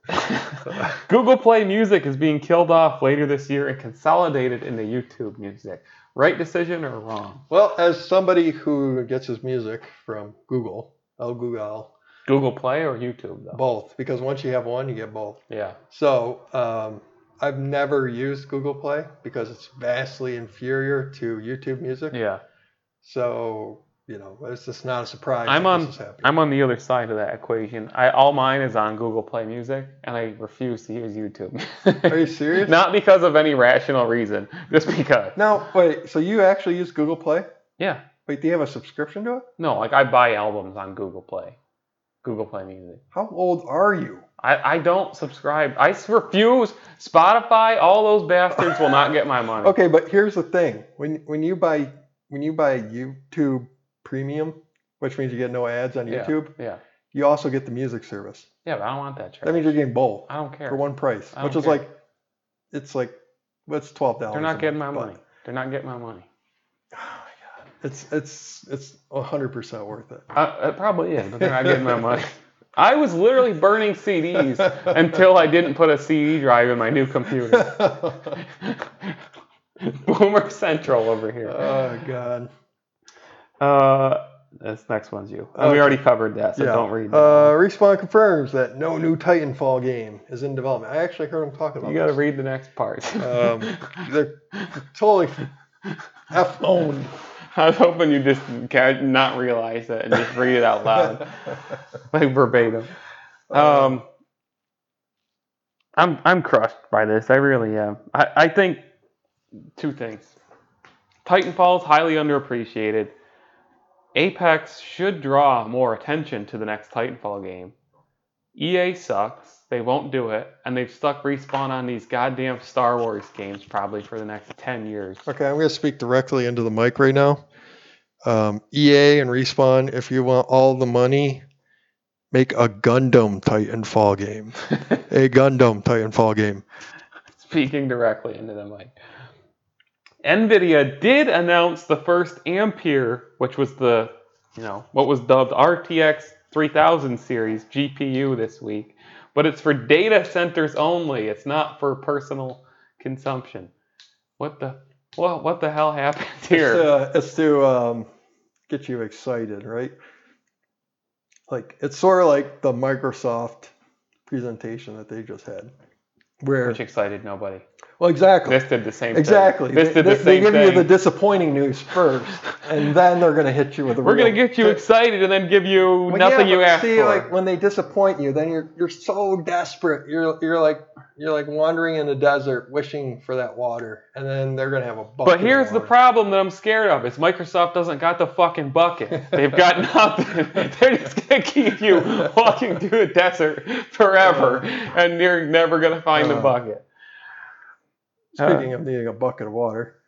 Speaker 1: [laughs] Google Play Music is being killed off later this year and consolidated into YouTube Music. Right decision or wrong?
Speaker 2: Well, as somebody who gets his music from Google, El Google,
Speaker 1: Google Play or YouTube though?
Speaker 2: both, because once you have one, you get both.
Speaker 1: Yeah.
Speaker 2: So um, I've never used Google Play because it's vastly inferior to YouTube Music.
Speaker 1: Yeah.
Speaker 2: So you know, it's just not a surprise.
Speaker 1: I'm
Speaker 2: that
Speaker 1: on-
Speaker 2: This is happening.
Speaker 1: I'm on the other side of that equation. I all mine is on Google Play Music, and I refuse to use YouTube. [laughs]
Speaker 2: Are you serious?
Speaker 1: Not because of any rational reason, just because.
Speaker 2: Now, wait. So you actually use Google Play?
Speaker 1: Yeah.
Speaker 2: Wait, do you have a subscription to it?
Speaker 1: No, like I buy albums on Google Play. Google Play Music.
Speaker 2: How old are you?
Speaker 1: I, I don't subscribe. I s- refuse. Spotify, all those bastards will not get my money.
Speaker 2: Okay, but here's the thing: when when you buy when you buy YouTube Premium, which means you get no ads on YouTube,
Speaker 1: Yeah.
Speaker 2: you also get the music service.
Speaker 1: Yeah, but I don't want that trash.
Speaker 2: That means you're getting both
Speaker 1: I don't care.
Speaker 2: for one price,
Speaker 1: I
Speaker 2: which
Speaker 1: don't
Speaker 2: is
Speaker 1: care.
Speaker 2: like it's like what's twelve dollars.
Speaker 1: They're not getting my money. They're not getting my money.
Speaker 2: Oh my god, it's it's it's hundred percent worth it.
Speaker 1: Uh, it probably is, but they're not getting my money. [laughs] I was literally burning
Speaker 2: [laughs]
Speaker 1: CDs until I didn't put a CD drive in my new computer.
Speaker 2: [laughs]
Speaker 1: [laughs]
Speaker 2: oh
Speaker 1: Boomer Central over here.
Speaker 2: Oh, god.
Speaker 1: Uh, this next one's you. And we
Speaker 2: Okay.
Speaker 1: already covered that, so
Speaker 2: yeah.
Speaker 1: don't read that.
Speaker 2: Uh, Respawn confirms that no new Titanfall game is in development. I actually heard him talking about.
Speaker 1: you got to
Speaker 2: this.
Speaker 1: read the next part.
Speaker 2: Um, They're totally f [laughs] owned.
Speaker 1: [laughs] I was hoping you just ca- not realize that and just read it out loud, [laughs] like verbatim. Um, I'm I'm crushed by this. I really am. I, I think two things. Titanfall is highly underappreciated. Apex should draw more attention to the next Titanfall game. EA sucks. They won't do it, and they've stuck respawn on these goddamn Star Wars games probably for the next ten years.
Speaker 2: Okay, I'm going to speak directly into the mic right now. Um, EA and Respawn, if you want all the money, make a Gundam Titanfall game. a Gundam Titanfall game.
Speaker 1: speaking directly into the mic. Nvidia did announce the first Ampere, which was the, you know, what was dubbed RTX 3000 series GPU this week, but it's for data centers only. It's not for personal consumption. What the well, what the hell happened
Speaker 2: It's uh,
Speaker 1: here?
Speaker 2: to, it's to um, get you excited, right? Like it's sort of like the Microsoft presentation that they just had, where
Speaker 1: Which excited nobody.
Speaker 2: well, exactly,
Speaker 1: This did the same
Speaker 2: exactly.
Speaker 1: thing. This did
Speaker 2: they,
Speaker 1: the
Speaker 2: they
Speaker 1: same
Speaker 2: give
Speaker 1: thing.
Speaker 2: you the disappointing news first, and then they're going to hit you with the.
Speaker 1: We're gonna
Speaker 2: real-
Speaker 1: get you excited and then give you
Speaker 2: Well,
Speaker 1: nothing
Speaker 2: yeah,
Speaker 1: you
Speaker 2: but
Speaker 1: asked
Speaker 2: see,
Speaker 1: for.
Speaker 2: like when they disappoint you, then you're you're so desperate. You're you're like you're like wandering in the desert, wishing for that water, and then they're gonna have a bucket.
Speaker 1: But
Speaker 2: of
Speaker 1: here's the
Speaker 2: water.
Speaker 1: problem that I'm scared of: is Microsoft doesn't got the fucking bucket. They've got [laughs] nothing. They're just gonna keep you [laughs] walking through a desert forever, and you're never gonna find the
Speaker 2: Uh,
Speaker 1: bucket.
Speaker 2: Speaking of needing a bucket of water,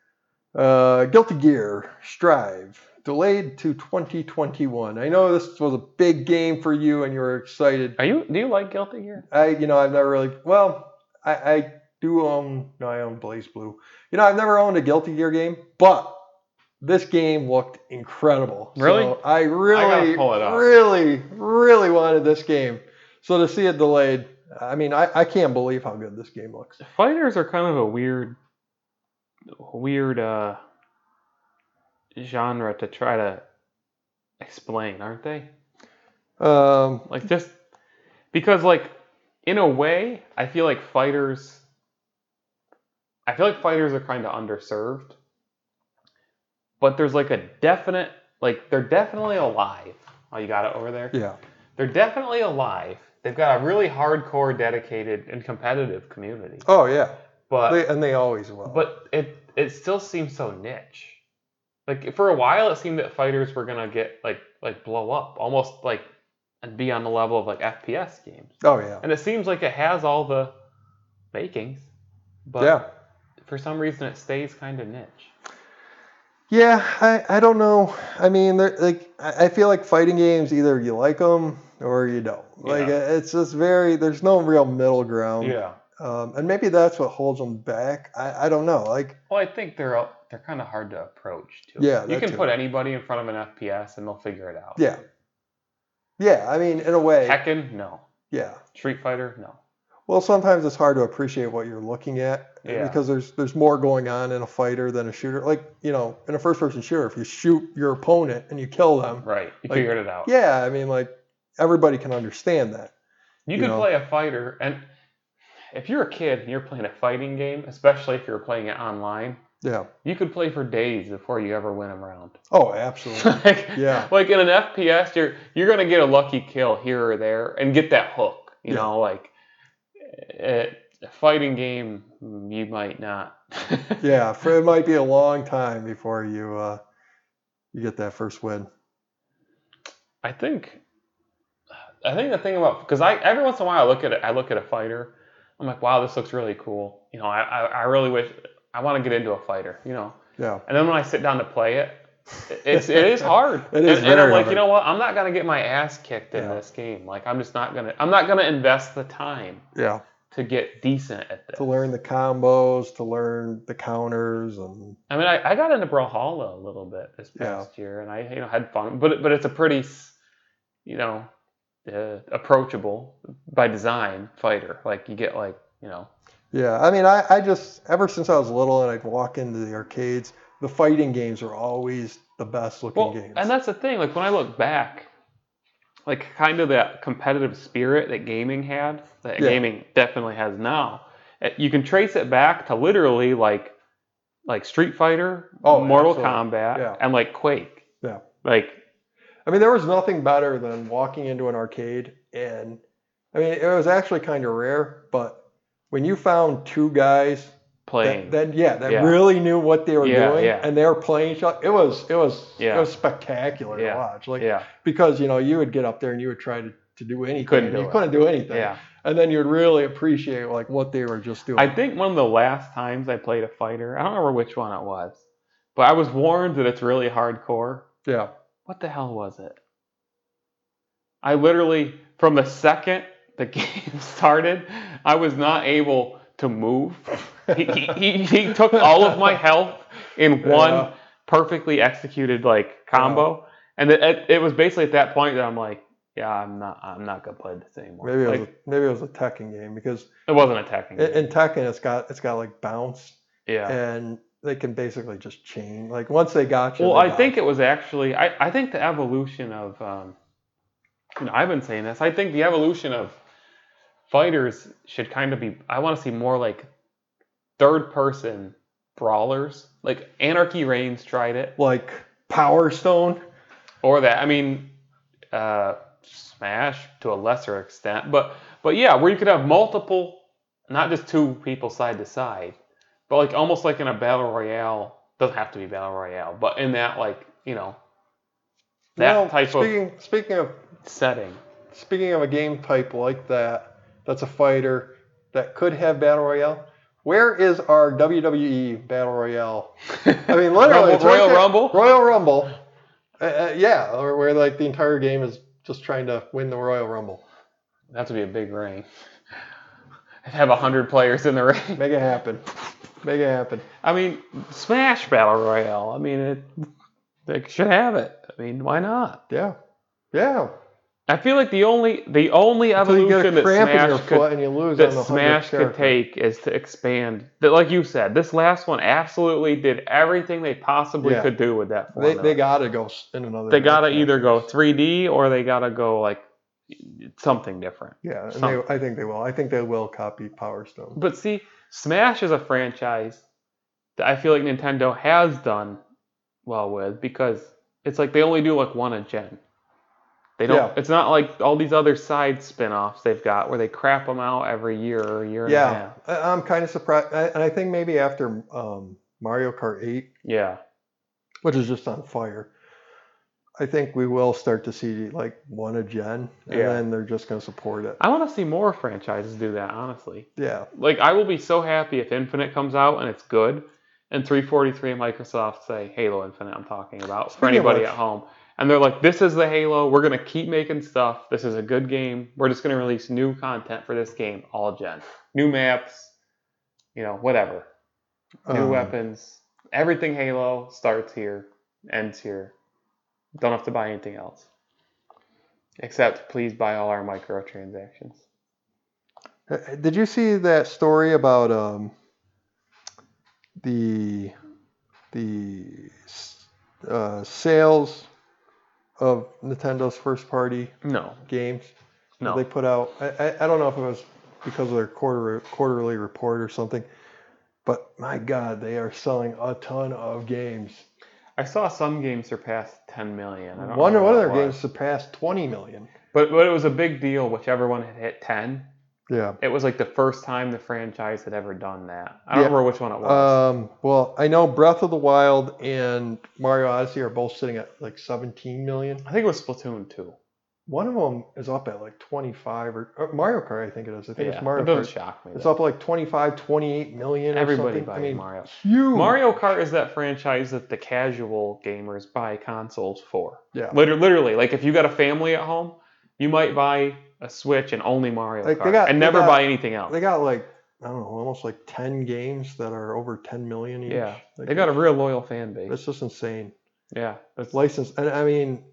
Speaker 2: uh, Guilty Gear Strive delayed to 2021. I know this was a big game for you, and you were excited.
Speaker 1: Are you? Do you like Guilty Gear?
Speaker 2: I, you know, I've never really. Well, I, I do own. No, I own Blaze Blue. You know, I've never owned a Guilty Gear game, but this game looked incredible.
Speaker 1: Really?
Speaker 2: So I really,
Speaker 1: pull it up.
Speaker 2: really, really wanted this game. So to see it delayed, I mean, I, I can't believe how good this game looks.
Speaker 1: Fighters are kind of a weird, weird uh, genre to try to explain, aren't they?
Speaker 2: Um,
Speaker 1: Like just because like in a way, I feel like fighters I feel like fighters are kind of underserved. But there's like a definite like they're definitely alive. Oh, you got it over there?
Speaker 2: yeah.
Speaker 1: They're definitely alive. They've got a really hardcore, dedicated, and competitive community.
Speaker 2: Oh yeah.
Speaker 1: But
Speaker 2: They, and they always will.
Speaker 1: but it it still seems so niche. Like for a while, it seemed that fighters were gonna get like like blow up, almost like and be on the level of like FPS games.
Speaker 2: oh yeah.
Speaker 1: And it seems like it has all the makings, but
Speaker 2: yeah.
Speaker 1: for some reason it stays kind of niche.
Speaker 2: Yeah, I, I don't know. I mean, they're, like I I feel like fighting games either you like them or you don't. Like uh, it's just very there's no real middle ground. Um, and maybe that's what holds them back. I, I don't know. Like
Speaker 1: Well, I think they're all- they're kind of hard to approach too.
Speaker 2: Yeah,
Speaker 1: You
Speaker 2: that
Speaker 1: can
Speaker 2: too.
Speaker 1: put anybody in front of an FPS and they'll figure it out.
Speaker 2: yeah. Yeah, I mean in a way.
Speaker 1: Tekken, no.
Speaker 2: Yeah.
Speaker 1: Street Fighter, no.
Speaker 2: Well, sometimes it's hard to appreciate what you're looking at uh,
Speaker 1: Yeah.
Speaker 2: because there's there's more going on in a fighter than a shooter. Like, you know, in a first person shooter, if you shoot your opponent and you kill them,
Speaker 1: Right. You
Speaker 2: Like-
Speaker 1: figured it out.
Speaker 2: yeah, I mean like everybody can understand that.
Speaker 1: You
Speaker 2: You
Speaker 1: could
Speaker 2: know.
Speaker 1: play a fighter, and if you're a kid and you're playing a fighting game, especially if you're playing it online,
Speaker 2: Yeah.
Speaker 1: you could play for days before you ever win a round.
Speaker 2: Oh, absolutely.
Speaker 1: [laughs] like,
Speaker 2: Yeah.
Speaker 1: like in an FPS, you're you're gonna get a lucky kill here or there and get that hook. You
Speaker 2: Yeah.
Speaker 1: know, like a a fighting game, you might not. [laughs]
Speaker 2: yeah, for, it might be a long time before you uh, you get that first win.
Speaker 1: I think I think the thing about because I every once in a while I look at it, I look at a fighter. I'm like, wow, this looks really cool. You know, I I, I really wish I want to get into a fighter. You know,
Speaker 2: Yeah.
Speaker 1: and then when I sit down to play it, it's it is hard.
Speaker 2: [laughs] It is
Speaker 1: and, and I'm
Speaker 2: very
Speaker 1: like,
Speaker 2: hard.
Speaker 1: you know what? I'm not gonna get my ass kicked in
Speaker 2: Yeah.
Speaker 1: this game. Like, I'm just not gonna. I'm not gonna invest the time
Speaker 2: Yeah.
Speaker 1: to get decent at this.
Speaker 2: To learn the combos, to learn the counters, and
Speaker 1: I mean, I, I got into Brawlhalla a little bit this
Speaker 2: Yeah.
Speaker 1: past year, and I you know had fun, but but it's a pretty, s- you know, uh, approachable by design fighter. Like you get like you know,
Speaker 2: yeah. I mean, I, I just ever since I was little and I'd walk into the arcades, the fighting games are always the best looking
Speaker 1: well,
Speaker 2: games.
Speaker 1: and that's the thing. Like when I look back, like kind of that competitive spirit that gaming had, that
Speaker 2: Yeah.
Speaker 1: gaming definitely has now. uh, You can trace it back to literally like, like Street Fighter,
Speaker 2: Oh,
Speaker 1: Mortal
Speaker 2: absolutely.
Speaker 1: Kombat,
Speaker 2: Yeah.
Speaker 1: and like Quake.
Speaker 2: Yeah.
Speaker 1: Like
Speaker 2: I mean, there was nothing better than walking into an arcade and I mean, it was actually kind of rare, but when you found two guys
Speaker 1: playing.
Speaker 2: that, that yeah, that
Speaker 1: Yeah.
Speaker 2: really knew what they were
Speaker 1: Yeah,
Speaker 2: doing
Speaker 1: yeah.
Speaker 2: and they were playing each other, it was it was
Speaker 1: Yeah.
Speaker 2: it was spectacular
Speaker 1: Yeah,
Speaker 2: to watch. Like
Speaker 1: yeah.
Speaker 2: because you know you would get up there and you would try to, to do anything,
Speaker 1: couldn't
Speaker 2: and
Speaker 1: do
Speaker 2: you
Speaker 1: it.
Speaker 2: couldn't do anything,
Speaker 1: Yeah.
Speaker 2: and then you'd really appreciate like what they were just doing.
Speaker 1: I think one of the last times I played a fighter, I don't remember which one it was, but I was warned that it's really hardcore.
Speaker 2: yeah,
Speaker 1: What the hell was it? I literally, from the second the [laughs] game started, I was not able to move. [laughs] He, he, he- he took all of my health in
Speaker 2: Yeah.
Speaker 1: one perfectly executed like combo, and it- it, it was basically at that point that I'm like, yeah, I'm not, I'm not gonna play this anymore.
Speaker 2: maybe it was
Speaker 1: Like,
Speaker 2: a, maybe it was a Tekken game because
Speaker 1: it wasn't attacking.
Speaker 2: in, in Tekken it's got it's got like bounce
Speaker 1: yeah.
Speaker 2: and they can basically just change. Like once they got you.
Speaker 1: Well,
Speaker 2: they
Speaker 1: I
Speaker 2: got
Speaker 1: think
Speaker 2: you.
Speaker 1: it was actually. I, I think the evolution of. Um, you know, I've been saying this. I think the evolution of fighters should kind of be. I want to see more like third person brawlers. Like Anarchy Reigns tried it,
Speaker 2: like Power Stone.
Speaker 1: or that. I mean, uh, Smash to a lesser extent, but but yeah, where you could have multiple, not just two people side to side, but like almost like in a battle royale. Doesn't have to be battle royale, but in that like you know that
Speaker 2: Well,
Speaker 1: type of
Speaker 2: speaking, Speaking of
Speaker 1: setting.
Speaker 2: speaking of a game type like that, that's a fighter that could have battle royale. Where is our WWE battle royale? I mean, literally, it's
Speaker 1: Rumble,
Speaker 2: right
Speaker 1: Royal
Speaker 2: there.
Speaker 1: Rumble.
Speaker 2: Royal Rumble. Uh, uh, yeah, or where like the entire game is just trying to win the Royal Rumble.
Speaker 1: That would be a big ring. [laughs] I'd have hundred players in the [laughs] ring.
Speaker 2: Make it happen. Make it happen.
Speaker 1: I mean, Smash Battle Royale. I mean, it they should have it. I mean, why not?
Speaker 2: Yeah. Yeah.
Speaker 1: I feel like the only the only
Speaker 2: Until you get
Speaker 1: evolution
Speaker 2: a
Speaker 1: that
Speaker 2: cramp in your
Speaker 1: Smash
Speaker 2: foot
Speaker 1: could
Speaker 2: and you lose
Speaker 1: that
Speaker 2: on the
Speaker 1: Smash
Speaker 2: 100th
Speaker 1: could
Speaker 2: character.
Speaker 1: take is to expand. That, like you said, this last one absolutely did everything they possibly
Speaker 2: Yeah.
Speaker 1: could do with that
Speaker 2: They,
Speaker 1: formula.
Speaker 2: they gotta go s- in another.
Speaker 1: They gotta either go 3D or they gotta go like something different.
Speaker 2: Yeah, and
Speaker 1: some-
Speaker 2: they, I think they will. I think they will copy Power Stone.
Speaker 1: But see, Smash is a franchise that I feel like Nintendo has done well with because it's like they only do like one a gen. They don't.
Speaker 2: Yeah.
Speaker 1: It's not like all these other side spin-offs they've got where they crap them out every year or a year and a
Speaker 2: Yeah,
Speaker 1: half.
Speaker 2: I, I'm kind of surprised, I, and I think maybe after um, Mario Kart 8,
Speaker 1: Yeah.
Speaker 2: which is just on fire, I think we will start to see like one a gen, and
Speaker 1: Yeah.
Speaker 2: then they're just gonna support it.
Speaker 1: I want to see more franchises do that, honestly.
Speaker 2: Yeah,
Speaker 1: Like I will be so happy if Infinite comes out and it's good and 343 and Microsoft say Halo Infinite I'm talking about for
Speaker 2: Speaking of
Speaker 1: anybody
Speaker 2: which-
Speaker 1: at home. And they're like, this is the Halo. We're gonna keep making stuff. This is a good game. We're just gonna release new content for this game all gen. New maps, you know, whatever. New
Speaker 2: Um,
Speaker 1: weapons. Everything Halo starts here, ends here. Don't have to buy anything else. Except please buy all our microtransactions.
Speaker 2: Uh, Did you see that story about um, the the s- uh, sales of Nintendo's first party
Speaker 1: No.
Speaker 2: games? that
Speaker 1: No.
Speaker 2: they put out. I, I, I don't know if it was because of their quarter quarterly report or something, but my God, they are selling a ton of games.
Speaker 1: I saw some games surpass 10 million. I don't
Speaker 2: One
Speaker 1: know
Speaker 2: one
Speaker 1: what
Speaker 2: of their
Speaker 1: it
Speaker 2: games
Speaker 1: was.
Speaker 2: surpassed 20 million.
Speaker 1: But, but it was a big deal, which everyone had hit 10.
Speaker 2: Yeah.
Speaker 1: It was like the first time the franchise had ever done that. I don't
Speaker 2: Yeah.
Speaker 1: remember which one it was.
Speaker 2: Um, well, I know Breath of the Wild and Mario Odyssey are both sitting at like 17 million.
Speaker 1: I think it was Splatoon 2.
Speaker 2: One of them is up at like 25 or, or Mario Kart, I think it is. I think
Speaker 1: Yeah,
Speaker 2: it's Mario
Speaker 1: it doesn't
Speaker 2: Kart.
Speaker 1: shock me.
Speaker 2: It's
Speaker 1: though.
Speaker 2: up like 25, 28 million. Or
Speaker 1: Everybody
Speaker 2: something.
Speaker 1: buys
Speaker 2: I mean,
Speaker 1: Mario.
Speaker 2: Huge.
Speaker 1: Mario Kart is that franchise that the casual gamers buy consoles for.
Speaker 2: Yeah.
Speaker 1: Liter- Literally, like if you got a family at home, you might buy a Switch and only Mario
Speaker 2: Like, they
Speaker 1: Kart
Speaker 2: got-
Speaker 1: and
Speaker 2: they
Speaker 1: never
Speaker 2: got-
Speaker 1: buy anything else.
Speaker 2: They got like I don't know, almost like ten games that are over ten million each.
Speaker 1: Yeah,
Speaker 2: Like,
Speaker 1: they got a real loyal fan base.
Speaker 2: That's just insane.
Speaker 1: yeah, that's
Speaker 2: License, and I mean,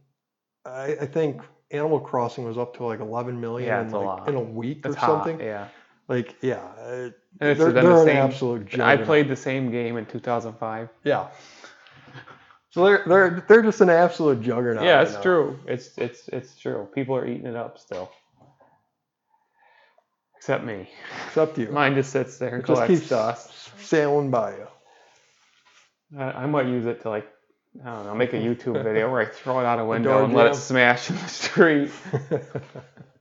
Speaker 2: I, I think Animal Crossing was up to like eleven million
Speaker 1: Yeah,
Speaker 2: in,
Speaker 1: it's a
Speaker 2: like,
Speaker 1: lot.
Speaker 2: in a week
Speaker 1: that's
Speaker 2: or
Speaker 1: hot,
Speaker 2: something.
Speaker 1: Yeah,
Speaker 2: Like, yeah, uh,
Speaker 1: and it's
Speaker 2: they're,
Speaker 1: been
Speaker 2: they're
Speaker 1: the
Speaker 2: an
Speaker 1: same.
Speaker 2: absolute.
Speaker 1: I
Speaker 2: juggernaut.
Speaker 1: played the same game in 2005.
Speaker 2: Yeah. So they're they're they're just an absolute juggernaut.
Speaker 1: yeah,
Speaker 2: right
Speaker 1: it's
Speaker 2: now.
Speaker 1: true. It's it's it's true. People are eating it up still. Except me.
Speaker 2: Except you.
Speaker 1: Mine just sits there and
Speaker 2: it just
Speaker 1: collects
Speaker 2: keeps
Speaker 1: dust.
Speaker 2: sailing by you. [laughs]
Speaker 1: I, I might use it to like, I don't know, make a
Speaker 2: [laughs]
Speaker 1: YouTube video where I throw it out a window
Speaker 2: door
Speaker 1: and let it
Speaker 2: jam?
Speaker 1: smash in the [laughs] street.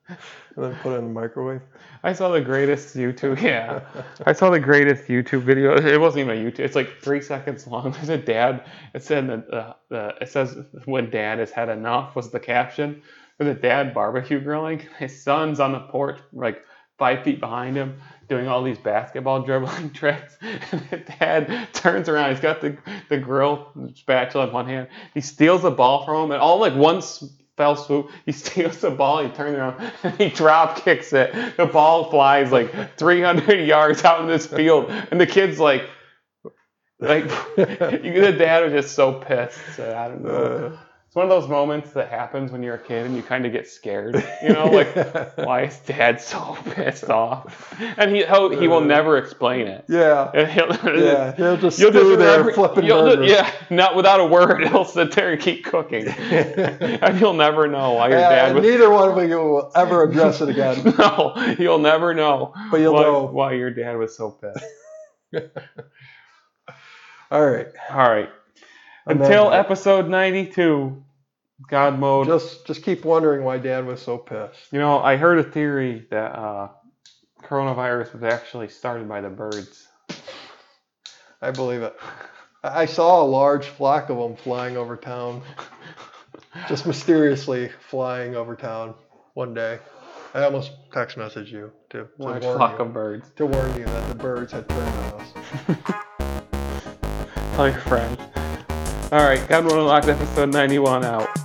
Speaker 2: and then put it in the microwave.
Speaker 1: I saw the greatest YouTube. [laughs]
Speaker 2: [laughs]
Speaker 1: Yeah, I saw the greatest YouTube video. It wasn't even a YouTube. It's like three seconds long. [laughs] There's a dad. It said the, the, the it says when dad has had enough was the caption. There's a dad barbecue grilling. His son's on the porch, like five feet behind him, doing all these basketball dribbling [laughs] tricks. And the dad turns around. He's got the the grill spatula in one hand. He steals the ball from him, and all like one s- fell swoop. [laughs] He steals the ball, he turns around, [laughs] and he drop kicks it. The ball flies like 300 [laughs] yards out in this field, and the kid's like, like [laughs] you- the dad was just so pissed. So I don't know.
Speaker 2: Uh.
Speaker 1: it's one of those moments that happens when you're a kid and you kind of get scared. You know,
Speaker 2: [laughs]
Speaker 1: like why is dad [laughs] so pissed off? And he he'll- he will never explain it. [laughs]
Speaker 2: yeah.
Speaker 1: He'll-
Speaker 2: Uh. Yeah, he'll just
Speaker 1: [laughs] You'll
Speaker 2: you
Speaker 1: just
Speaker 2: there
Speaker 1: remember-
Speaker 2: flipping
Speaker 1: you'll ju-
Speaker 2: burgers.
Speaker 1: yeah, not without a word. [laughs] He'll sit there and keep
Speaker 2: [laughs]
Speaker 1: cooking, and you'll never know why your
Speaker 2: Yeah,
Speaker 1: dad
Speaker 2: and
Speaker 1: was
Speaker 2: neither one of you will ever address
Speaker 1: [laughs]
Speaker 2: it again,
Speaker 1: no, you'll never know
Speaker 2: but you'll
Speaker 1: why,
Speaker 2: know.
Speaker 1: why your dad was so pissed.
Speaker 2: All right.
Speaker 1: All
Speaker 2: [laughs]
Speaker 1: right.
Speaker 2: And
Speaker 1: Until
Speaker 2: then
Speaker 1: episode 92, God mode.
Speaker 2: just just keep wondering why Dad was so pissed.
Speaker 1: you know, I heard a theory that uh, coronavirus was actually started by the birds.
Speaker 2: I believe it. I I saw a large flock of them flying over town, just mysteriously flying over town one day. I almost text messaged you to, to warn
Speaker 1: Large
Speaker 2: you,
Speaker 1: flock of birds.
Speaker 2: to warn you that the birds had turned on us.
Speaker 1: Tell your friends. All right, God mode unlocked episode 91 out.